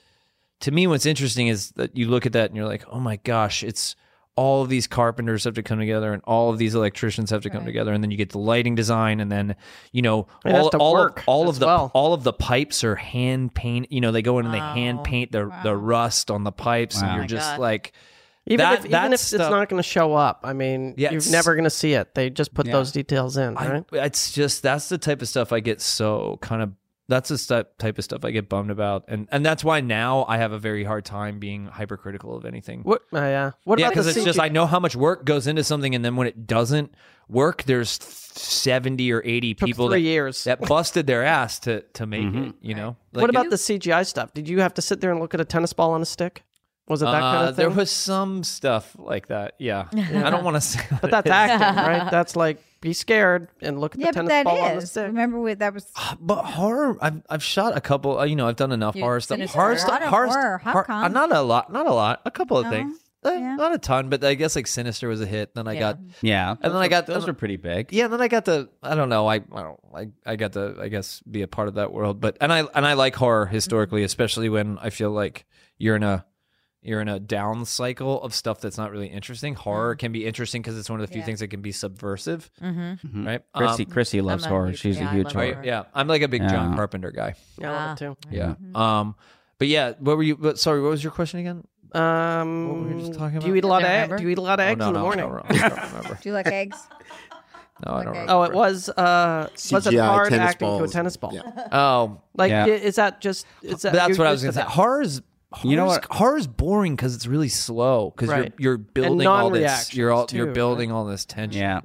[SPEAKER 5] to me what's interesting is that you look at that and you're like oh my gosh it's all of these carpenters have to come together and all of these electricians have to come
[SPEAKER 3] Right.
[SPEAKER 5] together and then you get the lighting design and then you know
[SPEAKER 2] It has
[SPEAKER 5] all,
[SPEAKER 2] to
[SPEAKER 5] all,
[SPEAKER 2] work
[SPEAKER 5] of, all of
[SPEAKER 2] as
[SPEAKER 5] the
[SPEAKER 2] well.
[SPEAKER 5] all of the pipes are hand paint you know they go in and
[SPEAKER 4] Wow. Oh
[SPEAKER 5] they hand paint the the rust on the pipes
[SPEAKER 1] Wow.
[SPEAKER 5] and
[SPEAKER 1] My
[SPEAKER 5] you're just
[SPEAKER 4] God.
[SPEAKER 5] like
[SPEAKER 2] Even
[SPEAKER 5] That-
[SPEAKER 2] if
[SPEAKER 5] that
[SPEAKER 2] even if it's
[SPEAKER 5] stuff-
[SPEAKER 2] not going to show up, I mean,
[SPEAKER 5] Yeah,
[SPEAKER 2] you're
[SPEAKER 5] it's-
[SPEAKER 2] never going to see it. They just put
[SPEAKER 1] Yeah.
[SPEAKER 2] those details in,
[SPEAKER 5] I,
[SPEAKER 2] right?
[SPEAKER 5] it's just that's the type of stuff I get so kind of that's the stu- type of stuff I get bummed about and and that's why now I have a very hard time being hypercritical of anything.
[SPEAKER 2] What? Uh, yeah. What
[SPEAKER 5] yeah,
[SPEAKER 2] about
[SPEAKER 5] because
[SPEAKER 2] the
[SPEAKER 5] it's
[SPEAKER 2] CGI?
[SPEAKER 5] just I know how much work goes into something, and then when it doesn't work, there's seventy or eighty
[SPEAKER 2] took
[SPEAKER 5] people
[SPEAKER 2] three
[SPEAKER 5] that,
[SPEAKER 2] years. Mm-hmm.
[SPEAKER 5] that busted their ass to to make it. You know,
[SPEAKER 2] what
[SPEAKER 5] Like,
[SPEAKER 2] about
[SPEAKER 5] it-
[SPEAKER 2] the CGI stuff? Did you have to sit there and look at a tennis ball on a stick? Was it that kind
[SPEAKER 5] Uh,
[SPEAKER 2] of thing?
[SPEAKER 5] There was some stuff like that. Yeah, I don't want to say,
[SPEAKER 2] but that's acting, right? That's like be scared and look at
[SPEAKER 3] Yeah,
[SPEAKER 2] the
[SPEAKER 3] but
[SPEAKER 2] tennis
[SPEAKER 3] that
[SPEAKER 2] ball on the
[SPEAKER 3] is.
[SPEAKER 2] stick.
[SPEAKER 3] Remember, we, that was
[SPEAKER 5] But horror, I've I've shot a couple. uh, You know, I've done enough
[SPEAKER 4] You
[SPEAKER 5] horror stuff.
[SPEAKER 4] finished
[SPEAKER 5] Horror
[SPEAKER 4] a
[SPEAKER 5] stuff.
[SPEAKER 3] lot of
[SPEAKER 5] Horror,
[SPEAKER 3] horror, how
[SPEAKER 5] horror- uh,
[SPEAKER 3] come?
[SPEAKER 5] not a lot. Not a lot. A couple of
[SPEAKER 3] No?
[SPEAKER 5] things. Eh,
[SPEAKER 3] Yeah.
[SPEAKER 5] Not a ton, but I guess like Sinister was a hit. Then I
[SPEAKER 4] Yeah.
[SPEAKER 5] got
[SPEAKER 1] yeah.
[SPEAKER 5] then
[SPEAKER 1] Those
[SPEAKER 5] I
[SPEAKER 1] are-
[SPEAKER 5] got-
[SPEAKER 1] those are pretty big.
[SPEAKER 5] yeah, and then I got to I don't know I I don't I, I got to I guess be a part of that world, but and I and I like horror
[SPEAKER 3] Mm-hmm.
[SPEAKER 5] historically, especially when I feel like you're in a you're in a down cycle of stuff that's not really interesting. Horror can be interesting because it's one of the
[SPEAKER 3] Mm-hmm.
[SPEAKER 5] few
[SPEAKER 3] Yeah.
[SPEAKER 5] things that can be subversive,
[SPEAKER 4] Mm-hmm.
[SPEAKER 1] Mhm.
[SPEAKER 5] right?
[SPEAKER 1] Chrissy,
[SPEAKER 5] Um,
[SPEAKER 1] Chrissy loves
[SPEAKER 4] a
[SPEAKER 1] horror.
[SPEAKER 4] huge-
[SPEAKER 1] She's
[SPEAKER 4] yeah,
[SPEAKER 1] a
[SPEAKER 4] I
[SPEAKER 1] huge
[SPEAKER 4] love
[SPEAKER 5] are you-
[SPEAKER 1] horror.
[SPEAKER 4] horror.
[SPEAKER 5] yeah, I'm like a big John
[SPEAKER 1] Yeah.
[SPEAKER 5] Carpenter guy.
[SPEAKER 2] Yeah, I love it too.
[SPEAKER 5] Yeah.
[SPEAKER 3] Mm-hmm.
[SPEAKER 5] Um, but yeah, what were you? But sorry, what was your question again?
[SPEAKER 2] Um,
[SPEAKER 5] What were we just talking
[SPEAKER 2] do you
[SPEAKER 5] about?
[SPEAKER 2] eat a lot of
[SPEAKER 4] Don't
[SPEAKER 2] egg,
[SPEAKER 4] remember.
[SPEAKER 2] do you eat a lot of
[SPEAKER 5] Oh,
[SPEAKER 2] eggs
[SPEAKER 5] no,
[SPEAKER 2] in the
[SPEAKER 5] no, I
[SPEAKER 2] morning?
[SPEAKER 5] don't remember. I don't remember.
[SPEAKER 3] do you like eggs?
[SPEAKER 5] No, I don't
[SPEAKER 3] Okay.
[SPEAKER 5] remember.
[SPEAKER 2] Oh, it was uh, was it
[SPEAKER 6] CGI
[SPEAKER 2] hard
[SPEAKER 6] tennis
[SPEAKER 2] acting to a
[SPEAKER 6] balls.
[SPEAKER 2] tennis ball?
[SPEAKER 6] Yeah.
[SPEAKER 5] Oh,
[SPEAKER 2] Like,
[SPEAKER 1] Yeah.
[SPEAKER 2] i- is that just? Is that,
[SPEAKER 5] that's
[SPEAKER 2] you're
[SPEAKER 5] what I was
[SPEAKER 2] used
[SPEAKER 5] gonna
[SPEAKER 2] to
[SPEAKER 5] say. Horror is
[SPEAKER 1] You know
[SPEAKER 5] horror's- horror's boring because it's really slow because
[SPEAKER 2] Right.
[SPEAKER 5] you're you're building all this you're all
[SPEAKER 2] non-reactions, too,
[SPEAKER 5] you're building all this tension.
[SPEAKER 1] Yeah.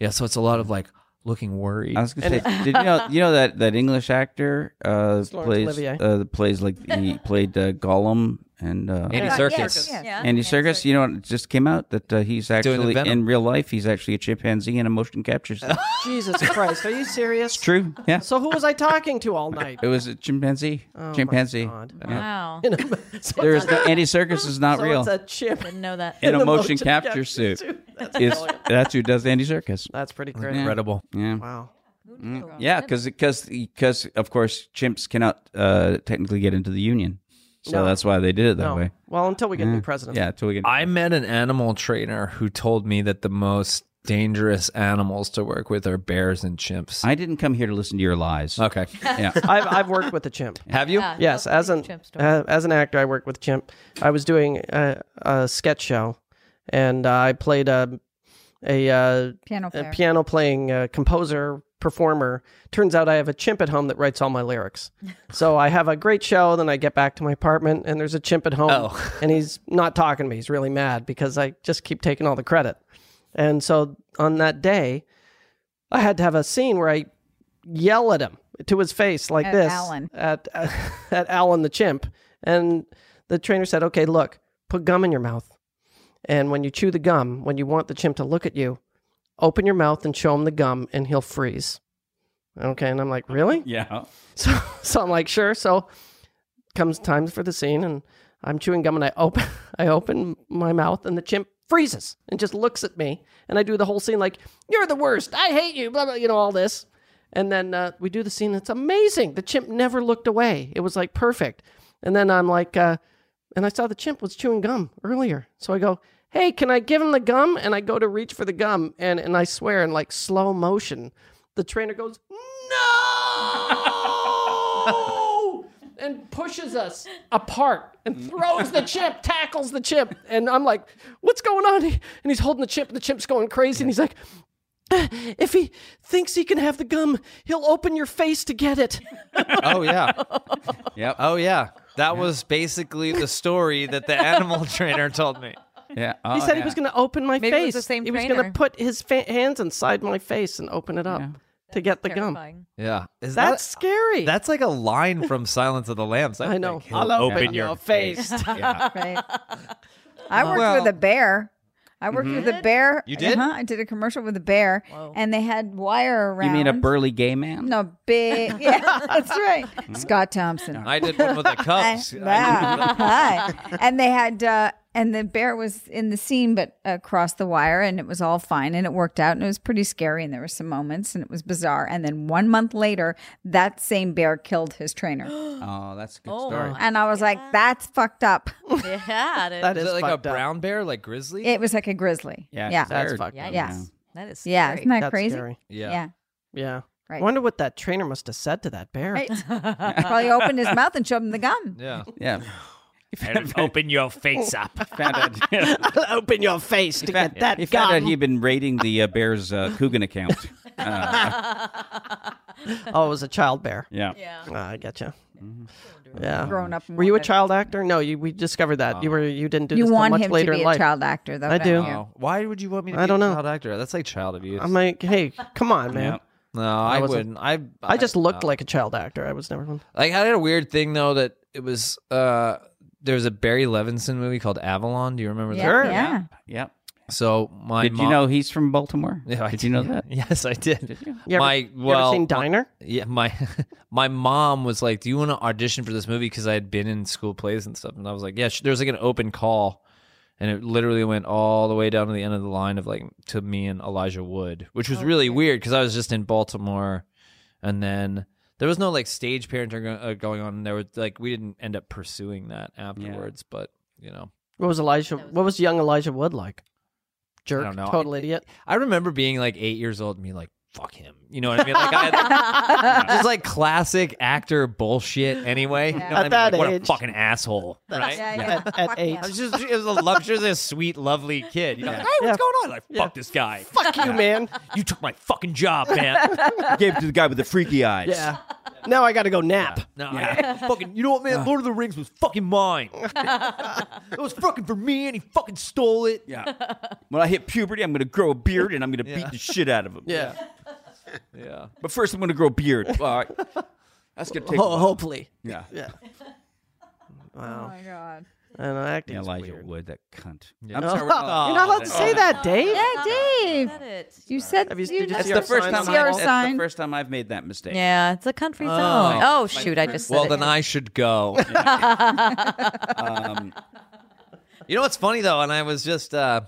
[SPEAKER 5] yeah. So it's a lot of like looking worried.
[SPEAKER 1] I was gonna say, did you know you know that that English actor uh, plays
[SPEAKER 2] Olivier.
[SPEAKER 1] uh, plays like he played uh, Gollum and uh,
[SPEAKER 5] Andy
[SPEAKER 3] Yeah,
[SPEAKER 5] Circus.
[SPEAKER 3] yes, yes.
[SPEAKER 1] Andy Serkis. You know, it just came out that uh, he's actually
[SPEAKER 5] Venom.
[SPEAKER 1] in real life. He's actually a chimpanzee in a motion capture. Stuff.
[SPEAKER 2] that? Jesus Christ, are you serious?
[SPEAKER 1] it's true. Yeah,
[SPEAKER 2] So who was I talking to all night?
[SPEAKER 1] it was a chimpanzee.
[SPEAKER 2] Oh my
[SPEAKER 1] chimpanzee.
[SPEAKER 2] God.
[SPEAKER 1] Yeah.
[SPEAKER 4] Wow.
[SPEAKER 2] You know, so
[SPEAKER 1] There is no, Andy Circus is not
[SPEAKER 2] so
[SPEAKER 1] real.
[SPEAKER 2] It's a chip
[SPEAKER 4] Didn't know that.
[SPEAKER 1] in a
[SPEAKER 2] the
[SPEAKER 1] motion capture, suit.
[SPEAKER 2] That's,
[SPEAKER 1] Is
[SPEAKER 2] brilliant.
[SPEAKER 1] that's who does Andy Circus.
[SPEAKER 2] That's pretty great.
[SPEAKER 5] Incredible.
[SPEAKER 1] Yeah.
[SPEAKER 2] Wow. Oh,
[SPEAKER 1] Yeah, because because of course chimps cannot uh, technically get into the union, so
[SPEAKER 2] No.
[SPEAKER 1] that's why they did it that
[SPEAKER 2] No.
[SPEAKER 1] way.
[SPEAKER 2] Well, until we get a new president.
[SPEAKER 1] Yeah, till we get.
[SPEAKER 5] I met an animal trainer who told me that the most dangerous animals to work with are bears and chimps.
[SPEAKER 1] I didn't come here to listen to your lies.
[SPEAKER 5] okay.
[SPEAKER 1] Yeah,
[SPEAKER 2] I've, I've worked with a chimp.
[SPEAKER 5] Have you?
[SPEAKER 2] Yes, as an
[SPEAKER 4] chimp story.
[SPEAKER 2] uh, as an actor, I worked with chimp. I was doing a, a sketch show, and uh, I played a a, uh,
[SPEAKER 3] Piano
[SPEAKER 2] a
[SPEAKER 3] player.
[SPEAKER 2] piano playing uh, composer performer. Turns out I have a chimp at home that writes all my lyrics. so I have a great show. Then I get back to my apartment, and there's a chimp at home,
[SPEAKER 5] Oh.
[SPEAKER 2] and he's not talking to me. He's really mad because I just keep taking all the credit. And so on that day, I had to have a scene where I yell at him to his face like
[SPEAKER 3] At
[SPEAKER 2] this
[SPEAKER 3] Alan.
[SPEAKER 2] at at Alan the chimp, and the trainer said, "Okay, look, put gum in your mouth, and when you chew the gum, when you want the chimp to look at you, open your mouth and show him the gum, and he'll freeze." Okay, and I'm like, "Really?"
[SPEAKER 1] yeah.
[SPEAKER 2] So, so I'm like, sure. So comes time for the scene, and I'm chewing gum, and I open, I open my mouth, and the chimp freezes and just looks at me, and I do the whole scene like, "You're the worst. I hate you." Blah blah. You know all this, and then uh, we do the scene. It's amazing. The chimp never looked away. It was like perfect. And then I'm like, uh, and I saw the chimp was chewing gum earlier. So I go, hey, can I give him the gum? And I go to reach for the gum. And, and I swear, in like slow motion, the trainer goes, no! and pushes us apart and throws the chimp, tackles the chimp. And I'm like, what's going on? And he's holding the chimp, and the chimp's going crazy. And he's like, "Eh, if he thinks he can have the gum, he'll open your face to get it.
[SPEAKER 5] Oh yeah.
[SPEAKER 1] Yep.
[SPEAKER 5] Oh yeah. That was basically the story that the animal trainer told me.
[SPEAKER 1] Yeah.
[SPEAKER 2] He said he was going to open my
[SPEAKER 4] Maybe it
[SPEAKER 2] face.
[SPEAKER 4] was the same
[SPEAKER 2] he was
[SPEAKER 4] trainer.
[SPEAKER 2] going to put his fa- hands inside my face and open it up to get the gum.
[SPEAKER 4] Terrifying.
[SPEAKER 5] Yeah. Is
[SPEAKER 2] That's
[SPEAKER 5] that
[SPEAKER 2] scary.
[SPEAKER 5] that's like a line from Silence of the Lambs.
[SPEAKER 2] I know.
[SPEAKER 5] think.
[SPEAKER 2] I'll open, your face.
[SPEAKER 3] Right. I worked
[SPEAKER 5] Well-
[SPEAKER 3] with a bear. I worked with a bear.
[SPEAKER 5] You did?
[SPEAKER 3] Uh-huh. I did a commercial with a bear,
[SPEAKER 4] Whoa.
[SPEAKER 3] and they had wire around.
[SPEAKER 1] You mean a burly gay man?
[SPEAKER 3] No big. Yeah, that's right. Scott Thompson.
[SPEAKER 5] I did one with the Cubs.
[SPEAKER 3] Hi. Hi. And they had, uh, and the bear was in the scene, but across the wire, and it was all fine, and it worked out, and it was pretty scary, and there were some moments, and it was bizarre. And then one month later, that same bear killed his trainer,
[SPEAKER 1] Oh, that's a good
[SPEAKER 4] Oh.
[SPEAKER 1] story.
[SPEAKER 3] and I was like, "That's fucked up."
[SPEAKER 4] Yeah, that
[SPEAKER 2] That
[SPEAKER 5] Is
[SPEAKER 2] is
[SPEAKER 5] it like a
[SPEAKER 2] fucked up.
[SPEAKER 5] brown bear, like grizzly?
[SPEAKER 3] It was like a grizzly.
[SPEAKER 1] Yeah.
[SPEAKER 3] yeah,
[SPEAKER 2] That's
[SPEAKER 1] Weird.
[SPEAKER 2] fucked up.
[SPEAKER 4] Yikes.
[SPEAKER 3] Yeah.
[SPEAKER 4] That is
[SPEAKER 3] yeah. Isn't that
[SPEAKER 2] That's
[SPEAKER 3] crazy?
[SPEAKER 2] scary.
[SPEAKER 3] Yeah,
[SPEAKER 2] Yeah.
[SPEAKER 3] right.
[SPEAKER 2] I wonder what that trainer must have said to that bear.
[SPEAKER 3] Right. Probably opened his mouth and showed him the gum.
[SPEAKER 5] Yeah.
[SPEAKER 1] Yeah.
[SPEAKER 5] Open your face up.
[SPEAKER 1] Found out. Yeah.
[SPEAKER 2] I'll open your face to get that
[SPEAKER 1] he found out
[SPEAKER 2] gum.
[SPEAKER 1] he'd been raiding the uh, bear's uh, Coogan account. Uh,
[SPEAKER 2] oh, it was a child bear. Mm-hmm.
[SPEAKER 1] yeah.
[SPEAKER 2] Ah, I gotcha. Yeah.
[SPEAKER 3] Grown up. and
[SPEAKER 2] Were you a
[SPEAKER 3] wanted-
[SPEAKER 2] child actor? No, you, we discovered that you were. You didn't do
[SPEAKER 3] You
[SPEAKER 2] this till
[SPEAKER 3] want
[SPEAKER 2] much
[SPEAKER 3] him
[SPEAKER 2] later
[SPEAKER 3] to be
[SPEAKER 2] in
[SPEAKER 3] a
[SPEAKER 2] life.
[SPEAKER 3] child actor, though.
[SPEAKER 2] I
[SPEAKER 3] don't
[SPEAKER 2] do.
[SPEAKER 3] you?
[SPEAKER 5] Oh, why would you want me to
[SPEAKER 2] I
[SPEAKER 5] be
[SPEAKER 2] don't know.
[SPEAKER 5] a child actor? That's like child abuse.
[SPEAKER 2] I'm like, hey, come on, man.
[SPEAKER 1] Yeah.
[SPEAKER 5] no, I,
[SPEAKER 2] wasn't-
[SPEAKER 5] wouldn't. I
[SPEAKER 2] I just looked like a child actor. I was never one.
[SPEAKER 5] Like I had a weird thing though that it was uh there was a Barry Levinson movie called Avalon. Do you remember
[SPEAKER 3] Yeah.
[SPEAKER 5] that?
[SPEAKER 3] yeah.
[SPEAKER 1] Yeah.
[SPEAKER 5] So my
[SPEAKER 1] Did you
[SPEAKER 5] mom-
[SPEAKER 1] know he's from Baltimore?
[SPEAKER 5] Yeah, I
[SPEAKER 1] did you know that?
[SPEAKER 5] Yes, I did.
[SPEAKER 2] You ever,
[SPEAKER 5] my
[SPEAKER 2] you
[SPEAKER 5] well,
[SPEAKER 2] ever seen
[SPEAKER 5] my-
[SPEAKER 2] Diner?
[SPEAKER 5] yeah, my my mom was like, "Do you want to audition for this movie?" Because I had been in school plays and stuff, and I was like, "Yeah." She, there was like an open call, and it literally went all the way down to the end of the line of like to me and Elijah Wood, which was really weird because I was just in Baltimore, and then there was no like stage parenting go- uh, going on, and there was like we didn't end up pursuing that afterwards, but you know.
[SPEAKER 2] What was Elijah? what was young Elijah Wood like? Jerk,
[SPEAKER 5] don't know.
[SPEAKER 2] total idiot.
[SPEAKER 5] I remember being like eight years old and being like, fuck him. You know what I mean? Like, I had, just like classic actor bullshit anyway. You know what
[SPEAKER 2] At that
[SPEAKER 5] I mean? Like,
[SPEAKER 2] age.
[SPEAKER 5] What a fucking asshole. Right?
[SPEAKER 3] Yeah, yeah.
[SPEAKER 2] At, at eight,
[SPEAKER 5] I was just, it was a luxurious, sweet, lovely kid. You know, like, hey, what's
[SPEAKER 2] Yeah.
[SPEAKER 5] going on? Like, fuck
[SPEAKER 2] Yeah.
[SPEAKER 5] this guy.
[SPEAKER 2] fuck you, man.
[SPEAKER 5] You took my fucking job, man.
[SPEAKER 1] Gave it to the guy with the freaky eyes.
[SPEAKER 2] Yeah. Now I got to go nap.
[SPEAKER 5] No, I fucking, you know what, man? Lord of the Rings was fucking mine. it was fucking for me, and he fucking stole it.
[SPEAKER 1] Yeah. When I hit puberty, I'm going to grow a beard and I'm going to
[SPEAKER 5] Yeah.
[SPEAKER 1] beat the shit out of him.
[SPEAKER 2] Yeah.
[SPEAKER 5] Yeah.
[SPEAKER 1] But first, I'm going to grow a beard. All right. That's going to take. a
[SPEAKER 2] Ho-
[SPEAKER 1] while.
[SPEAKER 2] hopefully.
[SPEAKER 1] Yeah.
[SPEAKER 2] Yeah.
[SPEAKER 3] Oh
[SPEAKER 2] Wow.
[SPEAKER 3] my god.
[SPEAKER 2] And acting.
[SPEAKER 1] Yeah,
[SPEAKER 2] is
[SPEAKER 1] Elijah
[SPEAKER 2] weird. Oh,
[SPEAKER 1] Wood, that cunt.
[SPEAKER 5] Yeah.
[SPEAKER 1] I'm sorry.
[SPEAKER 2] You're
[SPEAKER 1] we're not-
[SPEAKER 2] not allowed to say that, Dave.
[SPEAKER 3] Yeah, Dave.
[SPEAKER 4] That it.
[SPEAKER 3] You said
[SPEAKER 2] Have you-
[SPEAKER 3] you're
[SPEAKER 2] did you
[SPEAKER 3] not-
[SPEAKER 2] see
[SPEAKER 1] That's
[SPEAKER 2] our
[SPEAKER 1] the first
[SPEAKER 2] sign
[SPEAKER 1] time.
[SPEAKER 2] on
[SPEAKER 3] See our
[SPEAKER 1] I, that's the
[SPEAKER 3] sign?
[SPEAKER 1] first time I've made that mistake.
[SPEAKER 4] Yeah, it's a country zone. Oh shoot, I just said
[SPEAKER 5] Well,
[SPEAKER 4] it.
[SPEAKER 5] then I should go. Um, you know what's funny though, and I was just, uh,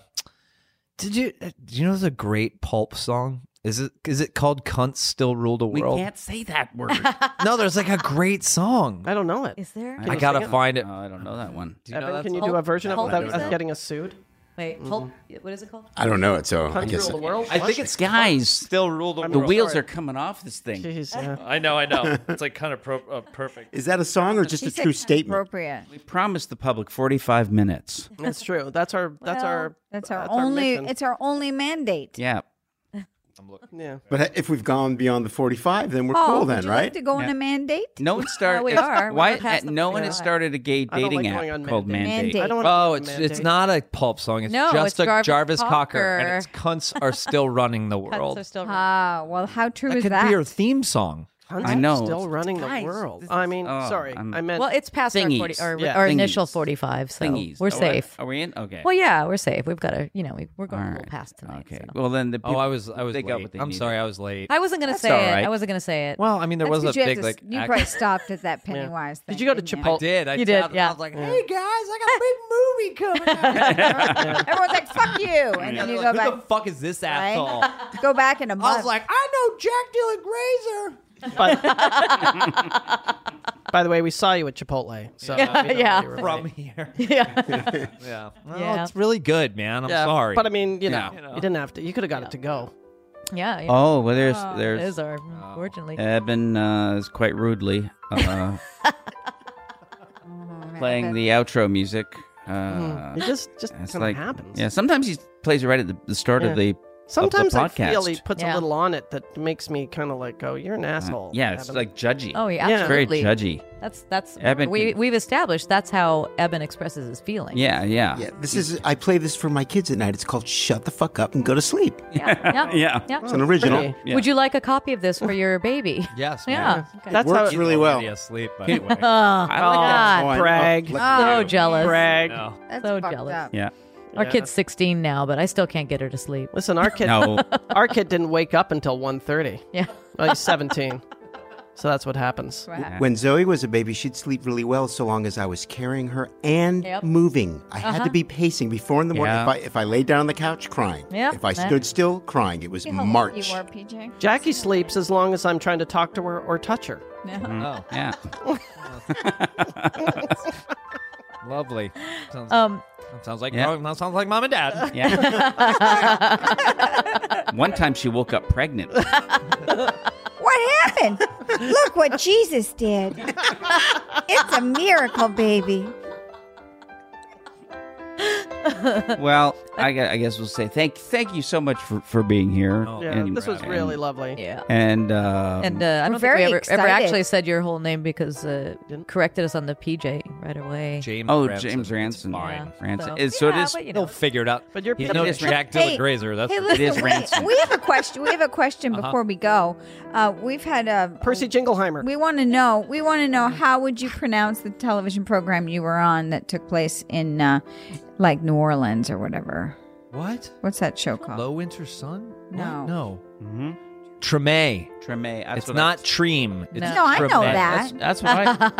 [SPEAKER 5] did you? uh, Do you know there's a great pulp song? Is it is it called "Cunts Still Rule the
[SPEAKER 1] We
[SPEAKER 5] World"?
[SPEAKER 1] can't say that word. Oh,
[SPEAKER 5] No, there's like a great song.
[SPEAKER 2] I don't know it.
[SPEAKER 4] Is there?
[SPEAKER 5] I gotta find it.
[SPEAKER 1] Oh, I don't know that one.
[SPEAKER 5] Do Uh, you know
[SPEAKER 2] Evan,
[SPEAKER 5] that
[SPEAKER 2] can you
[SPEAKER 5] song?
[SPEAKER 2] do a version of it
[SPEAKER 4] Pulp
[SPEAKER 2] without
[SPEAKER 4] is
[SPEAKER 2] us
[SPEAKER 4] it?
[SPEAKER 2] getting us sued?
[SPEAKER 4] Wait, pulp. What is it called?
[SPEAKER 6] I don't know it, so I
[SPEAKER 2] Country
[SPEAKER 6] guess
[SPEAKER 2] rule the world.
[SPEAKER 5] I think it's
[SPEAKER 1] Guys,
[SPEAKER 5] "Still Rule the
[SPEAKER 2] I'm
[SPEAKER 5] World."
[SPEAKER 1] the wheels
[SPEAKER 2] sorry.
[SPEAKER 1] are coming off this thing.
[SPEAKER 2] Jeez, yeah.
[SPEAKER 5] I know, Oh, I know. It's like kind of pro- uh, perfect.
[SPEAKER 6] is that a song or just
[SPEAKER 3] He
[SPEAKER 6] a
[SPEAKER 3] said
[SPEAKER 6] true statement?
[SPEAKER 3] Appropriate.
[SPEAKER 1] We promised the public 45 minutes.
[SPEAKER 2] That's true. That's our. That's our.
[SPEAKER 3] That's our
[SPEAKER 2] that's
[SPEAKER 3] only.
[SPEAKER 2] mission.
[SPEAKER 3] it's our only mandate.
[SPEAKER 1] Yeah.
[SPEAKER 2] yeah.
[SPEAKER 6] But if we've gone beyond the 45, then we're cool
[SPEAKER 3] Oh, would
[SPEAKER 6] then,
[SPEAKER 3] you
[SPEAKER 6] right?
[SPEAKER 3] Like to go on
[SPEAKER 1] Yeah.
[SPEAKER 3] a mandate?
[SPEAKER 1] No one started.
[SPEAKER 4] we are. We're
[SPEAKER 1] Why?
[SPEAKER 4] past the
[SPEAKER 1] no one has
[SPEAKER 4] 45.
[SPEAKER 1] started a gay
[SPEAKER 2] I don't
[SPEAKER 1] dating
[SPEAKER 2] like going on
[SPEAKER 1] app called
[SPEAKER 2] mandate.
[SPEAKER 1] Mandate.
[SPEAKER 2] I don't want
[SPEAKER 5] Oh,
[SPEAKER 2] to
[SPEAKER 5] it's it's not a pulp song. It's
[SPEAKER 4] No,
[SPEAKER 5] just
[SPEAKER 4] it's
[SPEAKER 5] a
[SPEAKER 4] Jarvis
[SPEAKER 5] Jarvis, Cocker,
[SPEAKER 4] Cocker.
[SPEAKER 5] and it's "Cunts Are Still Running the World."
[SPEAKER 4] Cunts are still.
[SPEAKER 3] Ah, well, how true
[SPEAKER 5] that
[SPEAKER 3] is
[SPEAKER 5] could
[SPEAKER 3] that?
[SPEAKER 5] be our theme song.
[SPEAKER 1] I know.
[SPEAKER 2] Still running
[SPEAKER 1] Guys,
[SPEAKER 2] the world.
[SPEAKER 1] this is-
[SPEAKER 2] I mean,
[SPEAKER 1] oh,
[SPEAKER 2] sorry.
[SPEAKER 1] I'm-
[SPEAKER 2] I meant.
[SPEAKER 4] well, it's past our,
[SPEAKER 1] Thingies.
[SPEAKER 4] 40, our,
[SPEAKER 2] Yeah.
[SPEAKER 4] our
[SPEAKER 1] Thingies.
[SPEAKER 4] initial forty-five, so
[SPEAKER 1] Thingies.
[SPEAKER 4] we're
[SPEAKER 1] Oh,
[SPEAKER 4] safe.
[SPEAKER 1] Are we in? Okay.
[SPEAKER 4] Well, yeah, we're safe. We've got to, you know, we, we're going a
[SPEAKER 1] All right.
[SPEAKER 4] little past tonight.
[SPEAKER 1] Okay.
[SPEAKER 4] so.
[SPEAKER 1] Well, then the
[SPEAKER 5] Oh,
[SPEAKER 1] people,
[SPEAKER 5] I was I was
[SPEAKER 1] they
[SPEAKER 5] late.
[SPEAKER 1] got what they
[SPEAKER 5] I'm
[SPEAKER 1] needed.
[SPEAKER 5] sorry, I was late.
[SPEAKER 4] I wasn't gonna
[SPEAKER 1] That's
[SPEAKER 4] say
[SPEAKER 1] all
[SPEAKER 4] it.
[SPEAKER 1] right.
[SPEAKER 4] I wasn't gonna say it.
[SPEAKER 5] E. Well, I mean, there
[SPEAKER 3] That's
[SPEAKER 5] was a
[SPEAKER 3] 'cause you had
[SPEAKER 5] big
[SPEAKER 3] to-
[SPEAKER 5] like.
[SPEAKER 3] You
[SPEAKER 5] act-
[SPEAKER 3] probably stopped at that Pennywise thing.
[SPEAKER 2] Did you go to
[SPEAKER 3] didn't
[SPEAKER 5] I
[SPEAKER 2] Chipotle?
[SPEAKER 5] did. I
[SPEAKER 4] You did,
[SPEAKER 5] tapped-
[SPEAKER 4] yeah.
[SPEAKER 5] I was like, hey guys, I got a big movie coming out.
[SPEAKER 3] Everyone's like, "Fuck you," and
[SPEAKER 5] And
[SPEAKER 3] then
[SPEAKER 5] they're
[SPEAKER 3] you go
[SPEAKER 5] like,
[SPEAKER 3] back.
[SPEAKER 5] Who the fuck is this
[SPEAKER 3] right?
[SPEAKER 5] asshole?
[SPEAKER 3] Go back in a month.
[SPEAKER 5] I know Jack Dylan Grazer.
[SPEAKER 2] but By the way, we saw you at Chipotle. So yeah,
[SPEAKER 4] Yeah.
[SPEAKER 5] From here.
[SPEAKER 4] yeah.
[SPEAKER 5] Yeah. Well,
[SPEAKER 4] Yeah.
[SPEAKER 5] it's really good, man. I'm
[SPEAKER 2] Yeah,
[SPEAKER 5] sorry.
[SPEAKER 2] But I mean, you know,
[SPEAKER 5] Yeah.
[SPEAKER 2] you didn't have to. You could have got it to go.
[SPEAKER 4] Yeah. yeah.
[SPEAKER 1] Oh, well, there's
[SPEAKER 4] Those
[SPEAKER 1] there's
[SPEAKER 4] are unfortunately.
[SPEAKER 1] Eben uh, is quite rudely uh, playing the outro music.
[SPEAKER 4] Hmm.
[SPEAKER 1] Uh,
[SPEAKER 2] It just just
[SPEAKER 1] It's
[SPEAKER 2] kind of
[SPEAKER 1] like
[SPEAKER 2] happens.
[SPEAKER 1] yeah. Sometimes he plays it right at the, the start
[SPEAKER 2] Yeah.
[SPEAKER 1] of the
[SPEAKER 2] Sometimes
[SPEAKER 1] of
[SPEAKER 2] I
[SPEAKER 1] the podcast.
[SPEAKER 2] feel he puts a
[SPEAKER 4] Yeah.
[SPEAKER 2] little on it that makes me kind of like, oh, you're an asshole.
[SPEAKER 1] yeah, it's
[SPEAKER 2] Adam.
[SPEAKER 1] like judgy.
[SPEAKER 4] Oh, yeah,
[SPEAKER 2] Yeah.
[SPEAKER 1] It's very
[SPEAKER 4] absolutely.
[SPEAKER 1] judgy.
[SPEAKER 4] That's that's
[SPEAKER 1] Eben
[SPEAKER 4] we
[SPEAKER 1] can-
[SPEAKER 4] we've established that's how Eben expresses his feelings.
[SPEAKER 1] Yeah, yeah,
[SPEAKER 6] Yeah, this is. I play this for my kids at night. It's called "Shut the Fuck Up and Go to Sleep."
[SPEAKER 4] Yeah. Yeah.
[SPEAKER 1] Yeah.
[SPEAKER 4] yeah.
[SPEAKER 6] It's an original.
[SPEAKER 2] pretty.
[SPEAKER 1] Yeah.
[SPEAKER 4] Would you like a copy of this for your baby?
[SPEAKER 5] yes.
[SPEAKER 4] Yeah. Okay.
[SPEAKER 2] That's how
[SPEAKER 6] Works
[SPEAKER 2] it,
[SPEAKER 6] really well.
[SPEAKER 5] Already asleep, by the way.
[SPEAKER 1] I like that.
[SPEAKER 4] God,
[SPEAKER 6] Oh, I-
[SPEAKER 2] brag.
[SPEAKER 6] oh, let-
[SPEAKER 4] so jealous.
[SPEAKER 2] brag.
[SPEAKER 5] No.
[SPEAKER 3] That's
[SPEAKER 4] So
[SPEAKER 3] fucked
[SPEAKER 4] jealous.
[SPEAKER 3] up.
[SPEAKER 1] Yeah.
[SPEAKER 4] Our kid's 16 now, but I still can't get her to sleep.
[SPEAKER 2] Listen, our kid,
[SPEAKER 1] No.
[SPEAKER 2] our kid didn't wake up until 1.30.
[SPEAKER 4] Yeah.
[SPEAKER 2] Well, he's 17. so that's what happens.
[SPEAKER 3] What happened?
[SPEAKER 6] When Zoe was a baby, she'd sleep really well so long as I was carrying her and
[SPEAKER 4] Yep.
[SPEAKER 6] moving. I had
[SPEAKER 3] Uh-huh.
[SPEAKER 6] to be pacing before in the morning.
[SPEAKER 1] Yeah.
[SPEAKER 6] If I if I laid down on the couch, crying.
[SPEAKER 4] Yeah.
[SPEAKER 6] If I stood still, crying. It was
[SPEAKER 3] See how late
[SPEAKER 6] March.
[SPEAKER 3] You were PJ.
[SPEAKER 2] Jackie sleeps as long as I'm trying to talk to her or touch her.
[SPEAKER 5] Oh,
[SPEAKER 1] Yeah.
[SPEAKER 5] lovely. Sounds,
[SPEAKER 4] Um,
[SPEAKER 5] sounds like
[SPEAKER 1] Yeah.
[SPEAKER 5] mom- sounds like mom and dad.
[SPEAKER 1] Yeah. One time she woke up pregnant.
[SPEAKER 3] What happened? Look what Jesus did. It's a miracle, baby.
[SPEAKER 1] Well, I, gu- I guess we'll say thank thank you so much for, for being here.
[SPEAKER 5] Oh,
[SPEAKER 2] Yeah,
[SPEAKER 1] And-
[SPEAKER 2] this was really lovely.
[SPEAKER 4] yeah.
[SPEAKER 1] And uh,
[SPEAKER 4] And uh, I
[SPEAKER 3] We're
[SPEAKER 4] don't think
[SPEAKER 3] very
[SPEAKER 4] we ever, ever
[SPEAKER 3] excited.
[SPEAKER 4] actually said your whole name because uh,
[SPEAKER 2] Didn't?
[SPEAKER 4] corrected us on the PJ right away.
[SPEAKER 5] James.
[SPEAKER 1] oh,
[SPEAKER 5] Ransom.
[SPEAKER 1] James Ranson.
[SPEAKER 5] fine.
[SPEAKER 4] Yeah.
[SPEAKER 1] Ranson.
[SPEAKER 4] So-
[SPEAKER 1] Is- So,
[SPEAKER 4] Yeah,
[SPEAKER 1] it is.
[SPEAKER 4] but, you know.
[SPEAKER 5] They'll figure it out.
[SPEAKER 2] But your
[SPEAKER 5] He's
[SPEAKER 2] picture-
[SPEAKER 5] no Jack Dylan
[SPEAKER 3] Hey,
[SPEAKER 5] Grazer. That's
[SPEAKER 3] hey,
[SPEAKER 5] for
[SPEAKER 3] listen,
[SPEAKER 1] is
[SPEAKER 3] we,
[SPEAKER 1] ransom.
[SPEAKER 3] we have a question. We have a question before we go. Uh, we've had a
[SPEAKER 2] Percy Jingleheimer.
[SPEAKER 3] We want to know. We want to know how would you pronounce the television program you were on that took place in, uh, like New Orleans or whatever?
[SPEAKER 5] What?
[SPEAKER 3] What's that show called?
[SPEAKER 5] Low Winter Sun? What?
[SPEAKER 3] Oh. No.
[SPEAKER 5] No. Treme.
[SPEAKER 1] Treme. That's
[SPEAKER 5] It's
[SPEAKER 1] what
[SPEAKER 5] not Treem. It's
[SPEAKER 3] No, I know
[SPEAKER 5] Treme.
[SPEAKER 1] I,
[SPEAKER 3] Oh, that.
[SPEAKER 1] that's, that's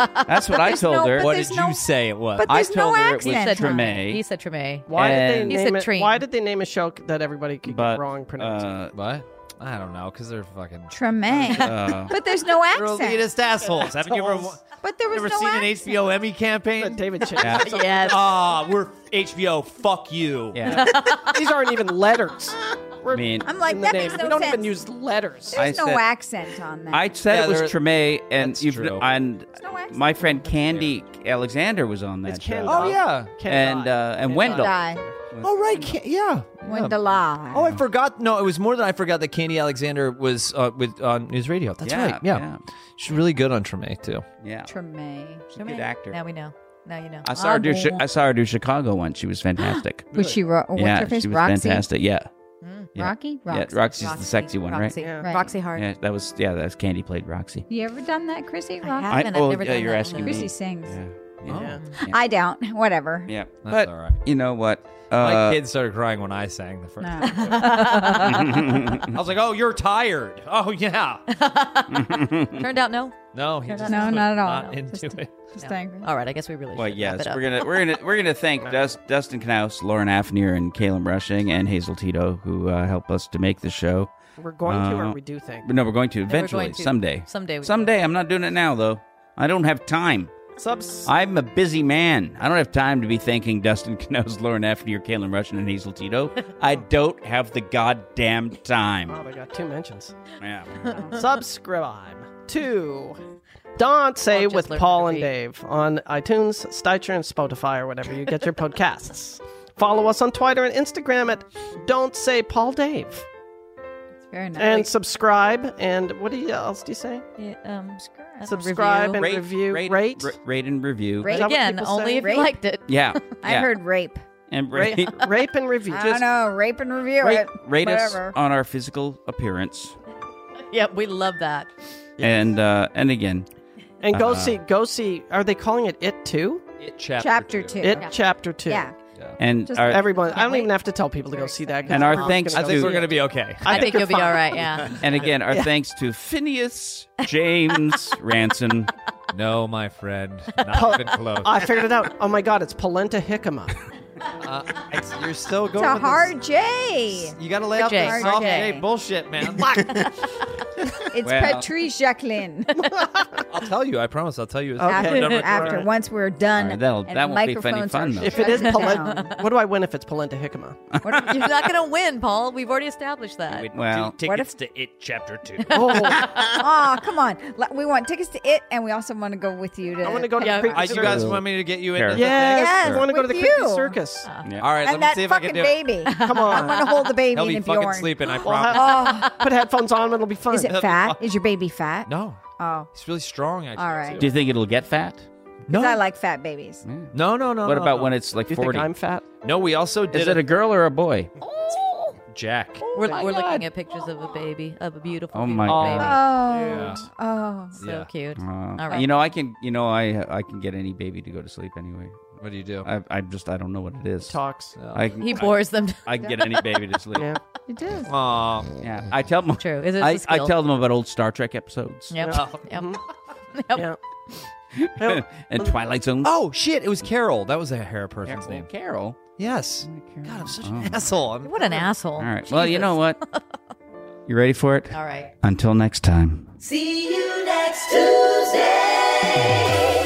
[SPEAKER 1] what I. That's what I
[SPEAKER 3] There's
[SPEAKER 1] told
[SPEAKER 3] no-
[SPEAKER 1] her.
[SPEAKER 3] but
[SPEAKER 5] What
[SPEAKER 3] there's
[SPEAKER 5] did
[SPEAKER 3] no-
[SPEAKER 5] you say it was?
[SPEAKER 3] but
[SPEAKER 1] I
[SPEAKER 3] there's no
[SPEAKER 1] told her it was
[SPEAKER 3] accent. on it.
[SPEAKER 1] Treme.
[SPEAKER 4] He said Treme.
[SPEAKER 2] Why did
[SPEAKER 1] And-
[SPEAKER 2] they
[SPEAKER 4] He's
[SPEAKER 2] name
[SPEAKER 4] a
[SPEAKER 2] it?
[SPEAKER 4] train.
[SPEAKER 2] Why did they name a show that everybody could
[SPEAKER 1] But
[SPEAKER 2] get wrong pronouncing?
[SPEAKER 1] uh,
[SPEAKER 5] What? I don't know, because they're fucking.
[SPEAKER 3] Treme.
[SPEAKER 1] uh,
[SPEAKER 3] but there's no
[SPEAKER 5] They're
[SPEAKER 3] accent.
[SPEAKER 5] elitist assholes. Haven't you ever,
[SPEAKER 3] But there was
[SPEAKER 5] you ever
[SPEAKER 3] no
[SPEAKER 5] seen
[SPEAKER 3] accent.
[SPEAKER 5] an HBO Emmy campaign?
[SPEAKER 2] David Chase.
[SPEAKER 4] Yes.
[SPEAKER 5] Ah, we're HBO. Fuck you.
[SPEAKER 1] yeah.
[SPEAKER 2] These aren't even letters.
[SPEAKER 1] I mean,
[SPEAKER 3] I'm like
[SPEAKER 2] in the
[SPEAKER 3] that
[SPEAKER 2] name.
[SPEAKER 3] makes
[SPEAKER 2] we
[SPEAKER 3] no
[SPEAKER 2] don't
[SPEAKER 3] sense.
[SPEAKER 2] even use letters.
[SPEAKER 1] I
[SPEAKER 3] there's no
[SPEAKER 1] said-
[SPEAKER 3] accent on that.
[SPEAKER 1] I said
[SPEAKER 5] Yeah,
[SPEAKER 1] it was
[SPEAKER 5] there-
[SPEAKER 1] Treme, and
[SPEAKER 5] That's
[SPEAKER 1] you've
[SPEAKER 5] true.
[SPEAKER 1] and
[SPEAKER 3] no accent.
[SPEAKER 1] my friend Candy Alexander was on that
[SPEAKER 2] It's
[SPEAKER 1] show.
[SPEAKER 2] Candy.
[SPEAKER 5] Oh yeah.
[SPEAKER 1] and uh, and Wendell.
[SPEAKER 3] die.
[SPEAKER 5] Oh right. Ca- yeah.
[SPEAKER 3] When
[SPEAKER 5] Yeah.
[SPEAKER 3] the law.
[SPEAKER 5] Oh, I forgot. No, it was more than I forgot that Candy Alexander was uh, with on News Radio. That's
[SPEAKER 1] Yeah,
[SPEAKER 5] right. Yeah.
[SPEAKER 1] yeah.
[SPEAKER 5] she's really good on Treme too.
[SPEAKER 1] Yeah,
[SPEAKER 3] Treme.
[SPEAKER 1] a good actor.
[SPEAKER 4] Now we know. Now you know.
[SPEAKER 1] I saw her do. Chi- I saw her do Chicago once. She was fantastic.
[SPEAKER 3] Was she ro- what's
[SPEAKER 1] yeah,
[SPEAKER 3] her face?
[SPEAKER 1] she was
[SPEAKER 3] Roxy?
[SPEAKER 1] fantastic. Yeah, yeah.
[SPEAKER 3] Rocky?
[SPEAKER 1] Yeah,
[SPEAKER 3] Roxy.
[SPEAKER 1] Roxy's the sexy one, right?
[SPEAKER 4] Roxy.
[SPEAKER 2] Yeah.
[SPEAKER 3] Right.
[SPEAKER 4] Roxy Hart.
[SPEAKER 1] Yeah, that was yeah. That was Candy played Roxy.
[SPEAKER 3] You ever done that, Chrissy?
[SPEAKER 4] I
[SPEAKER 3] Roxy?
[SPEAKER 4] haven't. I've
[SPEAKER 1] oh
[SPEAKER 4] never
[SPEAKER 1] yeah,
[SPEAKER 4] done
[SPEAKER 1] you're
[SPEAKER 4] that
[SPEAKER 1] asking
[SPEAKER 4] one.
[SPEAKER 1] me.
[SPEAKER 3] Chrissy sings.
[SPEAKER 1] Yeah, Oh. yeah,
[SPEAKER 3] I don't. Whatever.
[SPEAKER 1] yeah. but
[SPEAKER 5] That's all right.
[SPEAKER 1] you know what?
[SPEAKER 5] My
[SPEAKER 1] Uh,
[SPEAKER 5] kids started crying when I sang the first.
[SPEAKER 3] No.
[SPEAKER 5] I was like, "Oh, you're tired." Oh yeah.
[SPEAKER 4] Turned out no.
[SPEAKER 5] No, he just
[SPEAKER 3] No,
[SPEAKER 5] was
[SPEAKER 3] not at all.
[SPEAKER 5] Not
[SPEAKER 3] No,
[SPEAKER 5] into
[SPEAKER 3] just-
[SPEAKER 5] it.
[SPEAKER 3] Just angry.
[SPEAKER 4] All right. I guess we really.
[SPEAKER 1] well,
[SPEAKER 4] should
[SPEAKER 1] yes,
[SPEAKER 4] wrap it up.
[SPEAKER 1] we're gonna we're gonna we're gonna thank Dust, Dustin Knaus, Lauren Affner, and Caleb Rushing, and Hazel Tito who uh, help us to make the show.
[SPEAKER 2] We're going to, or
[SPEAKER 1] Uh,
[SPEAKER 2] we do think.
[SPEAKER 1] But no, we're going to
[SPEAKER 4] we're
[SPEAKER 1] eventually
[SPEAKER 4] going to.
[SPEAKER 1] someday.
[SPEAKER 4] Someday we-
[SPEAKER 1] someday. I'm not doing it now though. I don't have time.
[SPEAKER 2] Subs.
[SPEAKER 1] I'm a busy man. I don't have time to be thanking Dustin Knows, Lauren Affner, Kalen Russian, and Hazel Tito. I don't have the goddamn
[SPEAKER 2] Oh,
[SPEAKER 1] time.
[SPEAKER 2] they got two mentions.
[SPEAKER 1] Yeah.
[SPEAKER 2] Subscribe to Don't Say
[SPEAKER 4] I'll just
[SPEAKER 2] with
[SPEAKER 4] learn
[SPEAKER 2] Paul
[SPEAKER 4] to
[SPEAKER 2] and
[SPEAKER 4] read.
[SPEAKER 2] Dave on iTunes, Stitcher, and Spotify, or whatever you get your podcasts. Follow us on Twitter and Instagram at Don't Say Paul Dave.
[SPEAKER 3] It's very nice.
[SPEAKER 2] And subscribe. And what do you, else do you say?
[SPEAKER 4] Yeah, um, that's a
[SPEAKER 2] Subscribe
[SPEAKER 4] review.
[SPEAKER 2] and- Review,
[SPEAKER 1] rate,
[SPEAKER 2] rate.
[SPEAKER 1] ra- rate and review.
[SPEAKER 3] Rate.
[SPEAKER 2] Is that what
[SPEAKER 4] again.
[SPEAKER 2] people say?
[SPEAKER 4] Only if
[SPEAKER 3] Rape.
[SPEAKER 4] you liked it.
[SPEAKER 1] Yeah,
[SPEAKER 3] I
[SPEAKER 1] yeah.
[SPEAKER 3] heard rape.
[SPEAKER 1] and
[SPEAKER 2] Ra-
[SPEAKER 1] rate, rate,
[SPEAKER 2] rape and review.
[SPEAKER 3] I don't know. Rape and review
[SPEAKER 1] rate,
[SPEAKER 3] it.
[SPEAKER 1] us
[SPEAKER 3] Whatever.
[SPEAKER 1] on our physical appearance,
[SPEAKER 4] Yep, we love that.
[SPEAKER 1] and uh, and again,
[SPEAKER 2] and
[SPEAKER 1] Uh-huh.
[SPEAKER 2] go see, go see. Are they calling it It Too?
[SPEAKER 5] It chapter,
[SPEAKER 3] Chapter two.
[SPEAKER 2] It
[SPEAKER 3] Yeah.
[SPEAKER 2] Chapter Two.
[SPEAKER 3] Yeah.
[SPEAKER 1] and
[SPEAKER 3] Just
[SPEAKER 1] our
[SPEAKER 2] Everyone, I don't
[SPEAKER 3] wait.
[SPEAKER 2] even have to tell people to go see that. 'cause
[SPEAKER 1] And our
[SPEAKER 2] we're all
[SPEAKER 1] thanks
[SPEAKER 5] I
[SPEAKER 2] gonna go
[SPEAKER 5] think
[SPEAKER 2] see
[SPEAKER 5] we're
[SPEAKER 2] it.
[SPEAKER 5] gonna be okay.
[SPEAKER 4] I, think,
[SPEAKER 2] you're
[SPEAKER 4] you'll be
[SPEAKER 2] fine.
[SPEAKER 4] all right. Yeah.
[SPEAKER 1] and again our thanks to Phineas James Ranson.
[SPEAKER 5] No, my friend, not even close.
[SPEAKER 2] I figured it out. Oh my God, it's Polenta Hickama.
[SPEAKER 5] Uh, it's- you're still going.
[SPEAKER 3] It's a
[SPEAKER 5] with
[SPEAKER 3] hard
[SPEAKER 5] this-
[SPEAKER 3] J.
[SPEAKER 5] You gotta lay off
[SPEAKER 4] J.
[SPEAKER 5] this
[SPEAKER 4] Hard
[SPEAKER 5] soft
[SPEAKER 4] J.
[SPEAKER 5] J bullshit, man.
[SPEAKER 3] It's
[SPEAKER 5] Well-
[SPEAKER 3] Patrice Jacqueline.
[SPEAKER 5] I'll tell you. I promise. I'll tell you. It's
[SPEAKER 2] Okay.
[SPEAKER 3] after,
[SPEAKER 5] number four.
[SPEAKER 3] after once we're done,
[SPEAKER 1] All right, that'll-
[SPEAKER 3] and
[SPEAKER 1] that won't be any
[SPEAKER 3] microphones
[SPEAKER 1] fun,
[SPEAKER 3] are
[SPEAKER 1] though.
[SPEAKER 2] If it is
[SPEAKER 3] shut
[SPEAKER 2] polenta,
[SPEAKER 3] down.
[SPEAKER 2] what do I win if it's polenta jicama?
[SPEAKER 4] You're not going to win, Paul. We've already established that.
[SPEAKER 1] Well,
[SPEAKER 3] What if-
[SPEAKER 5] to It Chapter Two.
[SPEAKER 2] Oh,
[SPEAKER 3] oh, come on. Le- We want tickets to it, and we also want to go with you to.
[SPEAKER 2] I want to go to
[SPEAKER 4] Yeah.
[SPEAKER 2] the creepy
[SPEAKER 5] I, you
[SPEAKER 2] circus.
[SPEAKER 5] guys want me to get you in?
[SPEAKER 1] Sure.
[SPEAKER 5] the thing?
[SPEAKER 2] yes,
[SPEAKER 3] Yes,
[SPEAKER 2] I want to go to the
[SPEAKER 3] with
[SPEAKER 2] creepy
[SPEAKER 3] you.
[SPEAKER 2] circus.
[SPEAKER 5] All right. let
[SPEAKER 3] And
[SPEAKER 5] me
[SPEAKER 3] that
[SPEAKER 5] see if I
[SPEAKER 3] fucking
[SPEAKER 5] can do it.
[SPEAKER 3] baby.
[SPEAKER 2] Come
[SPEAKER 3] I
[SPEAKER 2] on,
[SPEAKER 3] want to hold the baby
[SPEAKER 5] He'll be
[SPEAKER 3] in a
[SPEAKER 5] fucking
[SPEAKER 3] Bjorn. Oh,
[SPEAKER 5] sleeping. I
[SPEAKER 2] Well,
[SPEAKER 5] promise.
[SPEAKER 2] have- put headphones on. It'll be fun.
[SPEAKER 3] Is it fat? Is your baby fat?
[SPEAKER 5] No,
[SPEAKER 3] Oh,
[SPEAKER 5] he's really strong. Actually.
[SPEAKER 3] All right.
[SPEAKER 1] do you think it'll get fat?
[SPEAKER 5] No.
[SPEAKER 3] 'Cause I like fat babies.
[SPEAKER 5] no, no, no.
[SPEAKER 1] What
[SPEAKER 5] no,
[SPEAKER 1] about
[SPEAKER 5] no.
[SPEAKER 1] when it's like
[SPEAKER 2] Do you think
[SPEAKER 1] forty?
[SPEAKER 2] I'm fat?
[SPEAKER 5] No, we also did
[SPEAKER 1] Is it a girl or a boy?
[SPEAKER 5] Jack.
[SPEAKER 4] We're, we're looking at pictures of a baby, of a beautiful,
[SPEAKER 1] Oh my
[SPEAKER 4] beautiful
[SPEAKER 1] God.
[SPEAKER 4] baby.
[SPEAKER 3] Oh,
[SPEAKER 5] Yeah.
[SPEAKER 3] oh.
[SPEAKER 4] So
[SPEAKER 5] Yeah.
[SPEAKER 4] cute.
[SPEAKER 1] Uh,
[SPEAKER 4] All right.
[SPEAKER 1] You know, I can. You know, I I can get any baby to go to sleep anyway.
[SPEAKER 5] What do you do?
[SPEAKER 1] I I just I don't know what it is.
[SPEAKER 2] Talks.
[SPEAKER 1] I can,
[SPEAKER 4] He bores them.
[SPEAKER 1] I can get any baby to sleep.
[SPEAKER 2] Yeah.
[SPEAKER 1] yeah.
[SPEAKER 3] It is.
[SPEAKER 5] Aw.
[SPEAKER 1] I tell them.
[SPEAKER 4] True. It's a
[SPEAKER 1] I, I
[SPEAKER 4] skill.
[SPEAKER 1] tell them about old Star Trek episodes
[SPEAKER 4] Yep. Yep.
[SPEAKER 2] Yeah. Well,
[SPEAKER 1] and Twilight Zone.
[SPEAKER 5] Oh shit! It was Carol. That was the hair person's name.
[SPEAKER 1] Carol.
[SPEAKER 5] Yes. God, I'm such an asshole. I'm-
[SPEAKER 4] What an asshole.
[SPEAKER 1] All right. Well, you know what? You ready for it?
[SPEAKER 4] All right.
[SPEAKER 1] Until next time.
[SPEAKER 7] See you next Tuesday.